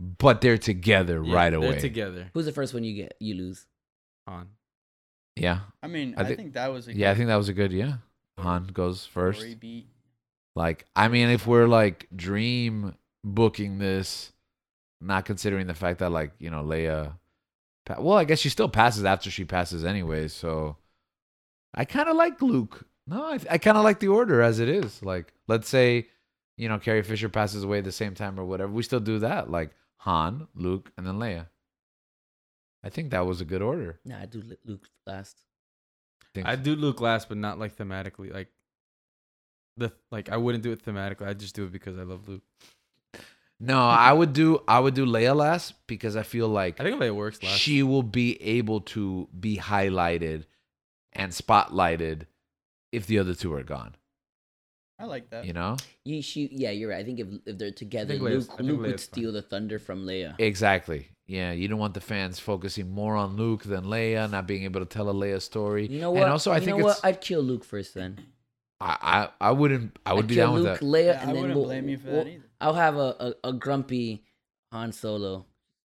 Speaker 1: but they're together
Speaker 4: Yeah,
Speaker 1: right
Speaker 4: They're
Speaker 1: away.
Speaker 4: together.
Speaker 2: Who's the first one you get? You lose.
Speaker 4: Han.
Speaker 1: Yeah.
Speaker 3: I mean,
Speaker 1: I
Speaker 3: I,
Speaker 1: thi-
Speaker 3: think that was a
Speaker 1: Yeah, I
Speaker 3: good
Speaker 1: think that was a good yeah. Han goes first.
Speaker 3: story beat.
Speaker 1: Like, I mean, if we're like dream booking this, not considering the fact that like you know Leia, pa- well, I guess she still passes after she passes anyway. So, I kind of like Luke. No, I, I kind of like the order as it is. Like, let's say, you know, Carrie Fisher passes away at the same time or whatever. We still do that. Like Han, Luke, and then Leia. I think that was a good order.
Speaker 2: Nah, I do Lu- Luke last.
Speaker 1: think
Speaker 4: I do Luke last, but not like thematically. Like the like I wouldn't do it thematically. I just do it because I love Luke.
Speaker 1: No, I would do I would do Leia last because I feel like
Speaker 4: I think Leia works last.
Speaker 1: she will be able to be highlighted and spotlighted if the other two are gone.
Speaker 3: I like
Speaker 4: Uh,
Speaker 3: that.
Speaker 1: You know
Speaker 2: You she yeah, you're right. I think if if they're together,
Speaker 4: think Leia's-
Speaker 2: Luke
Speaker 4: I think
Speaker 2: Luke would
Speaker 4: Leia's fine.
Speaker 2: steal the thunder from Leia.
Speaker 1: exactly. Yeah, you don't want the fans focusing more on Luke than Leia, not being able to tell a Leia story.
Speaker 2: You know what?
Speaker 1: And also, I
Speaker 2: you
Speaker 1: think
Speaker 2: know what?
Speaker 1: it's
Speaker 2: I'd kill Luke first then.
Speaker 1: I, I I wouldn't I would
Speaker 2: I'd
Speaker 1: be
Speaker 2: kill
Speaker 1: down with
Speaker 2: Luke,
Speaker 1: that.
Speaker 2: Leia,
Speaker 3: Yeah,
Speaker 2: and
Speaker 3: I
Speaker 2: then
Speaker 3: wouldn't
Speaker 2: we'll,
Speaker 3: blame you for
Speaker 2: we'll-
Speaker 3: that either.
Speaker 2: I'll have a, a, a grumpy Han Solo,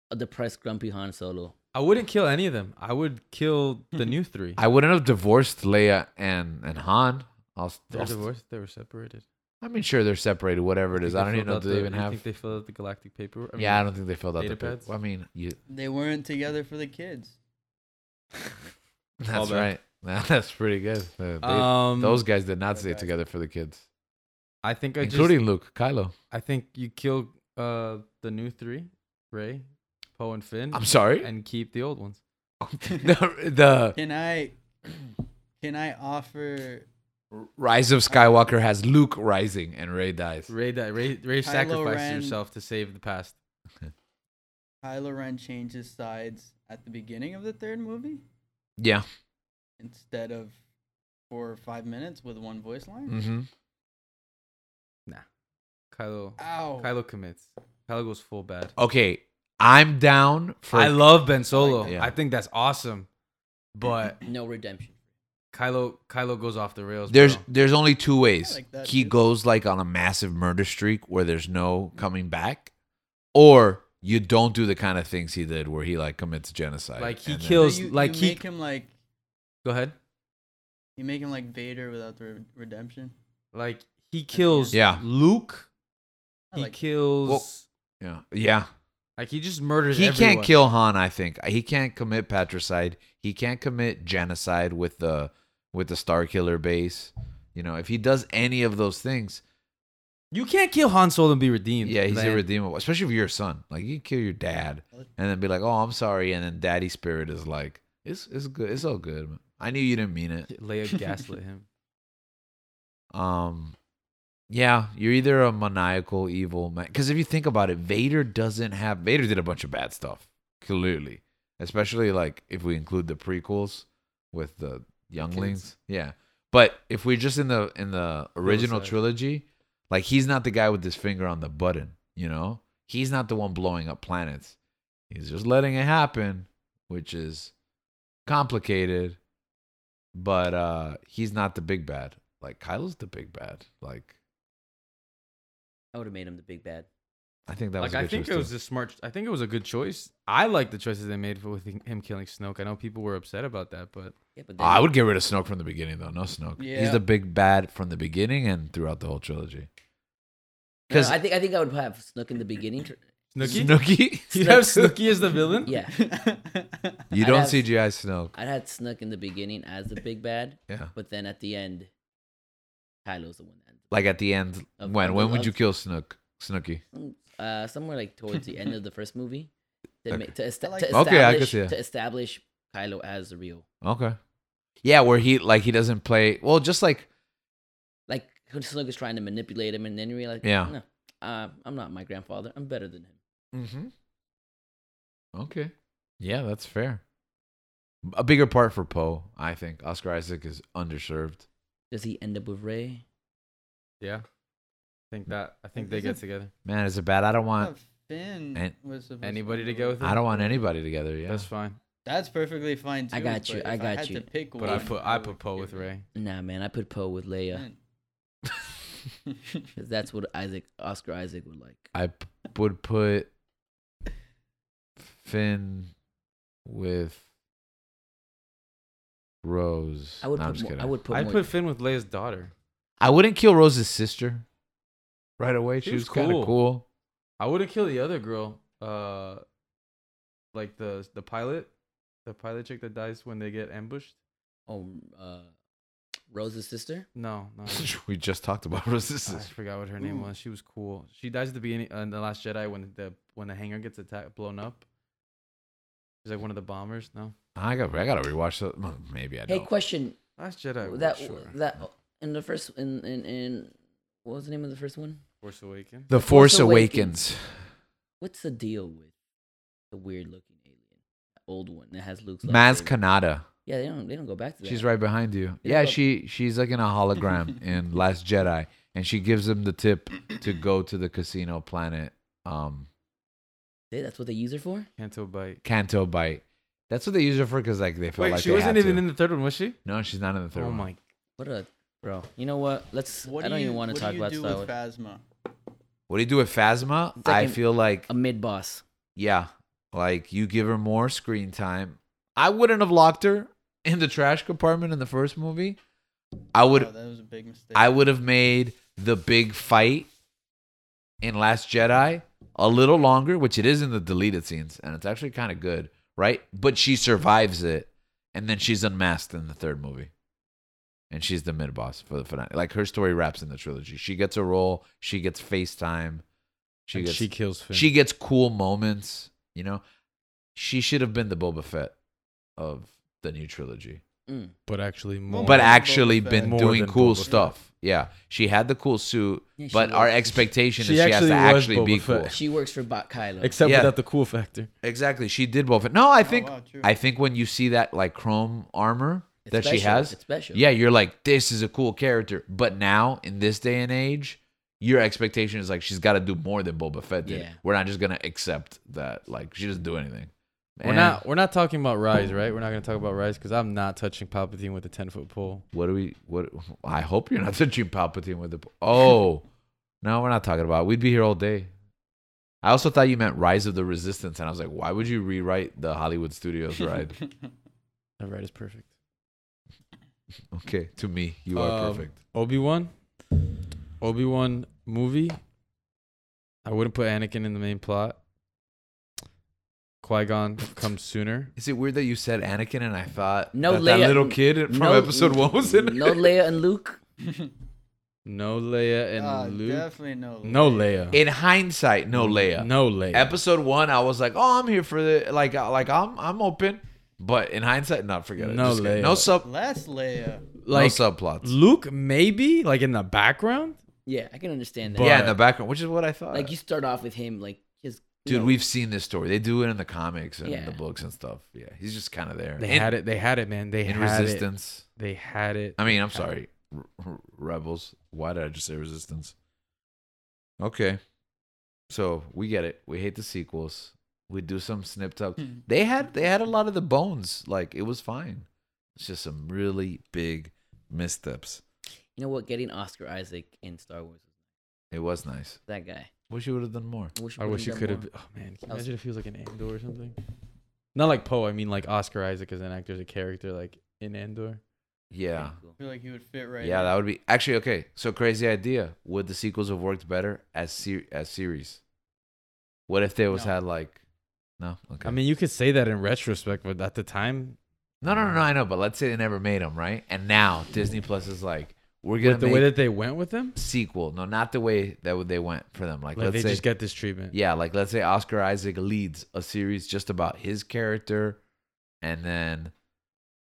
Speaker 2: a depressed grumpy Han Solo.
Speaker 4: I wouldn't kill any of them. I would kill the new three.
Speaker 1: I wouldn't have divorced Leia and and Han. I'll,
Speaker 4: They're
Speaker 1: I'll-
Speaker 4: divorced. They were separated.
Speaker 1: I mean, sure, they're separated. Whatever it
Speaker 4: Think
Speaker 1: is,
Speaker 4: they
Speaker 1: I don't even
Speaker 4: filled
Speaker 1: know.
Speaker 4: out
Speaker 1: Do they
Speaker 4: the-
Speaker 1: even
Speaker 4: you
Speaker 1: have?
Speaker 4: Think they filled out the galactic paper?
Speaker 1: yeah, I don't think they filled out the.
Speaker 4: data
Speaker 1: pa-
Speaker 4: pads?
Speaker 1: I mean, you.
Speaker 3: They weren't together for the kids.
Speaker 1: That's right.
Speaker 4: back.
Speaker 1: That's pretty good. Uh, they-
Speaker 4: Um,
Speaker 1: Those guys did not
Speaker 3: Those
Speaker 1: stay
Speaker 3: guys.
Speaker 1: together for the kids,
Speaker 4: I think I
Speaker 1: including
Speaker 4: just.
Speaker 1: Luke, Kylo.
Speaker 4: I think you kill uh the new three, Ray, Poe, and Finn,
Speaker 1: I'm sorry.
Speaker 4: and keep the old ones.
Speaker 1: the,
Speaker 3: Can I? Can I offer
Speaker 1: the Rise of Skywalker has Luke rising and Ray dies.
Speaker 4: Ray, that Ray, Ray
Speaker 3: Kylo
Speaker 4: sacrifices
Speaker 3: Ren.
Speaker 4: herself to save the past.
Speaker 3: Kylo Ren changes sides at the beginning of the third movie
Speaker 1: Yeah.
Speaker 3: instead of four or five minutes with one voice line?
Speaker 1: Mm-hmm.
Speaker 4: Kylo,
Speaker 3: Ow!
Speaker 4: Kylo commits. Kylo goes full bad.
Speaker 1: Okay, I'm down for.
Speaker 4: I love Ben Solo.
Speaker 1: Yeah.
Speaker 4: I think that's awesome, but
Speaker 2: No redemption.
Speaker 4: Kylo Kylo goes off the rails.
Speaker 1: There's
Speaker 4: bro.
Speaker 1: there's only two ways.
Speaker 3: like that,
Speaker 1: he
Speaker 3: dude.
Speaker 1: goes like on a massive murder streak where there's no coming back, or you don't do the kind of things he did where he like commits genocide.
Speaker 4: Like, he
Speaker 1: and then-
Speaker 3: So
Speaker 4: kills-
Speaker 3: you,
Speaker 4: like,
Speaker 3: you
Speaker 4: he-
Speaker 3: make him like
Speaker 4: go ahead.
Speaker 3: you make him like Vader without the re- redemption.
Speaker 4: Like he kills
Speaker 1: Yeah.
Speaker 4: Luke.
Speaker 3: I
Speaker 4: He
Speaker 3: like
Speaker 4: kills
Speaker 1: Well- Yeah. Yeah.
Speaker 4: like he just murders.
Speaker 1: he
Speaker 4: everyone.
Speaker 1: can't kill Han. I think he can't commit patricide. He can't commit genocide with the with the Star Killer base. You know, if he does any of those things,
Speaker 4: You can't kill Han Solo and be redeemed.
Speaker 1: yeah, he's
Speaker 4: man.
Speaker 1: irredeemable. Especially if you're a son, like you kill your dad and then be like, "Oh, I'm sorry," and then daddy spirit is like, "It's it's good. It's all good. man. I knew you didn't mean it.
Speaker 4: Leia gaslit him.
Speaker 1: Um, yeah, you're either a maniacal evil man. Because if you think about it, Vader doesn't have. Vader did a bunch of bad stuff, clearly. Especially like if we include the prequels with the younglings. Yeah, but if we're just in the in the original
Speaker 4: side.
Speaker 1: trilogy, like he's not the guy with his finger on the button. You know, he's not the one blowing up planets. He's just letting it happen, which is complicated. But uh he's not the big bad. Like Kylo's the big bad. Like
Speaker 2: I would have made him the big bad.
Speaker 1: I think that was
Speaker 4: Like
Speaker 1: a
Speaker 4: I
Speaker 1: good
Speaker 4: think
Speaker 1: choice
Speaker 4: it was
Speaker 1: too.
Speaker 4: a smart. I think it was a good choice. I like the choices they made with him killing Snoke. I know people were upset about that, but
Speaker 2: Yeah, but
Speaker 1: Oh, I would get rid of Snoke from the beginning though. No Snoke. He's
Speaker 3: Yeah.
Speaker 1: the big bad from the beginning and throughout the whole trilogy.
Speaker 2: No,
Speaker 1: Because
Speaker 2: I think I think I would have Snook in the beginning. tr-
Speaker 4: Snooki.
Speaker 1: Snooki,
Speaker 4: You have Snooki as the villain.
Speaker 2: Yeah,
Speaker 1: you
Speaker 2: I'd
Speaker 1: don't
Speaker 2: have-
Speaker 1: CGI Snoke.
Speaker 2: I'd had Snook in the beginning as the big bad,
Speaker 1: Yeah.
Speaker 2: but then at the end, Kylo's the one that. ends
Speaker 1: Like at the end,
Speaker 2: Of-
Speaker 1: when
Speaker 2: of the
Speaker 1: when would
Speaker 2: love-
Speaker 1: you kill Snook? Snooki.
Speaker 2: Uh, somewhere like towards the end of the first movie, to,
Speaker 1: Okay.
Speaker 2: ma- to, esta-
Speaker 3: I like
Speaker 2: to
Speaker 3: that.
Speaker 2: establish
Speaker 1: Okay, I could see that.
Speaker 2: to establish Kylo as the real,
Speaker 1: Okay. Yeah, where he like he doesn't play well, just like
Speaker 2: like when Snook is trying to manipulate him, and then you realize,
Speaker 1: Yeah.
Speaker 2: no, uh, I'm not my grandfather. I'm better than him.
Speaker 1: Mm-hmm. Okay. Yeah, that's fair. A bigger part for Poe, I think. Oscar Isaac is underserved.
Speaker 2: Does he end up with Ray?
Speaker 4: Yeah. I think that. I think
Speaker 3: Is
Speaker 4: they
Speaker 3: it-
Speaker 4: get together.
Speaker 1: Man, is it bad? I don't want
Speaker 3: Finn
Speaker 1: An-
Speaker 3: was supposed
Speaker 4: anybody
Speaker 3: be
Speaker 4: to go
Speaker 3: the-
Speaker 4: with it?
Speaker 1: I don't want anybody together. Yeah.
Speaker 4: That's fine.
Speaker 3: That's perfectly fine too.
Speaker 2: I got you,
Speaker 3: but
Speaker 2: I
Speaker 3: if
Speaker 2: got
Speaker 3: had
Speaker 2: you.
Speaker 3: To pick
Speaker 4: But I
Speaker 3: one,
Speaker 4: put I
Speaker 3: would
Speaker 4: put Poe
Speaker 3: give
Speaker 4: with
Speaker 3: it
Speaker 4: Ray.
Speaker 2: Nah, man, I put Poe with
Speaker 1: Hmm.
Speaker 2: Leia
Speaker 3: Finn.
Speaker 2: because that's what Isaac Oscar Isaac would like.
Speaker 1: I p- would put Finn with Rose.
Speaker 2: I would
Speaker 1: No, I'm
Speaker 2: put
Speaker 1: just
Speaker 2: more,
Speaker 1: kidding.
Speaker 2: I would put
Speaker 4: I
Speaker 2: more,
Speaker 4: put Finn with Leia's daughter.
Speaker 1: I wouldn't kill Rose's sister right away. She,
Speaker 4: She
Speaker 1: was,
Speaker 4: was
Speaker 1: kind of
Speaker 4: cool.
Speaker 1: cool.
Speaker 4: I wouldn't kill the other girl. Uh, like the the pilot, the pilot chick that dies when they get ambushed.
Speaker 2: oh, uh, Rose's sister.
Speaker 4: No, no.
Speaker 1: we just talked about Rose's
Speaker 4: I
Speaker 1: sister.
Speaker 4: forgot what her name
Speaker 3: Ooh.
Speaker 4: was. She was cool. She dies at the beginning uh, in the Last Jedi when the when the hangar gets attacked, blown up. She's like one of the bombers. No,
Speaker 1: I got. I gotta rewatch that. Well, Maybe I
Speaker 2: Hey,
Speaker 1: don't.
Speaker 2: question.
Speaker 4: Last Jedi. was
Speaker 2: that
Speaker 4: sure.
Speaker 2: that in the first in, in in what was the name of the first one?
Speaker 4: Force Awakens.
Speaker 1: the
Speaker 2: Force
Speaker 1: Force, Awakens.
Speaker 2: What's the deal with the weird looking alien, that old one that has Luke's
Speaker 1: Maz
Speaker 2: lightsaber?
Speaker 1: Kanata.
Speaker 2: Yeah, they don't they don't go back to that.
Speaker 1: She's right behind you.
Speaker 2: They
Speaker 1: Yeah,
Speaker 2: love-
Speaker 1: she she's like in a hologram in Last Jedi, and she gives him the tip to go to the casino planet, um,
Speaker 2: They- that's what they use her for.
Speaker 4: Canto bite.
Speaker 1: Canto Bite. That's what they use her for because like they felt
Speaker 4: Wait,
Speaker 1: like
Speaker 4: she
Speaker 1: they
Speaker 4: wasn't
Speaker 1: had
Speaker 4: even
Speaker 1: to.
Speaker 4: in the third one, was she?
Speaker 1: No, she's not in the third
Speaker 4: Oh
Speaker 1: one.
Speaker 4: my!
Speaker 2: What a bro. You know what? Let's.
Speaker 3: What
Speaker 2: I
Speaker 3: do
Speaker 2: don't
Speaker 3: you,
Speaker 2: even want
Speaker 3: what
Speaker 2: to talk
Speaker 3: do you
Speaker 2: about
Speaker 3: do
Speaker 2: Star Wars.
Speaker 3: with Phasma?
Speaker 1: What do you do with Phasma?
Speaker 2: It's like
Speaker 1: I
Speaker 2: an-
Speaker 1: feel like
Speaker 2: a mid boss.
Speaker 1: yeah, like you give her more screen time. I wouldn't have locked her in the trash compartment in the first movie. I would
Speaker 3: Oh, that was a big mistake.
Speaker 1: I would have made the big fight in Last Jedi a little longer, which it is in the deleted scenes, and it's actually kind of good, right? But she survives it, and then she's unmasked in the third movie, and she's the mid boss for the finale. Like her story wraps in the trilogy. She gets a role. She gets FaceTime. She
Speaker 4: And
Speaker 1: gets
Speaker 4: she kills Finn.
Speaker 1: she gets cool moments. You know, she should have been the Boba Fett of the new trilogy
Speaker 2: Mm.
Speaker 4: but actually more.
Speaker 1: but
Speaker 3: than
Speaker 1: actually
Speaker 3: Boba Fett.
Speaker 1: been
Speaker 4: More
Speaker 1: doing
Speaker 4: than
Speaker 1: cool
Speaker 4: Boba Fett.
Speaker 1: stuff. Yeah, she had the cool suit,
Speaker 2: Yeah, she
Speaker 1: but our
Speaker 2: was.
Speaker 1: expectation
Speaker 4: She
Speaker 1: is she has
Speaker 4: actually
Speaker 1: to
Speaker 4: was
Speaker 1: actually be
Speaker 4: Boba
Speaker 1: cool.
Speaker 4: Fett.
Speaker 2: She works for Bot Kylo.
Speaker 4: except
Speaker 1: Yeah.
Speaker 4: without the cool factor.
Speaker 1: Exactly, she did both. No, I
Speaker 3: Oh,
Speaker 1: think
Speaker 3: wow, true.
Speaker 1: I think when you see that like chrome armor
Speaker 2: It's
Speaker 1: that she
Speaker 2: special.
Speaker 1: has,
Speaker 2: It's special.
Speaker 1: yeah, you're like, this is a cool character. But now in this day and age, your expectation is like she's got to do more than Boba Fett did.
Speaker 2: Yeah.
Speaker 1: We're not just gonna accept that like she doesn't do anything.
Speaker 4: We're
Speaker 1: And
Speaker 4: not. We're not talking about Rise, right? We're not going to talk about Rise because I'm not touching Palpatine with a ten foot pole.
Speaker 1: What do we? What? I hope you're not touching Palpatine with the. Oh, no, we're not talking about. it. We'd be here all day. I also thought you meant Rise of the Resistance, and I was like, why would you rewrite the Hollywood Studios ride?
Speaker 4: That ride is perfect.
Speaker 1: okay, to me, you are
Speaker 4: Um,
Speaker 1: perfect.
Speaker 4: Obi Wan, Obi Wan movie. I wouldn't put Anakin in the main plot. Qui Gon comes sooner.
Speaker 1: Is it weird that you said Anakin and I thought
Speaker 2: No
Speaker 1: that, that
Speaker 2: Leia-
Speaker 1: little kid from
Speaker 2: No-
Speaker 1: episode one was in it?
Speaker 2: No Leia and Luke.
Speaker 4: No Leia and
Speaker 3: Ah,
Speaker 4: Luke.
Speaker 3: Definitely no.
Speaker 4: no Leia.
Speaker 1: In hindsight, Eh, no Leia.
Speaker 4: Mm, No Leia.
Speaker 1: Episode one, I was like, oh, I'm here for the like, uh, like I'm, I'm open. But in hindsight, no, forget it.
Speaker 4: No
Speaker 1: Just kidding. no
Speaker 4: layup.
Speaker 1: sub,
Speaker 3: Less Leia.
Speaker 1: like, no
Speaker 4: Like
Speaker 1: subplots.
Speaker 4: Luke, maybe like in the background.
Speaker 2: Yeah, I can understand that.
Speaker 1: yeah, in
Speaker 4: but-
Speaker 1: the background, which is what I thought.
Speaker 2: like you start off with him like his
Speaker 1: Dude, we've seen this story. They do it in the comics and
Speaker 2: Yeah.
Speaker 1: the books and stuff. Yeah, he's just kind of there.
Speaker 4: They
Speaker 1: in,
Speaker 4: had it. They had it, man. They
Speaker 1: in
Speaker 4: had
Speaker 1: Resistance.
Speaker 4: it. They had it.
Speaker 1: I mean, I'm
Speaker 4: They had it.
Speaker 1: sorry, R- R- Rebels. Why did I just say Resistance? Okay, so we get it. We hate the sequels. We do some snip tuck.
Speaker 3: Hmm.
Speaker 1: They had they had a lot of the bones. Like it was fine. It's just some really big missteps.
Speaker 2: you know what getting Oscar Isaac in Star Wars
Speaker 1: It was nice.
Speaker 2: that guy
Speaker 1: Wish you would have done more.
Speaker 2: wish
Speaker 4: I wish you could
Speaker 2: would've done
Speaker 4: have.
Speaker 2: more.
Speaker 4: Oh man, can you
Speaker 2: That was-
Speaker 4: imagine if he was like an Andor or something? Not like Poe. I mean, like Oscar Isaac as an actor, as a character, like in Andor.
Speaker 1: Yeah.
Speaker 2: Pretty cool.
Speaker 3: I feel like he would fit right.
Speaker 1: Yeah,
Speaker 3: in.
Speaker 1: that would be actually okay. So crazy idea. Would the sequels have worked better as ser- as series? What if there was
Speaker 3: No.
Speaker 1: had like no? Okay.
Speaker 4: I mean, you could say that in retrospect, but at the time,
Speaker 1: no, no, no, no. I know, but let's say they never made them, right? And now Disney Plus is like, we're gonna
Speaker 4: with the
Speaker 1: make
Speaker 4: way that they went with him,
Speaker 1: sequel. No, not the way that they went for them. Like,
Speaker 4: like
Speaker 1: let's
Speaker 4: they
Speaker 1: say,
Speaker 4: just get this treatment.
Speaker 1: yeah, like let's say Oscar Isaac leads a series just about his character, and then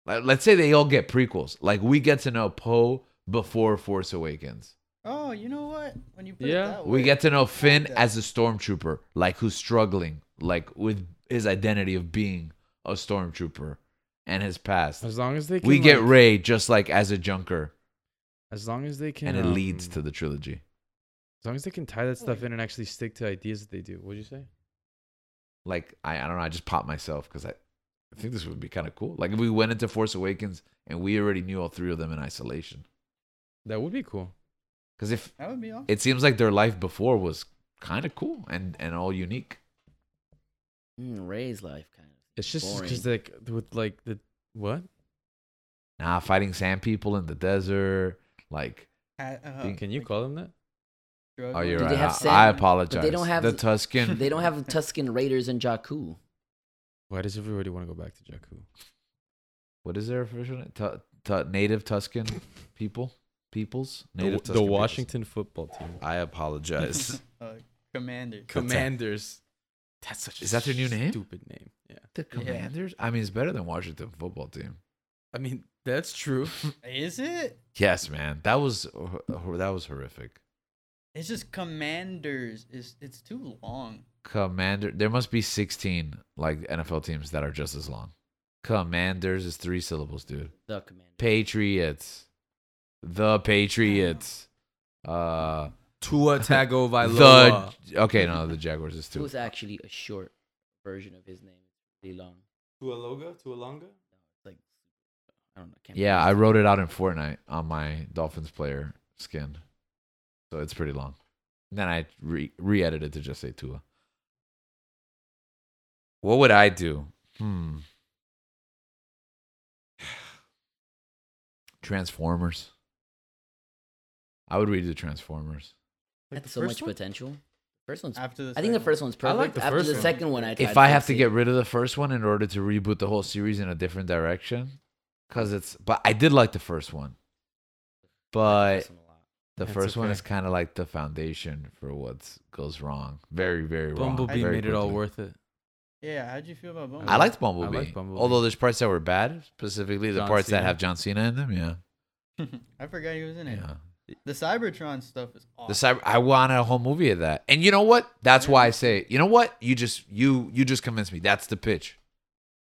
Speaker 1: let- let's say they all get prequels. Like we get to know Poe before Force Awakens.
Speaker 3: Oh, you know what? When you put
Speaker 4: Yeah.
Speaker 3: it that way,
Speaker 1: We get to know Finn
Speaker 3: that.
Speaker 1: as a stormtrooper, like who's struggling, like with his identity of being a stormtrooper and his past.
Speaker 4: As long as they can,
Speaker 1: We get
Speaker 4: like,
Speaker 1: Ray just like as a junker,
Speaker 4: As long as they can,
Speaker 1: and it leads
Speaker 4: um,
Speaker 1: to the trilogy.
Speaker 4: As long as they can tie that stuff in and actually stick to ideas that they do. What'd you say?
Speaker 1: Like I, I don't know, I just popped myself because I, I think this would be kind of cool. Like if we went into Force Awakens and we already knew all three of them in isolation,
Speaker 4: That would be cool.
Speaker 1: because if
Speaker 3: that would be awesome.
Speaker 1: it seems like their life before was kind of cool and and all unique.
Speaker 2: Mm, Ray's life kind of
Speaker 4: It's just
Speaker 2: Boring.
Speaker 4: because like with like the what?
Speaker 1: Nah, fighting sand people in the desert, like
Speaker 3: Ha- uh,
Speaker 1: Think-
Speaker 4: Can you
Speaker 3: like
Speaker 4: call them that?
Speaker 3: drug
Speaker 1: Oh, you're
Speaker 2: Do
Speaker 3: lord.
Speaker 1: right.
Speaker 2: they have
Speaker 1: I-
Speaker 2: sand?
Speaker 1: I, apologize.
Speaker 2: don't have
Speaker 1: the
Speaker 2: the-
Speaker 1: Tuscan.
Speaker 2: they don't have Tuscan Raiders in Jakku
Speaker 4: Why does everybody want to go back to Jakku?
Speaker 1: what is their official name? Tu, tu, native Tuscan people, peoples.
Speaker 4: The,
Speaker 1: Native
Speaker 4: the
Speaker 1: Tuscan Ah, peoples.
Speaker 4: Washington football team.
Speaker 1: I apologize.
Speaker 3: Uh, commander.
Speaker 4: Commanders. That's such.
Speaker 1: Is that their new name?
Speaker 4: Stupid name. Yeah.
Speaker 1: the Commanders. I mean, it's better than Washington football team.
Speaker 4: I mean, that's true.
Speaker 3: Is it?
Speaker 1: Yes, man. That was hor- hor- that was horrific.
Speaker 3: It's just commanders. It's it's too long.
Speaker 1: Commander. There must be sixteen like NFL teams that are just as long. Commanders is three syllables, dude.
Speaker 2: the commander
Speaker 1: Patriots. The Patriots. Uh,
Speaker 4: Tua uh,
Speaker 1: the okay, no, the Jaguars is
Speaker 2: it
Speaker 1: two.
Speaker 2: was actually a short version of his name really long
Speaker 4: Tualoga. Tualonga.
Speaker 2: like I don't know can't
Speaker 1: Yeah, I
Speaker 2: pronounce
Speaker 1: wrote it out in Fortnite on my Dolphins player skin, so it's pretty long. Then I re re-edited to just say Tua. What would I do? Hmm. Transformers. I would redo Transformers.
Speaker 2: it. Had so much potential first one's
Speaker 3: After the
Speaker 2: I think the
Speaker 3: second
Speaker 2: first one's
Speaker 4: I
Speaker 2: perfect
Speaker 4: like the
Speaker 2: after
Speaker 4: first
Speaker 2: the
Speaker 4: one.
Speaker 2: second one I tried
Speaker 1: If I have
Speaker 2: fix
Speaker 1: to
Speaker 2: it.
Speaker 1: get rid of the first one in order to reboot the whole series in a different direction, because it's. But I did like the first one.
Speaker 2: I
Speaker 1: But
Speaker 2: like the first one a lot.
Speaker 1: The
Speaker 4: That's
Speaker 1: first one
Speaker 4: okay.
Speaker 1: is kind of like the foundation for what goes wrong. Very, very wrong.
Speaker 4: Bumblebee
Speaker 1: very
Speaker 4: made it all
Speaker 1: quickly.
Speaker 4: worth it.
Speaker 3: Yeah, how'd you feel about Bumblebee?
Speaker 1: I liked
Speaker 4: I
Speaker 1: Bumblebee.
Speaker 4: like Bumblebee.
Speaker 1: Although there's parts that were bad, specifically the
Speaker 4: John
Speaker 1: parts that
Speaker 4: Cena.
Speaker 1: have John Cena in them. Yeah,
Speaker 3: I forgot he was in it.
Speaker 1: yeah.
Speaker 3: The Cybertron stuff is
Speaker 1: The
Speaker 3: awesome.
Speaker 1: cyber, I wanted a whole movie of that. And you know what? That's why I say, you know what? You just you you just convinced me. That's the pitch.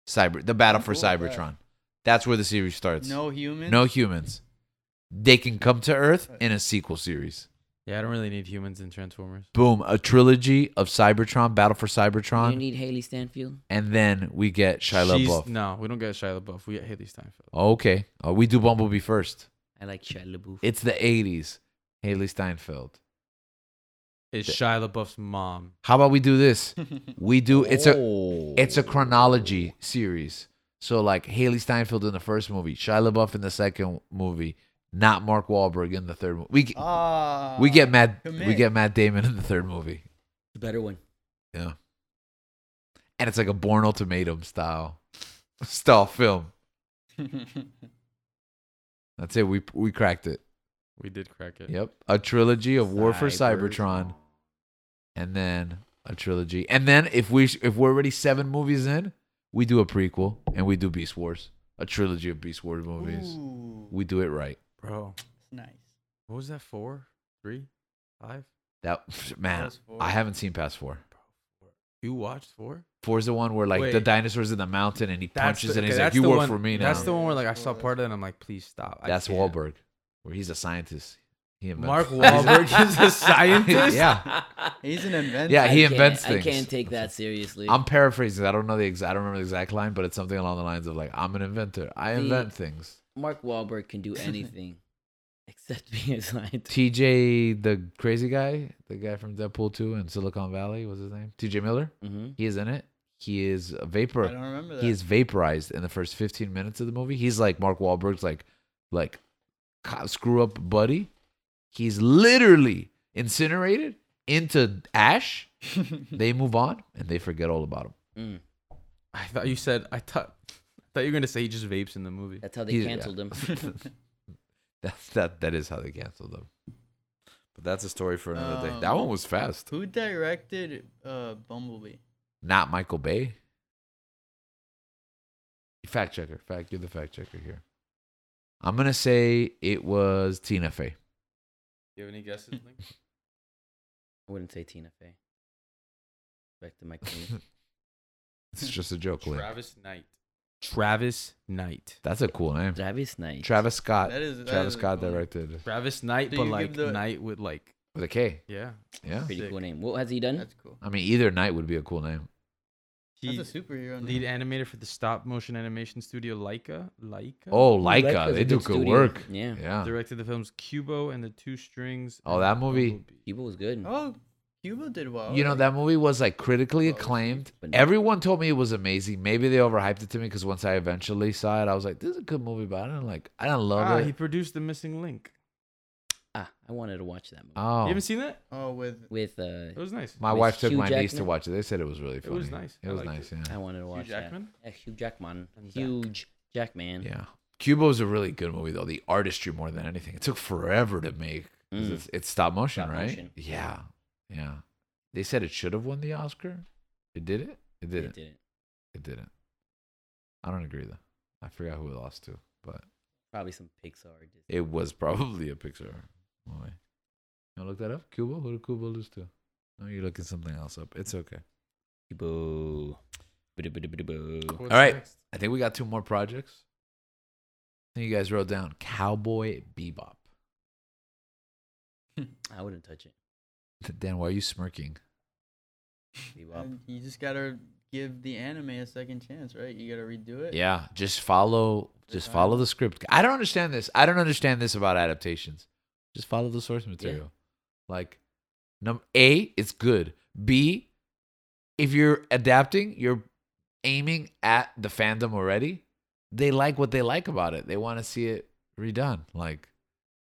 Speaker 1: Cyber, the battle
Speaker 3: I'm
Speaker 1: for
Speaker 3: cool with that.
Speaker 1: Cybertron. That's where the series starts.
Speaker 3: no human.
Speaker 1: no humans. They can come to Earth in a sequel series.
Speaker 4: Yeah, I don't really need humans in Transformers.
Speaker 1: Boom! A trilogy of Cybertron, Battle for Cybertron.
Speaker 2: you need Haley Stanfield
Speaker 1: and then we get Shia
Speaker 4: She's-
Speaker 1: LaBeouf.
Speaker 4: No, we don't get Shia LaBeouf. We get Haley Steinfeld.
Speaker 1: Okay, uh, we do Bumblebee first.
Speaker 2: I like Shia LaBeouf
Speaker 1: It's the '80s. Haley Steinfeld.
Speaker 4: It's
Speaker 1: Th-
Speaker 4: Shia LaBeouf's mom.
Speaker 1: How about we do this?
Speaker 3: That's
Speaker 1: We do. It's
Speaker 3: Oh.
Speaker 1: a it's a chronology series. So like Haley Steinfeld in the first movie, Shia LaBeouf in the second movie, not Mark Wahlberg in the third movie. We g-
Speaker 3: ah.
Speaker 1: we get Matt we
Speaker 3: commit.
Speaker 1: get Matt Damon in the third movie.
Speaker 2: the better one
Speaker 1: Yeah, and it's like a Born Ultimatum style style film. That's it. We we cracked it.
Speaker 4: We did crack it.
Speaker 1: Yep. A trilogy of War for
Speaker 2: Cyber-
Speaker 1: Cybertron, and then a trilogy, and then if we if we're already seven movies in, we do a prequel and we do Beast Wars, a trilogy of Beast Wars movies.
Speaker 3: Ooh,
Speaker 1: We do it right.
Speaker 4: Bro,
Speaker 3: that's nice.
Speaker 4: what was that? Four, three, five?
Speaker 1: That man,
Speaker 3: Those four.
Speaker 1: I haven't seen past four.
Speaker 4: You watched four?
Speaker 1: Four is the one where like the
Speaker 4: Wait.
Speaker 1: dinosaurs in the mountain and he punches it and he's
Speaker 4: okay,
Speaker 1: like,
Speaker 4: that's
Speaker 1: "You
Speaker 4: the
Speaker 1: work
Speaker 4: one-
Speaker 1: for me now."
Speaker 4: That's
Speaker 1: That's,
Speaker 4: the one where like I saw part of it and I'm like, please stop. I can't.
Speaker 1: Wahlberg, where he's a scientist. He invents.
Speaker 4: Mark Wahlberg is a scientist.
Speaker 1: yeah,
Speaker 3: He's an inventor.
Speaker 1: yeah, he
Speaker 2: I can't-
Speaker 1: invents
Speaker 2: I
Speaker 1: things.
Speaker 2: can't take that seriously.
Speaker 1: I'm paraphrasing. I don't know the exact. I don't remember the exact line, but it's something along the lines of like, "I'm an inventor. I
Speaker 2: The-
Speaker 1: invent things."
Speaker 2: Mark Wahlberg can do anything except being a scientist.
Speaker 1: TJ, the crazy guy, the guy from Deadpool 2 and Silicon Valley, was his name? TJ Miller.
Speaker 2: hmm
Speaker 1: He is in it. He is a
Speaker 3: I
Speaker 1: vapor.
Speaker 3: don't remember that.
Speaker 1: He is vaporized in the first 15 minutes of the movie. He's like Mark Wahlberg's like like co- screw up buddy. He's literally incinerated into ash. They move on and they forget all about him.
Speaker 2: Mm.
Speaker 4: I thought you said I thought I thought you were gonna say he just vapes in the movie.
Speaker 2: That's how they
Speaker 1: He- yeah.
Speaker 2: canceled him.
Speaker 1: That that that is how they canceled them. But that's a story for another day.
Speaker 3: Um,
Speaker 1: That one was fast.
Speaker 3: Who directed uh, Bumblebee?
Speaker 1: Not Michael Bay. Fact checker. Fact, you're the fact checker here. I'm gonna say it was Tina Fey.
Speaker 4: You have any guesses?
Speaker 2: I wouldn't say Tina Fey. Back to my queen.
Speaker 1: It's just a joke, Lynn.
Speaker 4: Knight. Travis Knight.
Speaker 1: That's a cool name.
Speaker 2: Travis Knight.
Speaker 1: Travis Scott.
Speaker 3: That is that
Speaker 1: Travis
Speaker 3: is a
Speaker 1: Scott
Speaker 3: cool name.
Speaker 1: directed
Speaker 4: Travis Knight,
Speaker 3: Do
Speaker 4: but
Speaker 3: you give
Speaker 4: like
Speaker 3: the-
Speaker 4: Knight with like
Speaker 1: with a K.
Speaker 4: yeah.
Speaker 1: Yeah.
Speaker 2: Pretty
Speaker 4: Sick.
Speaker 2: cool name. What has he done?
Speaker 3: That's cool.
Speaker 1: I mean, either night would be a cool name.
Speaker 4: He
Speaker 3: That's a superhero.
Speaker 4: lead
Speaker 3: name.
Speaker 4: animator for the stop motion animation studio Laika. Laika.
Speaker 1: Oh,
Speaker 2: Leica's
Speaker 1: Leica.
Speaker 2: a
Speaker 1: They do good
Speaker 2: studio.
Speaker 1: work.
Speaker 2: Yeah.
Speaker 1: Yeah.
Speaker 4: Directed the films Cubo and the Two Strings.
Speaker 1: Oh,
Speaker 4: and
Speaker 1: that movie.
Speaker 4: Bumblebee.
Speaker 2: Cuba was good.
Speaker 3: Oh, Cuba did well.
Speaker 1: You know, that movie was like critically
Speaker 3: Well,
Speaker 1: acclaimed.
Speaker 2: but no.
Speaker 1: Everyone told me it was amazing. Maybe they overhyped it to me because once I eventually saw it, I was like, this is a good movie, but I didn't like, I didn't love
Speaker 4: Ah,
Speaker 1: it.
Speaker 4: he produced The Missing Link.
Speaker 2: Ah, I wanted to watch that movie.
Speaker 1: oh.
Speaker 4: You haven't seen that?
Speaker 3: Oh, with
Speaker 2: With
Speaker 4: It
Speaker 2: uh,
Speaker 4: was nice.
Speaker 1: My
Speaker 2: With
Speaker 1: wife took
Speaker 2: Hugh
Speaker 1: my niece to
Speaker 2: Jackman?
Speaker 1: watch it. They said it was really
Speaker 4: It
Speaker 1: funny.
Speaker 4: was nice.
Speaker 1: It
Speaker 4: I
Speaker 1: was
Speaker 4: liked
Speaker 1: nice,
Speaker 2: I
Speaker 1: yeah.
Speaker 2: wanted to
Speaker 4: Hugh
Speaker 2: watch that.
Speaker 4: Jackman.
Speaker 2: Yeah, Hugh Jackman.
Speaker 4: And Zach.
Speaker 2: Huge Jackman.
Speaker 1: Yeah. Cubo's a really good movie though. The artistry more than anything. It took forever to make. 'cause
Speaker 2: Mm.
Speaker 1: It's, it's stop motion,
Speaker 2: Stop
Speaker 1: right?
Speaker 2: motion.
Speaker 1: Yeah. Yeah. They said it should have won the Oscar. It did it? It
Speaker 2: They
Speaker 1: didn't. It,
Speaker 2: did it.
Speaker 1: did. not I don't agree though. I forgot who it lost to, but
Speaker 2: Probably some Pixar. or Disney.
Speaker 1: it was probably a Pixar movie. You wanna look that up? Cubo? Who did Cubo lose to? No, you're looking something else up. It's okay.
Speaker 2: Boo. Boo-doo-boo-doo-boo-boo.
Speaker 4: What's
Speaker 1: All right.
Speaker 4: next?
Speaker 1: I think we got two more projects. I think you guys wrote down Cowboy Bebop.
Speaker 2: I wouldn't touch it.
Speaker 1: Dan, why are you smirking?
Speaker 2: Bebop.
Speaker 3: and you just gotta give the anime a second chance, right? You gotta redo it.
Speaker 1: Yeah, just follow just
Speaker 3: Design.
Speaker 1: follow the script. I don't understand this. I don't understand this about adaptations. Just follow the source material. Like num A, it's good. B, if you're adapting, you're aiming at the fandom already. They like what they like about it. They want to see it redone. Like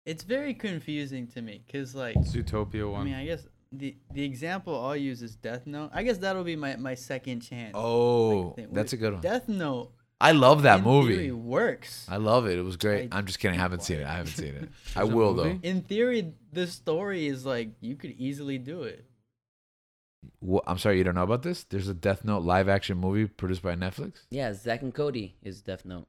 Speaker 3: It's very confusing to me, cause like,
Speaker 4: Zootopia one.
Speaker 3: I mean, I guess the the example I'll use is Death Note. I guess that'll be my my second chance.
Speaker 1: Oh,
Speaker 3: Like,
Speaker 1: that's a good one.
Speaker 3: Death Note.
Speaker 1: I love that
Speaker 3: in Theory
Speaker 1: movie.
Speaker 3: works.
Speaker 1: I love it. It was great.
Speaker 3: I
Speaker 1: I'm just kidding. I haven't
Speaker 3: why.
Speaker 1: seen it. I haven't seen it. I
Speaker 4: There's a
Speaker 1: will
Speaker 4: movie?
Speaker 1: though.
Speaker 3: In theory, the story is like you could easily do it.
Speaker 1: Wha- I'm sorry you don't know about this. There's a Death Note live action movie produced by Netflix.
Speaker 2: Yeah, Zach and Cody is Death Note.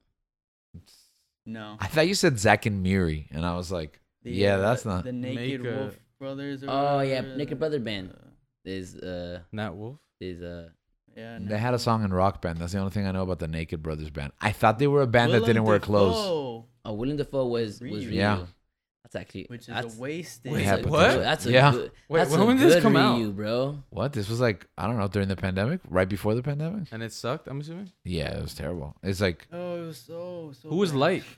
Speaker 3: No.
Speaker 1: I thought you said Zack and Miri, and I was like,
Speaker 3: The,
Speaker 1: yeah,
Speaker 3: uh,
Speaker 1: that's not.
Speaker 3: the Naked
Speaker 4: Make a-
Speaker 3: Wolf Brothers. Or
Speaker 2: Oh, yeah,
Speaker 3: whatever,
Speaker 2: Naked
Speaker 3: the-
Speaker 2: Brother Band.
Speaker 3: uh,
Speaker 2: Is uh
Speaker 4: Nat Wolf.
Speaker 2: is uh
Speaker 3: yeah.
Speaker 1: They had a song in Rock Band. That's the only thing I know about the Naked Brothers band. I thought they were a band that didn't wear clothes.
Speaker 2: oh Willem Dafoe was was Ryu.
Speaker 3: Ryu.
Speaker 1: Yeah.
Speaker 2: That's actually
Speaker 3: Which is
Speaker 2: that's,
Speaker 3: a wasted.
Speaker 1: Wait, Yeah,
Speaker 2: that's a
Speaker 1: but
Speaker 2: good-
Speaker 4: what?
Speaker 2: That's a
Speaker 1: Yeah.
Speaker 2: good.
Speaker 4: Wait,
Speaker 2: that's
Speaker 4: when
Speaker 2: a
Speaker 4: did this
Speaker 2: good
Speaker 4: come out?
Speaker 2: Ryu, bro?
Speaker 1: What? This was like I don't know during the pandemic, right before the pandemic.
Speaker 4: And it sucked, I'm assuming.
Speaker 1: Yeah, it was terrible. It's like
Speaker 3: Oh, it was so so.
Speaker 4: Who was
Speaker 3: bad.
Speaker 4: Light?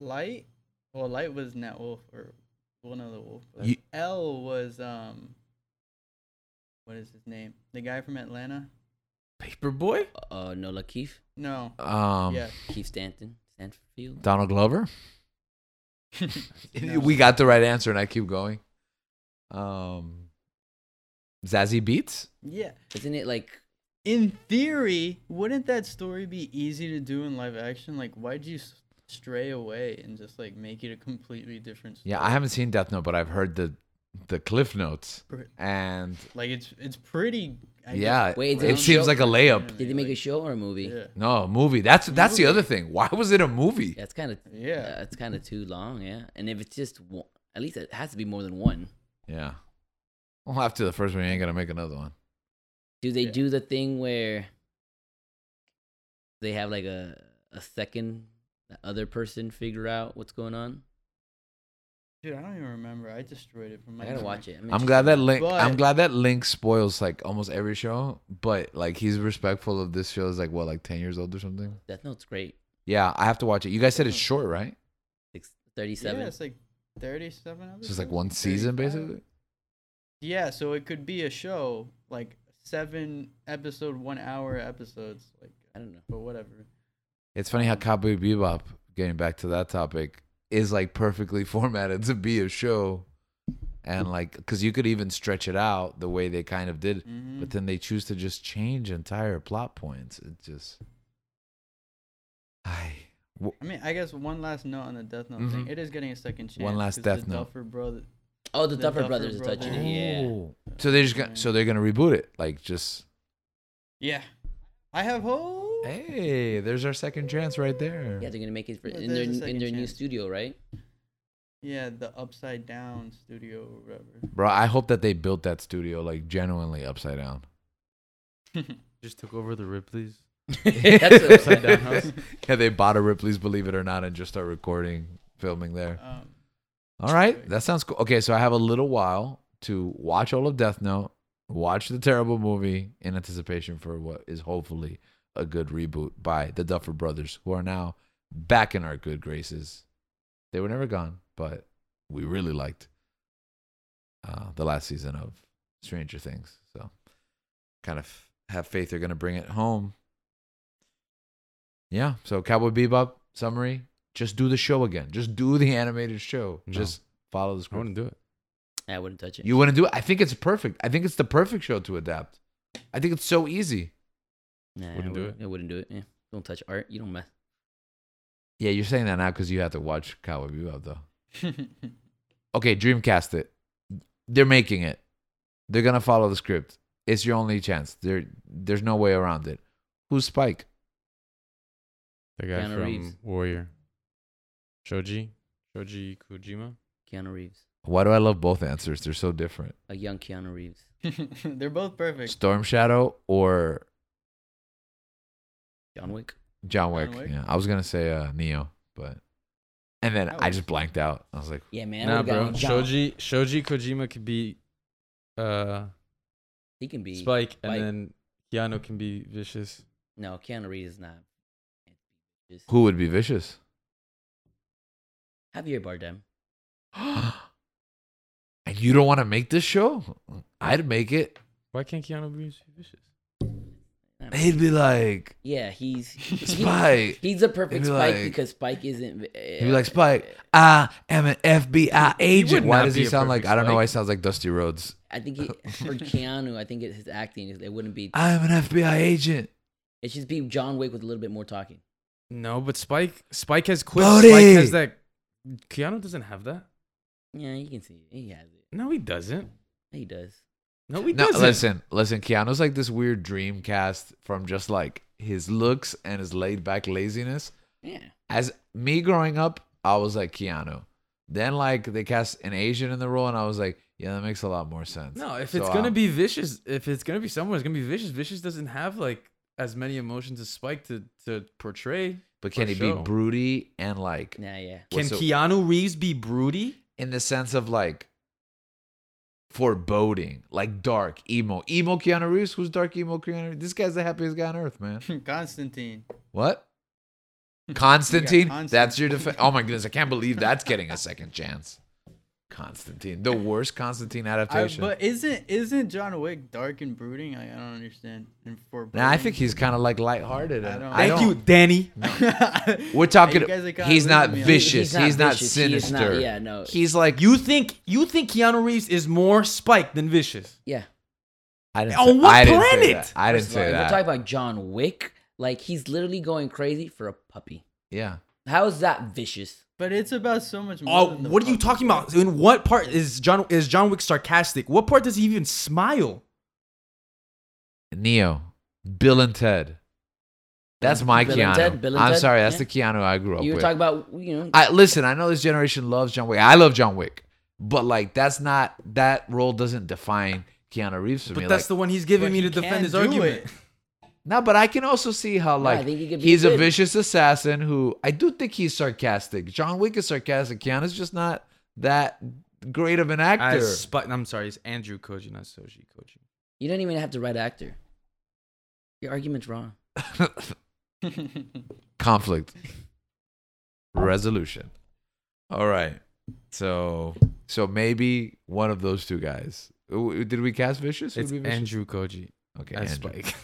Speaker 3: Light. Well, Light was Nat Wolf or one of the Wolf. but
Speaker 1: You-
Speaker 3: L was um. What is his name? The guy from Atlanta?
Speaker 4: Paperboy?
Speaker 2: Uh no, Lakeith,
Speaker 3: No.
Speaker 1: um
Speaker 3: yeah.
Speaker 2: Keith Stanton, Stanfield.
Speaker 1: Donald Glover.
Speaker 3: No.
Speaker 1: We got the right answer, and I keep going. Um, Zazie Beats.
Speaker 3: Yeah.
Speaker 2: Isn't it like
Speaker 3: In theory, wouldn't that story be easy to do in live action? Like, why'd you s- stray away and just like make it a completely different? Story?
Speaker 1: Yeah, I haven't seen Death Note, but I've heard the the cliff notes
Speaker 3: Pre-
Speaker 1: and
Speaker 3: Like it's it's pretty. I guess,
Speaker 1: yeah
Speaker 2: Wait,
Speaker 1: it
Speaker 2: did
Speaker 1: seems
Speaker 2: you-
Speaker 1: like a layup
Speaker 2: Did they make a show or a movie?
Speaker 3: Yeah.
Speaker 1: no movie that's that's the other
Speaker 3: Movie.
Speaker 1: thing why was it a movie
Speaker 2: Yeah, it's kind of
Speaker 3: Yeah.
Speaker 2: it's kind of too long. Yeah, and if it's just one, at least it has to be more than one.
Speaker 1: yeah well after the first one you ain't gonna make another one
Speaker 2: Do they
Speaker 3: Yeah.
Speaker 2: do the thing where they have like a a second the other person figure out what's going on?
Speaker 3: Dude, I don't even remember. I destroyed it from my.
Speaker 2: I gotta
Speaker 3: memory.
Speaker 2: watch it.
Speaker 1: i'm glad that link i'm
Speaker 3: But-
Speaker 1: glad that link spoils like almost every show but like he's respectful of this show is like what like 10 years old or something
Speaker 2: Death Note's great.
Speaker 1: yeah i have to watch it you guys said it's
Speaker 2: Mm-hmm.
Speaker 3: Definitely.
Speaker 1: short right
Speaker 2: Six, 37.
Speaker 3: Yeah, it's like thirty-seven.
Speaker 1: so it's like
Speaker 3: episodes?
Speaker 1: one season
Speaker 3: 35?
Speaker 1: basically
Speaker 3: Yeah, so it could be a show like seven episode, one hour episodes, like
Speaker 2: I don't know.
Speaker 3: but whatever.
Speaker 1: It's funny how Cowboy Bebop, getting back to that topic, is like perfectly formatted to be a show, and like because you could even stretch it out the way they kind of did,
Speaker 3: Mhm.
Speaker 2: Mm-hmm.
Speaker 1: but then they choose to just change entire plot points. It just, I
Speaker 3: I mean, I guess one last note on the Death Note thing.
Speaker 1: Mhm.
Speaker 3: It is getting a second chance.
Speaker 1: One last
Speaker 3: 'cause
Speaker 1: Death
Speaker 3: the
Speaker 1: Note.
Speaker 3: Duffer brother.
Speaker 2: Oh, the,
Speaker 3: The
Speaker 2: Duffer,
Speaker 3: Duffer
Speaker 2: Brothers is touching it. Yeah.
Speaker 1: Oh. so they're just gonna, so they're gonna reboot it like just
Speaker 3: Yeah, I have hope.
Speaker 1: hey, there's our second chance right there.
Speaker 2: Yeah, they're gonna make it for,
Speaker 3: Well,
Speaker 2: in their
Speaker 3: there's a
Speaker 2: in
Speaker 3: second
Speaker 2: their new
Speaker 3: chance.
Speaker 2: studio, right?
Speaker 3: Yeah, the Upside Down Studio or whatever.
Speaker 1: Bro, I hope that they built that studio like genuinely upside down.
Speaker 4: Just took over the Ripley's.
Speaker 2: That's what-
Speaker 4: Upside Down House.
Speaker 1: Yeah, they bought a Ripley's Believe It or Not and just start recording, filming there.
Speaker 3: um,
Speaker 1: All right, that sounds cool. Okay, so I have a little while to watch all of Death Note, watch the terrible movie in anticipation for what is hopefully a good reboot by the Duffer Brothers, who are now back in our good graces. They were never gone, but we really liked uh, the last season of Stranger Things. So, kind of have faith they're going to bring it home. Yeah, so Cowboy Bebop summary. Just do the show again. Just do the animated show.
Speaker 4: No.
Speaker 1: Just follow the
Speaker 4: I
Speaker 1: script.
Speaker 4: wouldn't do it.
Speaker 2: I wouldn't touch it.
Speaker 1: You wouldn't do it. I think it's perfect. I think it's the perfect show to adapt. I think it's so easy.
Speaker 2: nah, I
Speaker 4: wouldn't do
Speaker 2: I wouldn't do it. Yeah. Don't touch art. You don't mess.
Speaker 1: Yeah, you're saying that now because you have to watch Cowboy Bebop though. Okay, Dreamcast it. They're making it. They're gonna follow the script. It's your only chance. There, there's no way around it. Who's Spike?
Speaker 4: The guy
Speaker 2: Keanu
Speaker 4: from
Speaker 2: Reeves.
Speaker 4: Warrior. Shoji. Shoji Kojima.
Speaker 2: Keanu Reeves,
Speaker 1: Why do I love both answers? They're so different.
Speaker 2: a young Keanu Reeves.
Speaker 3: Um, They're both perfect.
Speaker 1: Storm Shadow or
Speaker 2: John Wick.
Speaker 1: John Wick.
Speaker 3: Wick?
Speaker 1: Yeah, I was gonna say uh, Neo, but and then
Speaker 3: That
Speaker 1: I
Speaker 3: was-
Speaker 1: just blanked out. I was like,
Speaker 2: Yeah, man. I
Speaker 4: nah,
Speaker 2: would've gotten
Speaker 4: bro.
Speaker 2: John.
Speaker 4: Shoji Shoji Kojima could be uh
Speaker 2: He can be
Speaker 4: Spike,
Speaker 2: Spike.
Speaker 4: and then Keanu can be vicious.
Speaker 2: No, Keanu Reeves is not. Just
Speaker 1: who would be vicious?
Speaker 2: Javier Bardem.
Speaker 1: and you don't want to make this show? I'd make it.
Speaker 4: Why can't Keanu Reeves be vicious?
Speaker 2: I don't know.
Speaker 1: He'd be like,
Speaker 2: Yeah, he's he-
Speaker 1: Spike.
Speaker 2: He's a perfect
Speaker 1: It'd be
Speaker 2: Spike
Speaker 1: like-
Speaker 2: because Spike isn't. uh, He'd
Speaker 1: be like, "Spike." I am ah, an FBI agent. Why
Speaker 4: not
Speaker 1: does he
Speaker 4: be a
Speaker 1: sound like?
Speaker 4: perfect
Speaker 1: I don't know
Speaker 4: Spike.
Speaker 1: why he sounds like Dusty Rhodes.
Speaker 2: I think he, for Keanu, I think it, his acting is- it wouldn't be.
Speaker 1: I am an FBI agent.
Speaker 2: It should be John Wick with a little bit more talking.
Speaker 4: No, but Spike Spike has quips.
Speaker 1: Brody!
Speaker 4: Spike has that Keanu doesn't have that.
Speaker 2: Yeah, you can see it. he has it.
Speaker 4: No, he doesn't.
Speaker 2: He does.
Speaker 4: No, he
Speaker 1: No,
Speaker 4: doesn't.
Speaker 1: listen, listen. Keanu's like this weird dream cast from just like his looks and his laid back laziness.
Speaker 2: Yeah,
Speaker 1: As me growing up, I was like Keanu. Then like they cast an Asian in the role, and I was like, yeah, that makes a lot more sense.
Speaker 4: No, if
Speaker 1: So,
Speaker 4: it's gonna
Speaker 1: um,
Speaker 4: be vicious, if it's gonna be someone, it's gonna be vicious. Vicious doesn't have like as many emotions as Spike to to portray.
Speaker 1: but can
Speaker 4: for
Speaker 1: he be
Speaker 4: sure.
Speaker 1: broody and like
Speaker 2: yeah, yeah.
Speaker 4: Can
Speaker 1: What's so-
Speaker 4: Keanu Reeves be broody?
Speaker 1: in the sense of like foreboding, like dark emo, emo Keanu Reeves. Who's dark emo Keanu? Reeves? This guy's the happiest guy on earth, man.
Speaker 3: Constantine.
Speaker 1: What? Constantine?
Speaker 3: Constantine.
Speaker 1: That's your defense. Oh my goodness, I can't believe that's getting a second chance. Constantine, the worst Constantine
Speaker 3: I,
Speaker 1: adaptation.
Speaker 3: but isn't isn't John Wick dark and brooding? I, I don't understand. And for
Speaker 1: now I think he's kind of like lighthearted.
Speaker 3: I
Speaker 1: and
Speaker 3: don't-
Speaker 1: I
Speaker 4: Thank you,
Speaker 1: don't-
Speaker 4: Danny.
Speaker 1: We're talking.
Speaker 3: You guys are kinda
Speaker 1: He's not
Speaker 3: losing me on this.
Speaker 1: vicious. He's not,
Speaker 2: vicious, he is not-
Speaker 1: sinister.
Speaker 2: yeah, no.
Speaker 1: He's like you.
Speaker 4: You think you think Keanu Reeves is more Spike than vicious?
Speaker 2: yeah.
Speaker 1: I didn't.
Speaker 4: On
Speaker 1: say-
Speaker 4: what
Speaker 1: I didn't say
Speaker 4: planet?
Speaker 1: that. I didn't
Speaker 2: First of all,
Speaker 1: say
Speaker 2: if We're
Speaker 1: that.
Speaker 2: talking about John Wick. Like he's literally going crazy for a puppy.
Speaker 1: Yeah.
Speaker 2: How is that vicious?
Speaker 3: But it's about so much
Speaker 4: Uh,
Speaker 3: more.
Speaker 5: Oh,
Speaker 3: than the
Speaker 5: what are you
Speaker 3: fucking
Speaker 5: talking about?
Speaker 3: story.
Speaker 5: In what part is John is John Wick sarcastic? What part does he even smile?
Speaker 1: Neo, Bill and Ted. That's my
Speaker 2: Bill
Speaker 1: Keanu.
Speaker 2: and Ted, Bill and
Speaker 1: I'm
Speaker 2: Ted,
Speaker 1: sorry, that's
Speaker 2: yeah.
Speaker 1: the Keanu I grew up
Speaker 2: You were
Speaker 1: with.
Speaker 2: talking about you know
Speaker 1: I listen. I know this generation loves John Wick. I love John Wick, but like that's not that role doesn't define Keanu Reeves for
Speaker 5: But
Speaker 1: me.
Speaker 5: that's
Speaker 1: like,
Speaker 5: the one he's giving
Speaker 3: But
Speaker 5: me
Speaker 3: he
Speaker 5: to defend
Speaker 3: can
Speaker 5: his
Speaker 3: do
Speaker 5: argument.
Speaker 3: it.
Speaker 1: no, but I can also see how
Speaker 2: No,
Speaker 1: like
Speaker 2: I think he could be
Speaker 1: he's a
Speaker 2: good.
Speaker 1: vicious assassin who I do think he's sarcastic. John Wick is sarcastic. Keanu's just not that great of an actor.
Speaker 5: As
Speaker 4: But I'm sorry, it's Andrew Koji, not Soji Koji.
Speaker 2: you don't even have to write actor. Your argument's wrong.
Speaker 1: Conflict resolution. All right. So so maybe one of those two guys. Who- Did we cast vicious? Who'd
Speaker 4: It's
Speaker 1: be vicious?
Speaker 4: Andrew Koji
Speaker 1: Okay,
Speaker 4: as
Speaker 1: Andrew.
Speaker 4: Spike.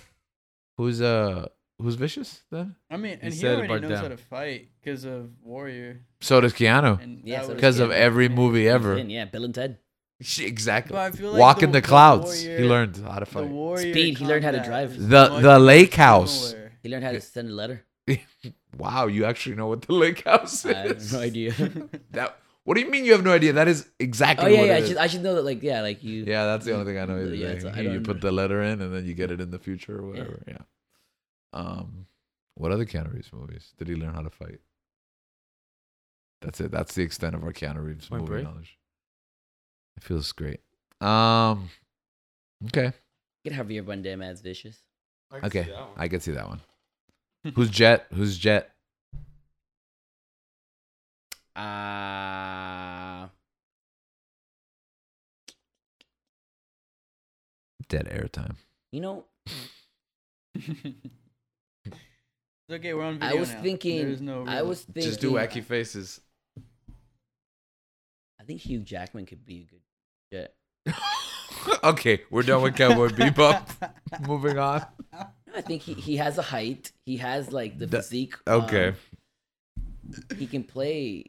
Speaker 1: Who's uh who's vicious then?
Speaker 3: I mean, and he,
Speaker 4: said
Speaker 3: already
Speaker 4: about
Speaker 3: knows how
Speaker 4: them.
Speaker 3: to fight because of Warrior.
Speaker 1: So does Keanu.
Speaker 3: And
Speaker 2: Yeah,
Speaker 3: that
Speaker 2: so
Speaker 3: was-
Speaker 1: Because of
Speaker 2: Keanu.
Speaker 1: every movie ever.
Speaker 2: Then, yeah, Bill and Ted.
Speaker 1: She- Exactly.
Speaker 3: But I feel like
Speaker 1: Walk
Speaker 3: the-
Speaker 1: in the
Speaker 3: the
Speaker 1: clouds. he
Speaker 3: warrior-
Speaker 1: learned how to
Speaker 3: The
Speaker 1: fight.
Speaker 3: Warrior.
Speaker 2: Speed, he learned how to
Speaker 3: combat
Speaker 2: drive.
Speaker 3: is
Speaker 1: The-
Speaker 3: much
Speaker 1: the lake house.
Speaker 3: similar.
Speaker 2: He learned how to send a letter.
Speaker 1: wow, you actually know what the lake house
Speaker 2: I have
Speaker 1: is.
Speaker 2: no idea.
Speaker 1: That what do you mean you have no idea? That is exactly
Speaker 2: oh yeah,
Speaker 1: what
Speaker 2: yeah.
Speaker 1: it
Speaker 2: I
Speaker 1: is.
Speaker 2: should, I should know that. Like yeah, like you.
Speaker 1: Yeah, that's the only thing I know.
Speaker 2: Yeah,
Speaker 1: Either.
Speaker 2: it's- I
Speaker 1: you
Speaker 2: don't
Speaker 1: put
Speaker 2: know.
Speaker 1: the letter in, and then you get it in the future or
Speaker 2: Yeah.
Speaker 1: whatever. Yeah. Um, what other Keanu Reeves movies did he learn how to fight? That's it. That's the extent of our Keanu Reeves
Speaker 4: Point
Speaker 1: movie
Speaker 4: Break?
Speaker 1: knowledge. It feels great. Um, okay,
Speaker 2: Get Javier Bardem as vicious.
Speaker 1: okay, I can see that one. Who's Jet? Who's Jet?
Speaker 2: Ah,
Speaker 1: Dead air time.
Speaker 2: you know,
Speaker 3: it's okay, we're on
Speaker 2: I
Speaker 3: video
Speaker 2: was
Speaker 3: now.
Speaker 2: thinking-
Speaker 3: There's no
Speaker 2: I
Speaker 3: real-
Speaker 2: was thinking.
Speaker 1: Just do wacky faces.
Speaker 2: I think Hugh Jackman could be a good. Yeah.
Speaker 1: okay, we're done with Cowboy Bebop. Moving on.
Speaker 2: No, I think he, he has a height. He has like the
Speaker 1: That-
Speaker 2: physique.
Speaker 1: Okay.
Speaker 2: um, he can play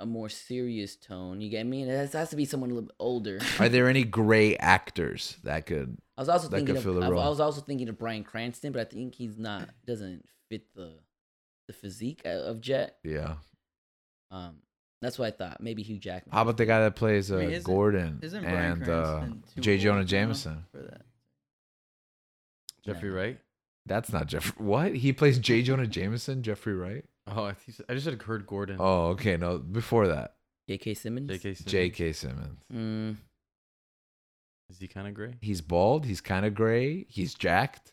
Speaker 2: a more serious tone. You get me? And it has, has to be someone a little bit older.
Speaker 1: Are there any gray actors that could
Speaker 2: I was also
Speaker 1: That could
Speaker 2: thinking of,
Speaker 1: fill the
Speaker 2: I- I
Speaker 1: role.
Speaker 2: was also thinking of Brian Cranston, but I think he's not doesn't fit the the physique o- of Jet.
Speaker 1: Yeah.
Speaker 2: Um, that's what I thought. Maybe Hugh Jackman.
Speaker 1: How about the guy that plays uh,
Speaker 3: I mean, isn't-
Speaker 1: Gordon
Speaker 3: Isn't Bryan
Speaker 1: and uh,
Speaker 3: Cranston too
Speaker 1: J.
Speaker 3: old
Speaker 1: Jonah
Speaker 3: now
Speaker 1: Jameson?
Speaker 3: For that.
Speaker 4: Jeffrey
Speaker 2: No.
Speaker 4: Wright?
Speaker 1: That's not Jeffrey. What? He plays J. Jonah Jameson, Jeffrey Wright?
Speaker 4: Oh, I, think, I just had heard Gordon.
Speaker 1: Oh, okay. No, before that,
Speaker 2: J.K. Simmons?
Speaker 4: J.K. Simmons.
Speaker 1: J.K. Simmons.
Speaker 2: Mm,
Speaker 4: Is he kind of gray?
Speaker 1: He's bald. He's kind of gray. He's jacked.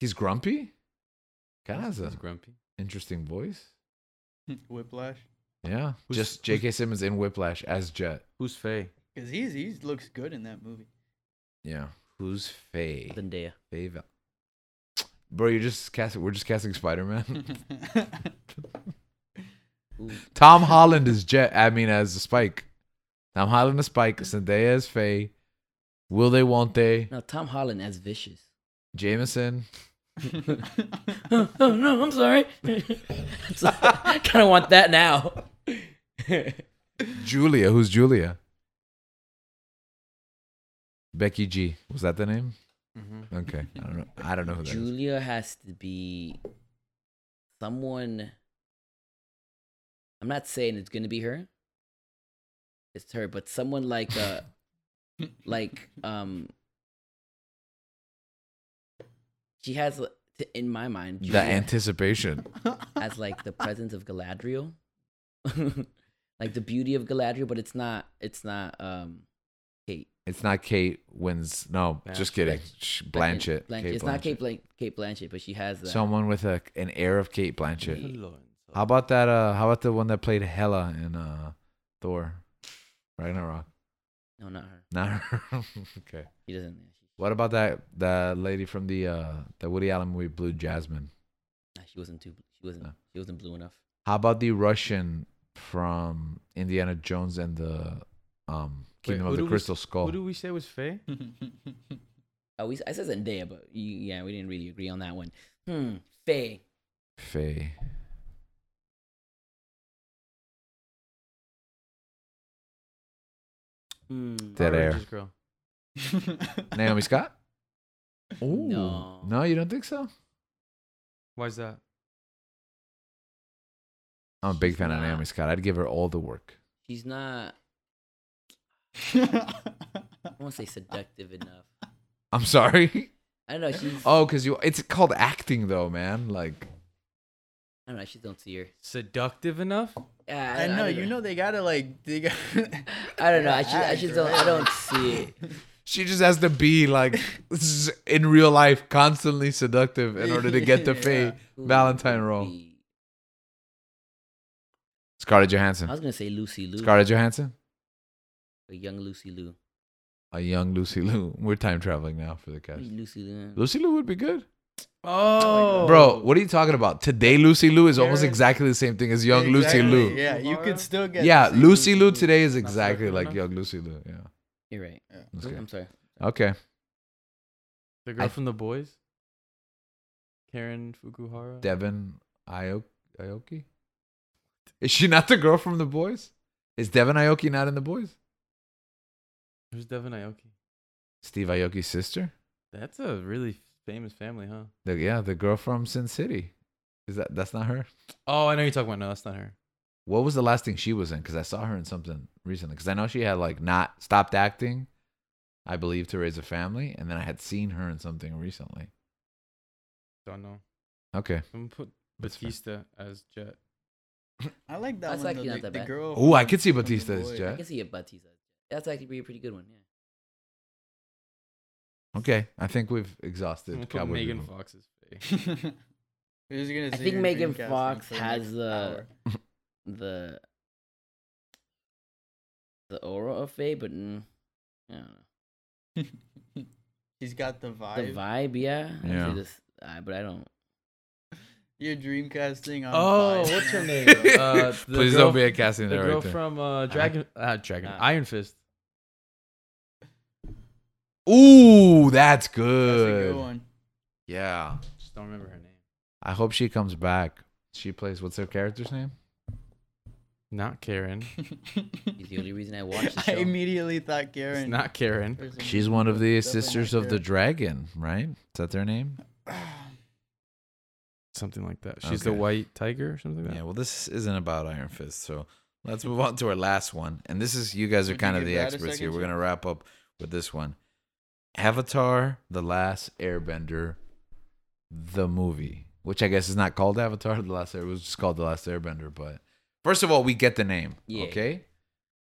Speaker 1: He's grumpy. Kind of has
Speaker 4: He's
Speaker 1: an
Speaker 4: grumpy.
Speaker 1: interesting voice.
Speaker 3: Whiplash.
Speaker 1: Yeah.
Speaker 4: Who's-
Speaker 1: Just J.K. Simmons in Whiplash as Jet.
Speaker 4: Who's Faye?
Speaker 3: Because he's he looks good in that movie.
Speaker 1: Yeah. Who's Faye?
Speaker 2: Zendaya.
Speaker 1: Faye Val- Bro, you're just casting. We're just casting Spider Man.
Speaker 2: Ooh,
Speaker 1: Tom Holland is Jet. I mean, as a Spike. Tom Holland is Spike. Zendaya is Faye. Will they? Won't they?
Speaker 2: No, Tom Holland as vicious.
Speaker 1: Jameson.
Speaker 2: oh, oh, no, I'm sorry. I kind of want that now.
Speaker 1: Julia. Who's Julia? Becky G. Was that the name?
Speaker 5: Mm-hmm.
Speaker 1: Okay. I don't know. I don't know who that is.
Speaker 2: Julia has to be someone. I'm not saying it's gonna be her. It's her, but someone like uh like um. She has, uh, t- in my mind,
Speaker 1: The
Speaker 2: Julia
Speaker 1: anticipation.
Speaker 2: has like the presence of Galadriel, like the beauty of Galadriel, but it's not. It's not. Um, Kate.
Speaker 1: It's not Kate wins. No,
Speaker 4: Yeah.
Speaker 1: just kidding. Shh, Blanchett.
Speaker 2: Blanchett.
Speaker 1: Kate
Speaker 2: it's not Kate. Blan- Kate Blanchett, but she has that.
Speaker 1: Someone with a, an air of Kate Blanchett.
Speaker 4: Hello.
Speaker 1: How about that? Uh, how about the one that played Hela in uh, Thor, Ragnarok?
Speaker 2: no, not her.
Speaker 1: Not her. okay.
Speaker 2: She doesn't.
Speaker 1: What about that that lady from the uh, the Woody Allen movie Blue Jasmine?
Speaker 2: Nah, she wasn't too. She wasn't.
Speaker 1: No.
Speaker 2: She wasn't blue enough.
Speaker 1: How about the Russian from Indiana Jones and the um, Kingdom
Speaker 4: who
Speaker 1: of
Speaker 4: do
Speaker 1: the
Speaker 4: we-
Speaker 1: Crystal Skull?
Speaker 4: Who do we say was Faye?
Speaker 2: Oh, we, I said Zendaya, but you, yeah, we didn't really agree on that one. Hmm. Faye.
Speaker 1: Faye.
Speaker 2: Hmm.
Speaker 1: Dead
Speaker 4: Power
Speaker 1: air.
Speaker 4: Rangers girl.
Speaker 1: Naomi Scott. Ooh.
Speaker 2: No.
Speaker 1: No, you don't think so?
Speaker 4: Why's that?
Speaker 1: I'm a big
Speaker 2: She's
Speaker 1: fan of
Speaker 2: not-
Speaker 1: Naomi Scott. I'd give her all the work.
Speaker 2: She's not. I won't say seductive enough.
Speaker 1: I'm sorry.
Speaker 2: I don't know. She's.
Speaker 1: Oh, cause you. It's called acting, though, man. Like,
Speaker 2: I don't know. I just don't see her.
Speaker 4: Seductive enough?
Speaker 5: Oh!
Speaker 2: Uh,
Speaker 3: I know,
Speaker 2: don't
Speaker 3: you know they gotta like they got
Speaker 2: I don't know. I just, I just don't. I don't see it.
Speaker 1: she just has to be like s- in real life, constantly seductive in order to get the Faye
Speaker 3: Yeah.
Speaker 2: Who
Speaker 1: Valentine
Speaker 2: would
Speaker 1: role.
Speaker 2: be-
Speaker 1: Scarlett
Speaker 2: I was
Speaker 1: Johansson.
Speaker 2: gonna say Lucy Lou,
Speaker 1: Scarlett Johansson.
Speaker 2: but young Lucy Lou.
Speaker 1: A young Lucy Lou. We're time traveling now for the cast.
Speaker 2: Who's Lucy Lou.
Speaker 1: Lucy Lou would be good.
Speaker 4: Oh,
Speaker 1: Bro, what are you talking about? Today, Lucy Lou is almost
Speaker 4: Yeah.
Speaker 1: exactly the same thing as young Lucy
Speaker 3: Exactly,
Speaker 1: Lou.
Speaker 3: Yeah, you could still
Speaker 1: Yeah,
Speaker 3: get
Speaker 1: Lucy Lou today is
Speaker 4: Not
Speaker 1: exactly
Speaker 4: seductive
Speaker 1: like
Speaker 4: enough?
Speaker 1: young Lucy Lou. Yeah.
Speaker 2: You're right.
Speaker 1: That's good.
Speaker 2: I'm sorry.
Speaker 1: Okay.
Speaker 4: The girl
Speaker 1: I-
Speaker 4: from The Boys? Karen Fukuhara?
Speaker 1: Devin Ayo- Aoki? Is she not the girl from The Boys? Is Devin Aoki not in The Boys?
Speaker 4: Who's Devin Aoki?
Speaker 1: Steve Aoki's sister?
Speaker 4: That's a really famous family, huh?
Speaker 1: The, yeah, the girl from Sin City. Is that that's not her?
Speaker 4: Oh, I know you're talking about. No, that's not her.
Speaker 1: What was the last thing she was in? Because I saw her in something recently. Because I know she had like not stopped acting, I believe, to raise a family, and then I had seen her in something recently.
Speaker 4: Don't know.
Speaker 1: Okay.
Speaker 4: I'm gonna put
Speaker 1: That's fair.
Speaker 4: Batista as Jet.
Speaker 3: I like that
Speaker 2: That's
Speaker 3: one.
Speaker 2: actually
Speaker 3: though,
Speaker 2: not
Speaker 3: the,
Speaker 2: that
Speaker 3: the
Speaker 2: bad.
Speaker 3: girl.
Speaker 1: Ooh, I
Speaker 3: from-
Speaker 1: could see
Speaker 3: from The
Speaker 1: Batista as
Speaker 3: Boys.
Speaker 1: Jack.
Speaker 2: I can see a Batista. That's actually be a pretty good one. Yeah.
Speaker 1: Okay. I think we've
Speaker 4: I'm gonna
Speaker 1: exhausted
Speaker 4: put
Speaker 1: Cowboy
Speaker 4: Megan
Speaker 1: Bebop.
Speaker 4: Fox as Faye.
Speaker 3: I was gonna
Speaker 2: I
Speaker 3: say
Speaker 2: think
Speaker 3: your
Speaker 2: Megan
Speaker 3: dream casting
Speaker 2: Fox
Speaker 3: for the
Speaker 2: has
Speaker 3: next
Speaker 2: the-
Speaker 3: hour.
Speaker 2: The the aura of Faye, but mm, I don't know.
Speaker 3: She's got the vibe.
Speaker 2: The vibe, yeah. I'd say
Speaker 1: Yeah.
Speaker 2: This, uh, but I don't.
Speaker 3: Your dream casting on.
Speaker 4: Oh,
Speaker 3: Vibe,
Speaker 4: what's her
Speaker 3: man.
Speaker 4: name? Uh, the
Speaker 1: Please
Speaker 4: girl-
Speaker 1: don't be a casting
Speaker 4: the girl
Speaker 1: director.
Speaker 4: from uh, Dragon, uh, Dragon,
Speaker 2: Ah.
Speaker 4: Iron Fist.
Speaker 1: Ooh, that's
Speaker 3: That's a
Speaker 1: good.
Speaker 3: good one.
Speaker 1: Yeah.
Speaker 4: Just don't remember her name.
Speaker 1: I hope she comes back. She plays what's her character's name?
Speaker 4: Not Karen.
Speaker 2: It's the only reason I watched the
Speaker 3: I
Speaker 2: show.
Speaker 3: immediately thought Karen.
Speaker 4: It's not Karen.
Speaker 3: There's a-
Speaker 1: She's one of the
Speaker 3: Definitely not
Speaker 1: sisters of the
Speaker 3: Karen.
Speaker 1: dragon, right? Is that their name?
Speaker 4: Something like that. She's the
Speaker 1: Okay.
Speaker 4: White Tiger or something like
Speaker 1: Yeah,
Speaker 4: that.
Speaker 1: well this isn't about Iron Fist, so let's move on to our last one. And this is you guys are
Speaker 3: Would you
Speaker 1: kind of
Speaker 3: give
Speaker 1: the
Speaker 3: that a
Speaker 1: experts here.
Speaker 3: second
Speaker 1: We're
Speaker 3: chance?
Speaker 1: gonna wrap up with this one. Avatar, The Last Airbender, the movie. Which I guess is not called Avatar, The Last Air it was just called The Last Airbender, but first of all, we get the name.
Speaker 2: Yeah.
Speaker 1: Okay.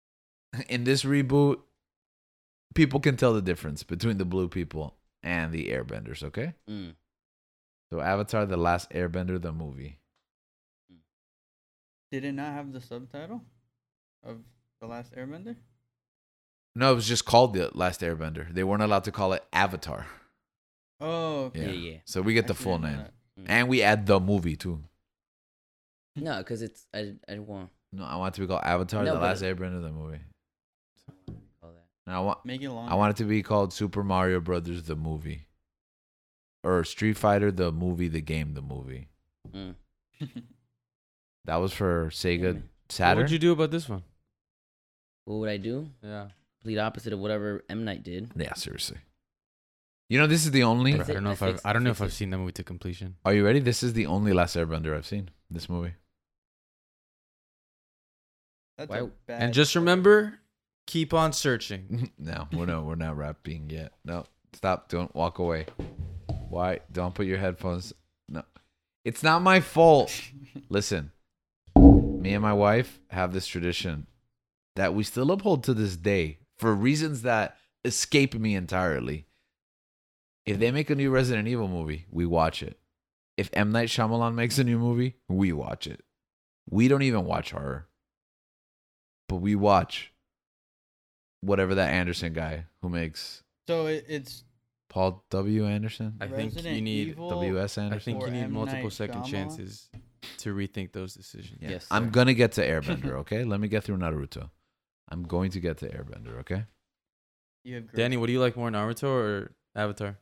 Speaker 1: In this reboot, people can tell the difference between the blue people and the airbenders, okay?
Speaker 2: Mm.
Speaker 1: So Avatar, The Last Airbender, the movie.
Speaker 3: Did it not have the subtitle of the Last Airbender?
Speaker 1: No, it was just called the Last Airbender. They weren't allowed to call it Avatar.
Speaker 3: Oh, okay.
Speaker 1: Yeah.
Speaker 2: Yeah, yeah.
Speaker 1: So we get the
Speaker 3: Actually,
Speaker 1: full
Speaker 3: I didn't
Speaker 1: name,
Speaker 3: know
Speaker 1: and we add the movie too.
Speaker 2: mm. No, because it's I didn't- I didn't want
Speaker 1: No, I want it to be called Avatar:
Speaker 2: No,
Speaker 1: The
Speaker 2: but-
Speaker 1: Last Airbender, the movie.
Speaker 2: all that.
Speaker 1: And I want
Speaker 3: that. Make it long.
Speaker 1: I want it to be called Super Mario Brothers, the movie, or Street Fighter, the movie, the game, the movie.
Speaker 2: Mm.
Speaker 1: That was for
Speaker 2: Yeah,
Speaker 1: Sega
Speaker 2: man.
Speaker 4: What
Speaker 1: Saturn.
Speaker 4: would you do about this one?
Speaker 2: What would I do?
Speaker 4: Yeah.
Speaker 2: Complete opposite of whatever M Night did.
Speaker 1: yeah, seriously. You know, this is the only.
Speaker 4: Bro, I
Speaker 2: it-
Speaker 4: don't know if
Speaker 2: that's
Speaker 4: I've, I don't know if I've
Speaker 2: fixes-
Speaker 4: seen that movie to completion.
Speaker 1: Are you ready? This is the only Last Airbender I've seen. This movie.
Speaker 3: That's
Speaker 2: Why-
Speaker 3: a
Speaker 2: and
Speaker 3: bad
Speaker 4: And just
Speaker 3: title.
Speaker 4: remember, keep on searching.
Speaker 1: no, we're not. We're not rapping yet. No, stop. Don't walk away. Why? Don't put your headphones. No, it's not my fault. Listen, me and my wife have this tradition that we still uphold to this day for reasons that escape me entirely. If they make a new Resident Evil movie, we watch it. If M Night Shyamalan makes a new movie, we watch it. We don't even watch horror, but we watch whatever that Anderson guy who makes
Speaker 3: So it, it's
Speaker 1: Paul W. Anderson,
Speaker 4: I think
Speaker 3: Resident
Speaker 4: you need
Speaker 3: Evil
Speaker 1: W. S.
Speaker 4: I
Speaker 1: Anderson.
Speaker 4: think
Speaker 3: Or
Speaker 4: you need
Speaker 3: M.
Speaker 4: multiple
Speaker 3: Night
Speaker 4: second
Speaker 3: Shyamalan?
Speaker 4: chances to rethink those decisions.
Speaker 1: Yeah.
Speaker 2: Yes,
Speaker 1: I'm
Speaker 2: sir.
Speaker 1: gonna get to Airbender. Okay, let me get through Naruto. I'm going to get to Airbender. Okay,
Speaker 3: you have great
Speaker 4: Danny, what do you like more, Naruto or Avatar?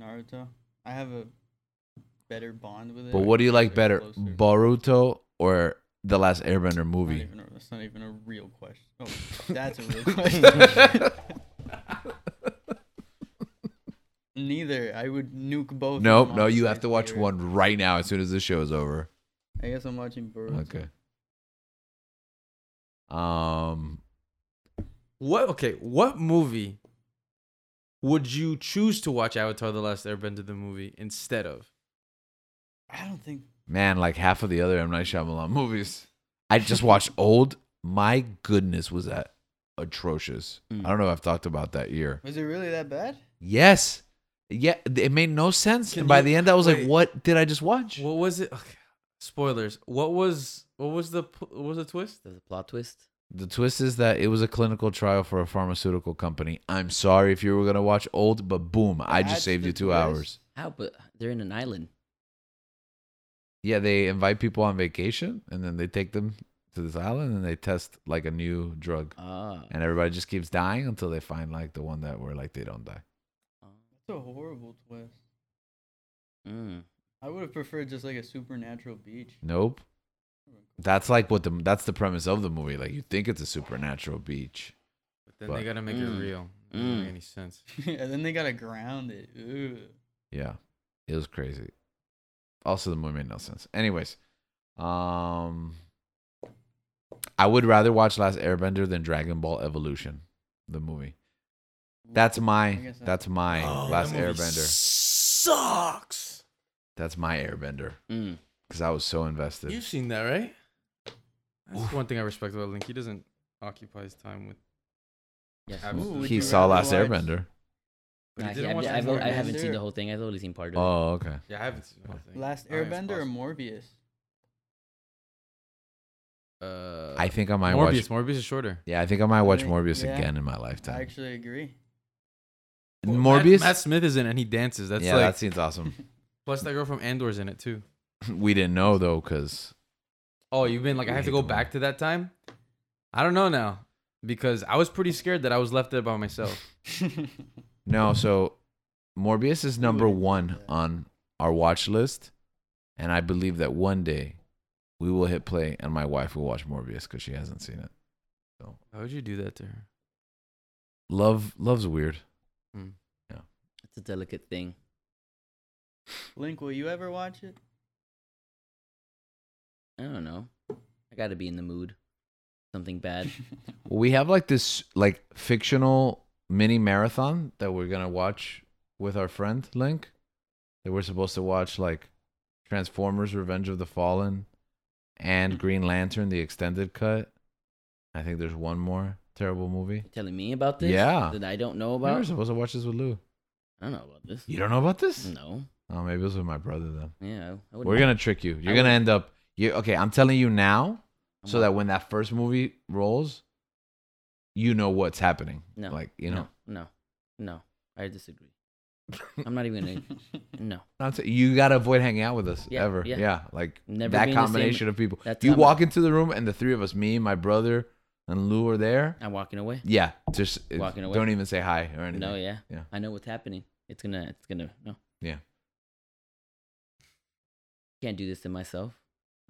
Speaker 3: Naruto. I have a better bond with it.
Speaker 1: but what do you like
Speaker 3: They're
Speaker 1: better,
Speaker 3: closer.
Speaker 1: Boruto or the Last Airbender
Speaker 3: Not
Speaker 1: movie?
Speaker 3: even a- That's not even a real question. Oh, that's a real question. Neither. I would nuke both. of
Speaker 1: Nope,
Speaker 3: them
Speaker 1: no,
Speaker 3: on
Speaker 1: you
Speaker 3: the
Speaker 1: have to
Speaker 3: same
Speaker 1: watch
Speaker 3: theater.
Speaker 1: one right now as soon as the show is over.
Speaker 3: I guess I'm watching Boruto.
Speaker 1: Okay. Um,
Speaker 4: What okay, what movie would you choose to watch Avatar the Last Airbender the movie instead of?
Speaker 3: I don't think
Speaker 1: man, like half of the other M Night Shyamalan movies. I just watched Old. My goodness, was that atrocious?
Speaker 2: Mm.
Speaker 1: I don't know if I've talked about that year.
Speaker 3: was it really that bad?
Speaker 1: Yes. Yeah, it made no sense.
Speaker 4: Can
Speaker 1: and by
Speaker 4: you-
Speaker 1: the end, I was
Speaker 4: wait.
Speaker 1: like, "What did I just watch?"
Speaker 4: What was it? Okay. Spoilers. What was what was the pl- what was the twist?
Speaker 2: There's a plot twist.
Speaker 1: The twist is that it was a clinical trial for a pharmaceutical company. I'm sorry if you were gonna watch old, but boom, I
Speaker 3: That's
Speaker 1: just saved
Speaker 3: the
Speaker 1: you two
Speaker 3: twist?
Speaker 1: hours.
Speaker 2: How? But they're in an island.
Speaker 1: Yeah, they invite people on vacation and then they take them to this island and they test like a new drug.
Speaker 2: Ah.
Speaker 1: And everybody just keeps dying until they find like the one that where like they don't die.
Speaker 3: That's a horrible twist.
Speaker 2: Mm.
Speaker 3: I would have preferred just like a supernatural beach.
Speaker 1: Nope. That's like what the that's the premise of the movie. Like you think it's a supernatural beach.
Speaker 4: But then they
Speaker 1: But-
Speaker 4: gotta make
Speaker 2: Mm.
Speaker 4: it real. It doesn't
Speaker 2: Mm.
Speaker 4: make any sense.
Speaker 3: and then they gotta ground it. Ooh.
Speaker 1: Yeah. It was crazy. Also the movie made no sense. Anyways. Um I would rather watch Last Airbender than Dragon Ball Evolution, the movie. That's
Speaker 3: I
Speaker 1: my
Speaker 3: guess I-
Speaker 1: that's my
Speaker 4: Oh,
Speaker 1: Last Airbender.
Speaker 4: Sucks.
Speaker 1: That's my Airbender
Speaker 2: Mm.
Speaker 1: because I was so invested.
Speaker 4: You've seen that, right? That's one thing I respect about Link. He doesn't occupy his time with.
Speaker 2: Yes.
Speaker 4: Absolutely.
Speaker 3: Ooh, would
Speaker 1: he
Speaker 3: you
Speaker 1: saw
Speaker 3: rather
Speaker 1: Last
Speaker 3: watch-
Speaker 1: Airbender.
Speaker 2: Nah,
Speaker 4: But he
Speaker 2: yeah,
Speaker 4: didn't
Speaker 2: I've-
Speaker 4: watch
Speaker 2: I've-
Speaker 4: the whole
Speaker 2: I
Speaker 4: thing.
Speaker 2: haven't seen
Speaker 3: Airbender.
Speaker 2: the whole thing. I've only seen part of it.
Speaker 1: Oh, okay.
Speaker 4: Yeah, I haven't seen the whole thing.
Speaker 3: Last
Speaker 4: I mean, Oh, it's
Speaker 3: Airbender or
Speaker 4: possible.
Speaker 3: Morbius?
Speaker 4: Uh,
Speaker 1: I think I might
Speaker 4: Morbius.
Speaker 1: watch.
Speaker 4: Morbius is shorter.
Speaker 1: Yeah, I think I might watch
Speaker 3: Really?
Speaker 1: Morbius
Speaker 3: Yeah.
Speaker 1: again in my
Speaker 3: I
Speaker 1: lifetime.
Speaker 3: actually agree.
Speaker 1: And
Speaker 4: Matt-
Speaker 1: Morbius.
Speaker 4: Matt, Smith is in it and he dances. That's
Speaker 1: yeah,
Speaker 4: like
Speaker 1: that scene's awesome.
Speaker 4: plus that girl from Andor's in it too.
Speaker 1: we didn't know though, because
Speaker 4: Oh, you've been like I
Speaker 1: We
Speaker 4: have to
Speaker 1: hate
Speaker 4: go
Speaker 1: the
Speaker 4: back
Speaker 1: movie.
Speaker 4: to that time. I don't know now because I was pretty scared that I was left there by myself.
Speaker 1: no. So Morbius is
Speaker 3: We
Speaker 1: number
Speaker 3: wouldn't do
Speaker 1: one
Speaker 3: that.
Speaker 1: on our watch list, and I believe that one day we will hit play, and my wife will watch Morbius because she hasn't seen it.
Speaker 4: How would you do that to her?
Speaker 1: Love, love's weird.
Speaker 2: It's a delicate thing.
Speaker 3: Link, will you ever watch it?
Speaker 2: I don't know. I got to be in the mood. Something bad.
Speaker 1: Well, we have like this like fictional mini marathon that we're gonna watch with our friend Link. That we're supposed to watch like Transformers: Revenge of the Fallen and Green Lantern: The Extended Cut. I think there's one more terrible movie.
Speaker 2: telling me about this?
Speaker 1: Yeah.
Speaker 2: That I don't know
Speaker 1: We were
Speaker 2: about?
Speaker 1: supposed to watch this with Lou.
Speaker 2: I don't know about this.
Speaker 1: You don't know about this?
Speaker 2: No.
Speaker 1: Oh, maybe it was with my brother then.
Speaker 2: Yeah. I- I
Speaker 1: We're gonna trick you. You're gonna end up. You okay? I'm telling you now, so that when that first movie rolls, you know what's happening.
Speaker 2: No.
Speaker 1: like you know.
Speaker 2: No. No. no. I disagree. I'm not even going to. No.
Speaker 1: Not to- you gotta avoid hanging out with us
Speaker 2: Yeah,
Speaker 1: ever.
Speaker 2: yeah.
Speaker 1: Yeah, like
Speaker 2: Never be
Speaker 1: that
Speaker 2: in the same-
Speaker 1: combination of people.
Speaker 2: That's
Speaker 1: You
Speaker 2: how I'm-
Speaker 1: walk into the room and the three of us, me, my brother, and Lou, are there.
Speaker 2: I'm walking away.
Speaker 1: Yeah, just it-
Speaker 2: Walking away.
Speaker 1: don't even say hi or anything.
Speaker 2: No, yeah.
Speaker 1: Yeah.
Speaker 2: I know what's happening. It's gonna it's gonna no.
Speaker 1: Yeah.
Speaker 2: Can't do this to myself.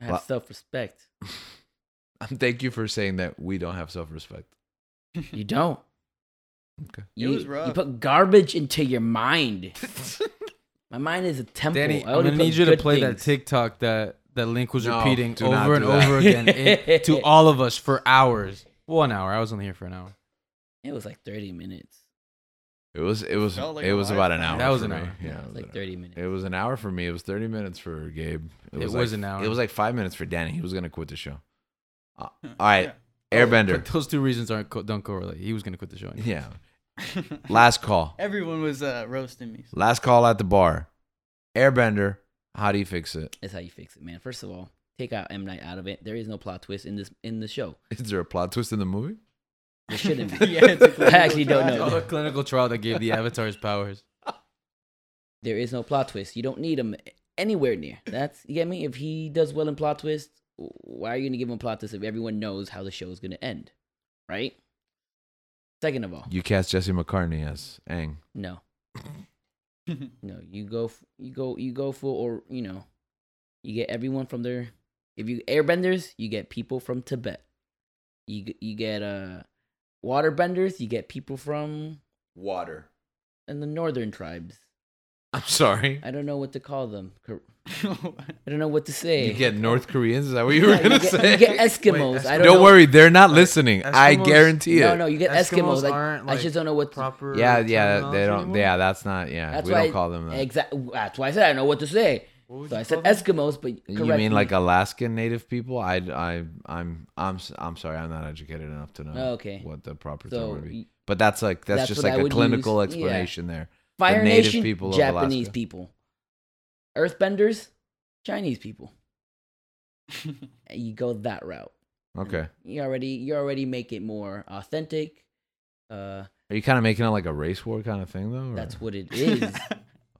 Speaker 2: I have
Speaker 1: Well-
Speaker 2: self respect.
Speaker 1: Thank you for saying that we don't have self respect.
Speaker 2: You don't.
Speaker 1: Okay.
Speaker 2: You,
Speaker 3: was rough.
Speaker 2: you put garbage into your mind. My mind is a temple.
Speaker 4: Danny,
Speaker 2: I
Speaker 4: I'm
Speaker 2: only
Speaker 4: gonna
Speaker 2: put
Speaker 4: need you to
Speaker 2: good
Speaker 4: play that
Speaker 2: things.
Speaker 4: TikTok that that Link was
Speaker 1: No,
Speaker 4: repeating
Speaker 1: do not
Speaker 4: over and
Speaker 1: do that.
Speaker 4: over again it, to all of us for hours. One hour. I was only here for an hour.
Speaker 2: It was like thirty minutes.
Speaker 1: It was it was
Speaker 3: Felt like
Speaker 1: it
Speaker 3: a
Speaker 1: was about an
Speaker 3: lifetime.
Speaker 1: hour.
Speaker 4: That was
Speaker 1: for
Speaker 4: an
Speaker 1: me.
Speaker 4: hour.
Speaker 1: Yeah, it
Speaker 2: Yeah, it was
Speaker 1: was an
Speaker 2: like
Speaker 1: hour.
Speaker 2: thirty minutes.
Speaker 1: It was an hour for me. It was thirty minutes for Gabe.
Speaker 4: It
Speaker 1: like-
Speaker 4: was an hour.
Speaker 1: It was like five minutes for Danny. He was gonna quit the show. Uh, all
Speaker 3: Yeah.
Speaker 1: right,
Speaker 2: Oh,
Speaker 1: Airbender.
Speaker 4: But those two reasons aren't co- don't correlate. He was gonna quit the show. Anyway.
Speaker 1: Yeah, last call.
Speaker 3: Everyone was uh, roasting me.
Speaker 1: Last call at the bar. Airbender, how do you fix it?
Speaker 2: That's how you fix it, man. First of all, take out M Night out of it. There is no plot twist in this in the show.
Speaker 1: Is there a plot twist in the movie?
Speaker 2: There shouldn't be.
Speaker 3: yeah, it's a clinical
Speaker 2: I actually don't
Speaker 3: trial.
Speaker 2: know.
Speaker 4: Another clinical trial that gave the Avatar his powers.
Speaker 2: there is no plot twist. You don't need him anywhere near. That's you get me. If he does well in plot twist, why are you gonna give him a plot twist if everyone knows how the show is gonna end, right? Second of all,
Speaker 1: You cast Jesse McCartney as Aang.
Speaker 2: no, no. You go, f- you go, you go for, or you know, you get everyone from their. If you airbenders, you get people from Tibet. You g- you get uh, waterbenders. You get people from
Speaker 1: Water.
Speaker 2: and the northern tribes.
Speaker 1: I'm sorry.
Speaker 2: I don't know what to call them. Cor- I don't know what to say.
Speaker 1: You get North Koreans? Is that what you
Speaker 2: Yeah,
Speaker 1: were gonna
Speaker 2: get,
Speaker 1: say?
Speaker 2: You get Eskimos.
Speaker 5: Wait,
Speaker 2: I
Speaker 1: don't
Speaker 2: don't, know.
Speaker 1: worry, they're not listening. I
Speaker 4: Eskimos-
Speaker 1: guarantee it.
Speaker 2: No, no, you get Eskimos.
Speaker 4: Eskimos
Speaker 2: like,
Speaker 4: aren't,
Speaker 2: I
Speaker 4: like,
Speaker 2: just don't know what to-
Speaker 4: proper.
Speaker 1: Yeah, yeah, they
Speaker 4: terminology
Speaker 1: don't.
Speaker 4: anymore?
Speaker 1: Yeah, that's not. Yeah,
Speaker 2: That's
Speaker 1: we
Speaker 2: why
Speaker 1: don't call them that.
Speaker 2: Exactly. That's why I said I don't know what to say.
Speaker 4: What would
Speaker 2: So
Speaker 4: you
Speaker 2: I said
Speaker 4: call them?
Speaker 2: Eskimos, but
Speaker 1: You
Speaker 2: correct
Speaker 1: mean
Speaker 2: me.
Speaker 1: like uh, Alaskan Native people? I, I, I'm, I'm, s- I'm sorry, I'm not educated enough to know.
Speaker 2: Okay.
Speaker 1: What the proper term
Speaker 2: so
Speaker 1: would be.
Speaker 2: y-
Speaker 1: But that's like that's,
Speaker 2: that's
Speaker 1: just
Speaker 2: what
Speaker 1: like
Speaker 2: I
Speaker 1: a
Speaker 2: would
Speaker 1: clinical
Speaker 2: use. Yeah.
Speaker 1: explanation there.
Speaker 2: Fire
Speaker 1: native
Speaker 2: Nation,
Speaker 1: people of
Speaker 2: Japanese
Speaker 1: Alaska.
Speaker 2: people, Earthbenders, Chinese people. And You go that route.
Speaker 1: Okay.
Speaker 2: You already you already make it more authentic. Uh,
Speaker 1: Are you kind of making it like a race war kind of thing though? or-
Speaker 2: that's what it is.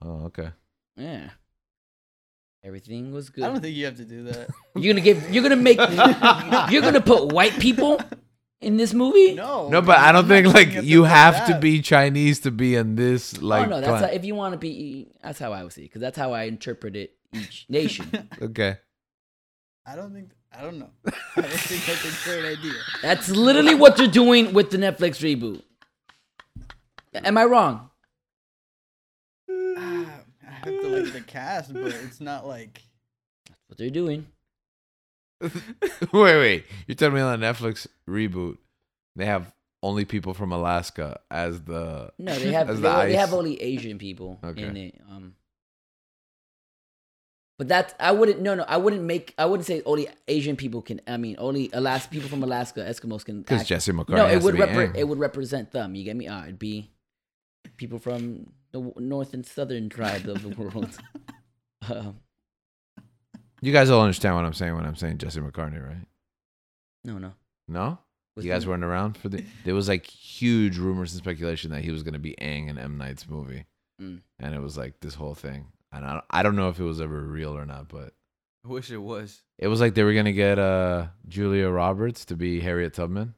Speaker 1: Oh, okay.
Speaker 2: yeah. Everything was
Speaker 3: I don't
Speaker 2: good.
Speaker 3: think you have to do that.
Speaker 2: You're gonna give. You're gonna make. you're gonna put white people in this movie.
Speaker 3: No.
Speaker 1: No, but I
Speaker 3: I'm
Speaker 1: don't
Speaker 3: not
Speaker 1: think like
Speaker 3: saying
Speaker 1: you
Speaker 3: do
Speaker 1: have to
Speaker 3: that.
Speaker 1: be Chinese to be in this. Like,
Speaker 2: oh no, that's
Speaker 1: plan.
Speaker 2: how, if you want to be. That's how I would see it, because that's how I interpret it. Each nation.
Speaker 1: okay.
Speaker 3: I don't think. I don't know. I don't think that's a great idea.
Speaker 2: That's literally what you're doing with the Netflix reboot. Am I wrong?
Speaker 3: Ah, I have to like the cast, but it's not like.
Speaker 2: What they're doing?
Speaker 1: wait, wait. You're telling me on the Netflix reboot, they have only people from Alaska as the
Speaker 2: No, they have
Speaker 1: As
Speaker 2: they,
Speaker 1: the
Speaker 2: they have
Speaker 1: ice.
Speaker 2: only Asian people
Speaker 1: Okay.
Speaker 2: in it. Um, but that's I wouldn't no no I wouldn't make I wouldn't say only Asian people can I mean only Alaska people from Alaska Eskimos can
Speaker 1: because
Speaker 2: act-
Speaker 1: Jesse McCarthy.
Speaker 2: no
Speaker 1: has
Speaker 2: it
Speaker 1: to
Speaker 2: would
Speaker 1: be
Speaker 2: repre-
Speaker 1: in.
Speaker 2: it would represent them you get me ah it'd be people from the w- north and southern tribes of the world. um,
Speaker 1: You guys all understand what I'm saying when I'm saying Jesse McCartney, right?
Speaker 2: no no
Speaker 1: No?
Speaker 2: With
Speaker 1: you guys
Speaker 2: who?
Speaker 1: weren't around for the there was like huge rumors and speculation that he was gonna be Aang in M Night's movie.
Speaker 2: Mm.
Speaker 1: And it was like this whole thing. And I don't, I don't know if it was ever real or not, but
Speaker 4: I wish it was.
Speaker 1: it was like they were gonna get uh Julia Roberts to be Harriet Tubman.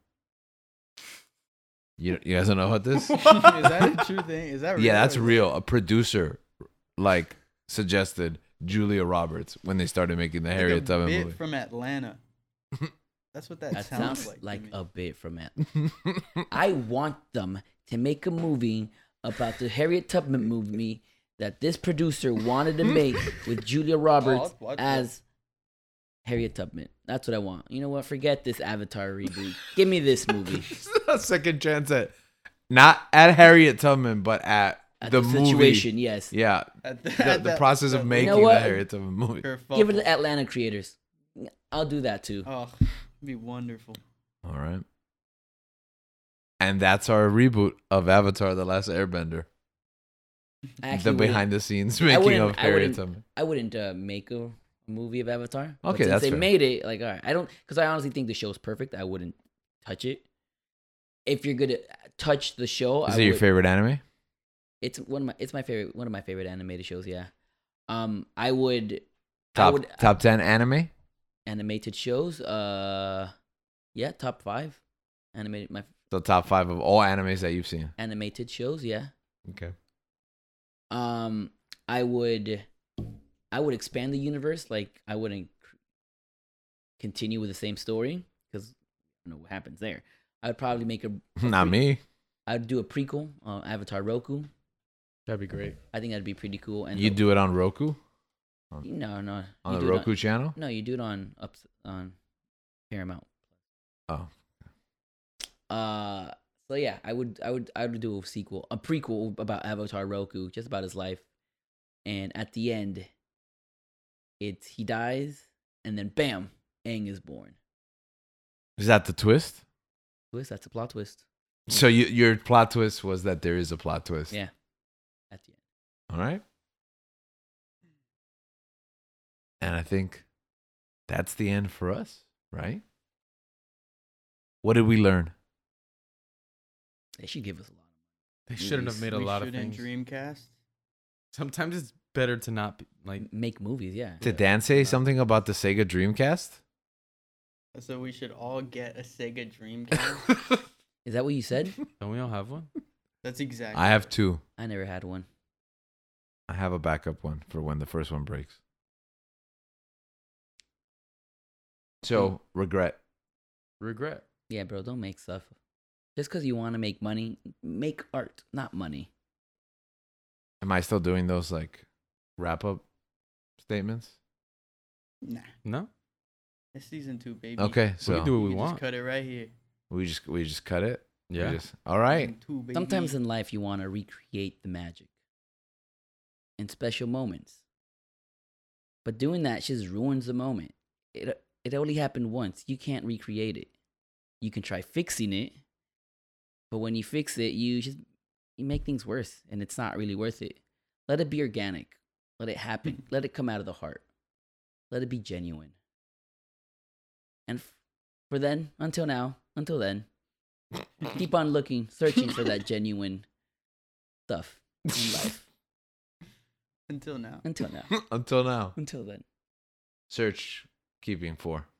Speaker 1: You you guys don't know about this?
Speaker 3: is that a true thing? Is that real?
Speaker 1: yeah, that's
Speaker 3: or-
Speaker 1: real. A producer like suggested Julia Roberts when they started making the
Speaker 3: Like
Speaker 1: Harriet
Speaker 3: a
Speaker 1: Tubman
Speaker 3: bit
Speaker 1: movie.
Speaker 3: from Atlanta. That's what that,
Speaker 2: that
Speaker 3: sounds,
Speaker 2: sounds
Speaker 3: like. to
Speaker 2: like
Speaker 3: me.
Speaker 2: a bit from it. I want them to make a movie about the Harriet Tubman movie that this producer wanted to make with Julia Roberts
Speaker 1: Oh,
Speaker 3: watch that.
Speaker 2: as Harriet Tubman. That's what I want. You know what? Forget this Avatar reboot. Give me this movie.
Speaker 1: a second chance at not at Harriet Tubman, but at,
Speaker 2: At
Speaker 1: the,
Speaker 2: the,
Speaker 1: movie.
Speaker 2: situation, yes.
Speaker 1: Yeah,
Speaker 3: At at
Speaker 1: the, the
Speaker 3: that-
Speaker 1: process of
Speaker 3: that
Speaker 1: making the
Speaker 2: what?
Speaker 1: Harriet Tubman movie.
Speaker 3: kerfuffle.
Speaker 2: Give it to Atlanta creators. I'll do that too.
Speaker 3: Oh, it'd be wonderful.
Speaker 1: All right, and that's our reboot of Avatar: The Last Airbender.
Speaker 2: I
Speaker 1: the
Speaker 2: actually wouldn't-
Speaker 1: behind the scenes making
Speaker 2: wouldn't-
Speaker 1: of
Speaker 2: I
Speaker 1: Harriet
Speaker 2: wouldn't-
Speaker 1: Tubman.
Speaker 2: I wouldn't uh, make a movie of Avatar. Okay,
Speaker 1: Okay,
Speaker 2: since
Speaker 1: that's
Speaker 2: they
Speaker 1: fair.
Speaker 2: made it. Like, all right, I don't because I honestly think the show's perfect. I wouldn't touch it. If you're gonna touch the show,
Speaker 1: Is
Speaker 2: I
Speaker 1: it your
Speaker 2: would-
Speaker 1: favorite anime?
Speaker 2: It's one of my it's my favorite one of my favorite animated shows. Yeah, um, I would I
Speaker 1: Top
Speaker 2: would uh,
Speaker 1: top ten anime.
Speaker 2: animated shows. Uh, yeah, top five animated my
Speaker 1: The top five of all animes that you've seen.
Speaker 2: animated shows. Yeah,
Speaker 1: Okay.
Speaker 2: um i would i would expand the universe like i wouldn't c- continue with the same story because i don't know what happens there i would probably make a
Speaker 1: Not me.
Speaker 2: i'd do a prequel uh, avatar roku
Speaker 4: That'd be great.
Speaker 2: i think that'd be pretty cool and
Speaker 1: You
Speaker 2: the-
Speaker 1: do it on Roku
Speaker 2: no no
Speaker 1: on
Speaker 2: you
Speaker 1: the
Speaker 2: do it
Speaker 1: Roku channel.
Speaker 2: no you do it on ups on paramount
Speaker 1: Oh.
Speaker 2: uh so yeah i would i would i would do a sequel a prequel about avatar roku just about his life and at the end it's he dies and then bam Aang is born
Speaker 1: Is that the twist?
Speaker 2: twist that's a plot twist
Speaker 1: So you, your plot twist was that there is a plot twist.
Speaker 2: yeah at the end
Speaker 1: All right. And I think that's the end for us, right? What did we learn?
Speaker 2: they should give us a lot
Speaker 4: They shouldn't have
Speaker 2: Movies.
Speaker 4: made a
Speaker 3: we
Speaker 4: lot of
Speaker 3: should in
Speaker 4: things.
Speaker 3: Dreamcast.
Speaker 4: Sometimes it's better to not be like.
Speaker 2: M- make movies yeah Uh,
Speaker 1: Did Dan say something about the Sega Dreamcast?
Speaker 3: So we should all get a Sega Dreamcast.
Speaker 2: is that what you said
Speaker 4: Don't we all have one?
Speaker 3: That's exactly.
Speaker 1: I have two.
Speaker 2: i never had one
Speaker 1: I have a backup one for when the first one breaks. So, regret.
Speaker 4: Regret.
Speaker 2: yeah bro don't make stuff just because you want to make money make art not money
Speaker 1: Am I still doing those like wrap up statements?
Speaker 3: Nah,
Speaker 4: No,
Speaker 3: it's season two, baby.
Speaker 1: Okay, so
Speaker 4: we can do what we
Speaker 3: can
Speaker 4: want.
Speaker 3: Just cut it right here.
Speaker 1: we just we just cut it. We
Speaker 4: Yeah,
Speaker 1: just- all right.
Speaker 3: Season two, baby.
Speaker 2: Sometimes in life, you want to recreate the magic in special moments. But doing that just ruins the moment. It, it only happened once. You can't recreate it. You can try fixing it, but when you fix it, you just you make things worse, and it's not really worth it. Let it be organic. Let it happen. Let it come out of the heart. Let it be genuine. And f- for then, until now, until then, keep on looking, searching for that genuine stuff in life.
Speaker 3: until now.
Speaker 2: Until now.
Speaker 1: Until now.
Speaker 2: Until then.
Speaker 1: Search keeping for.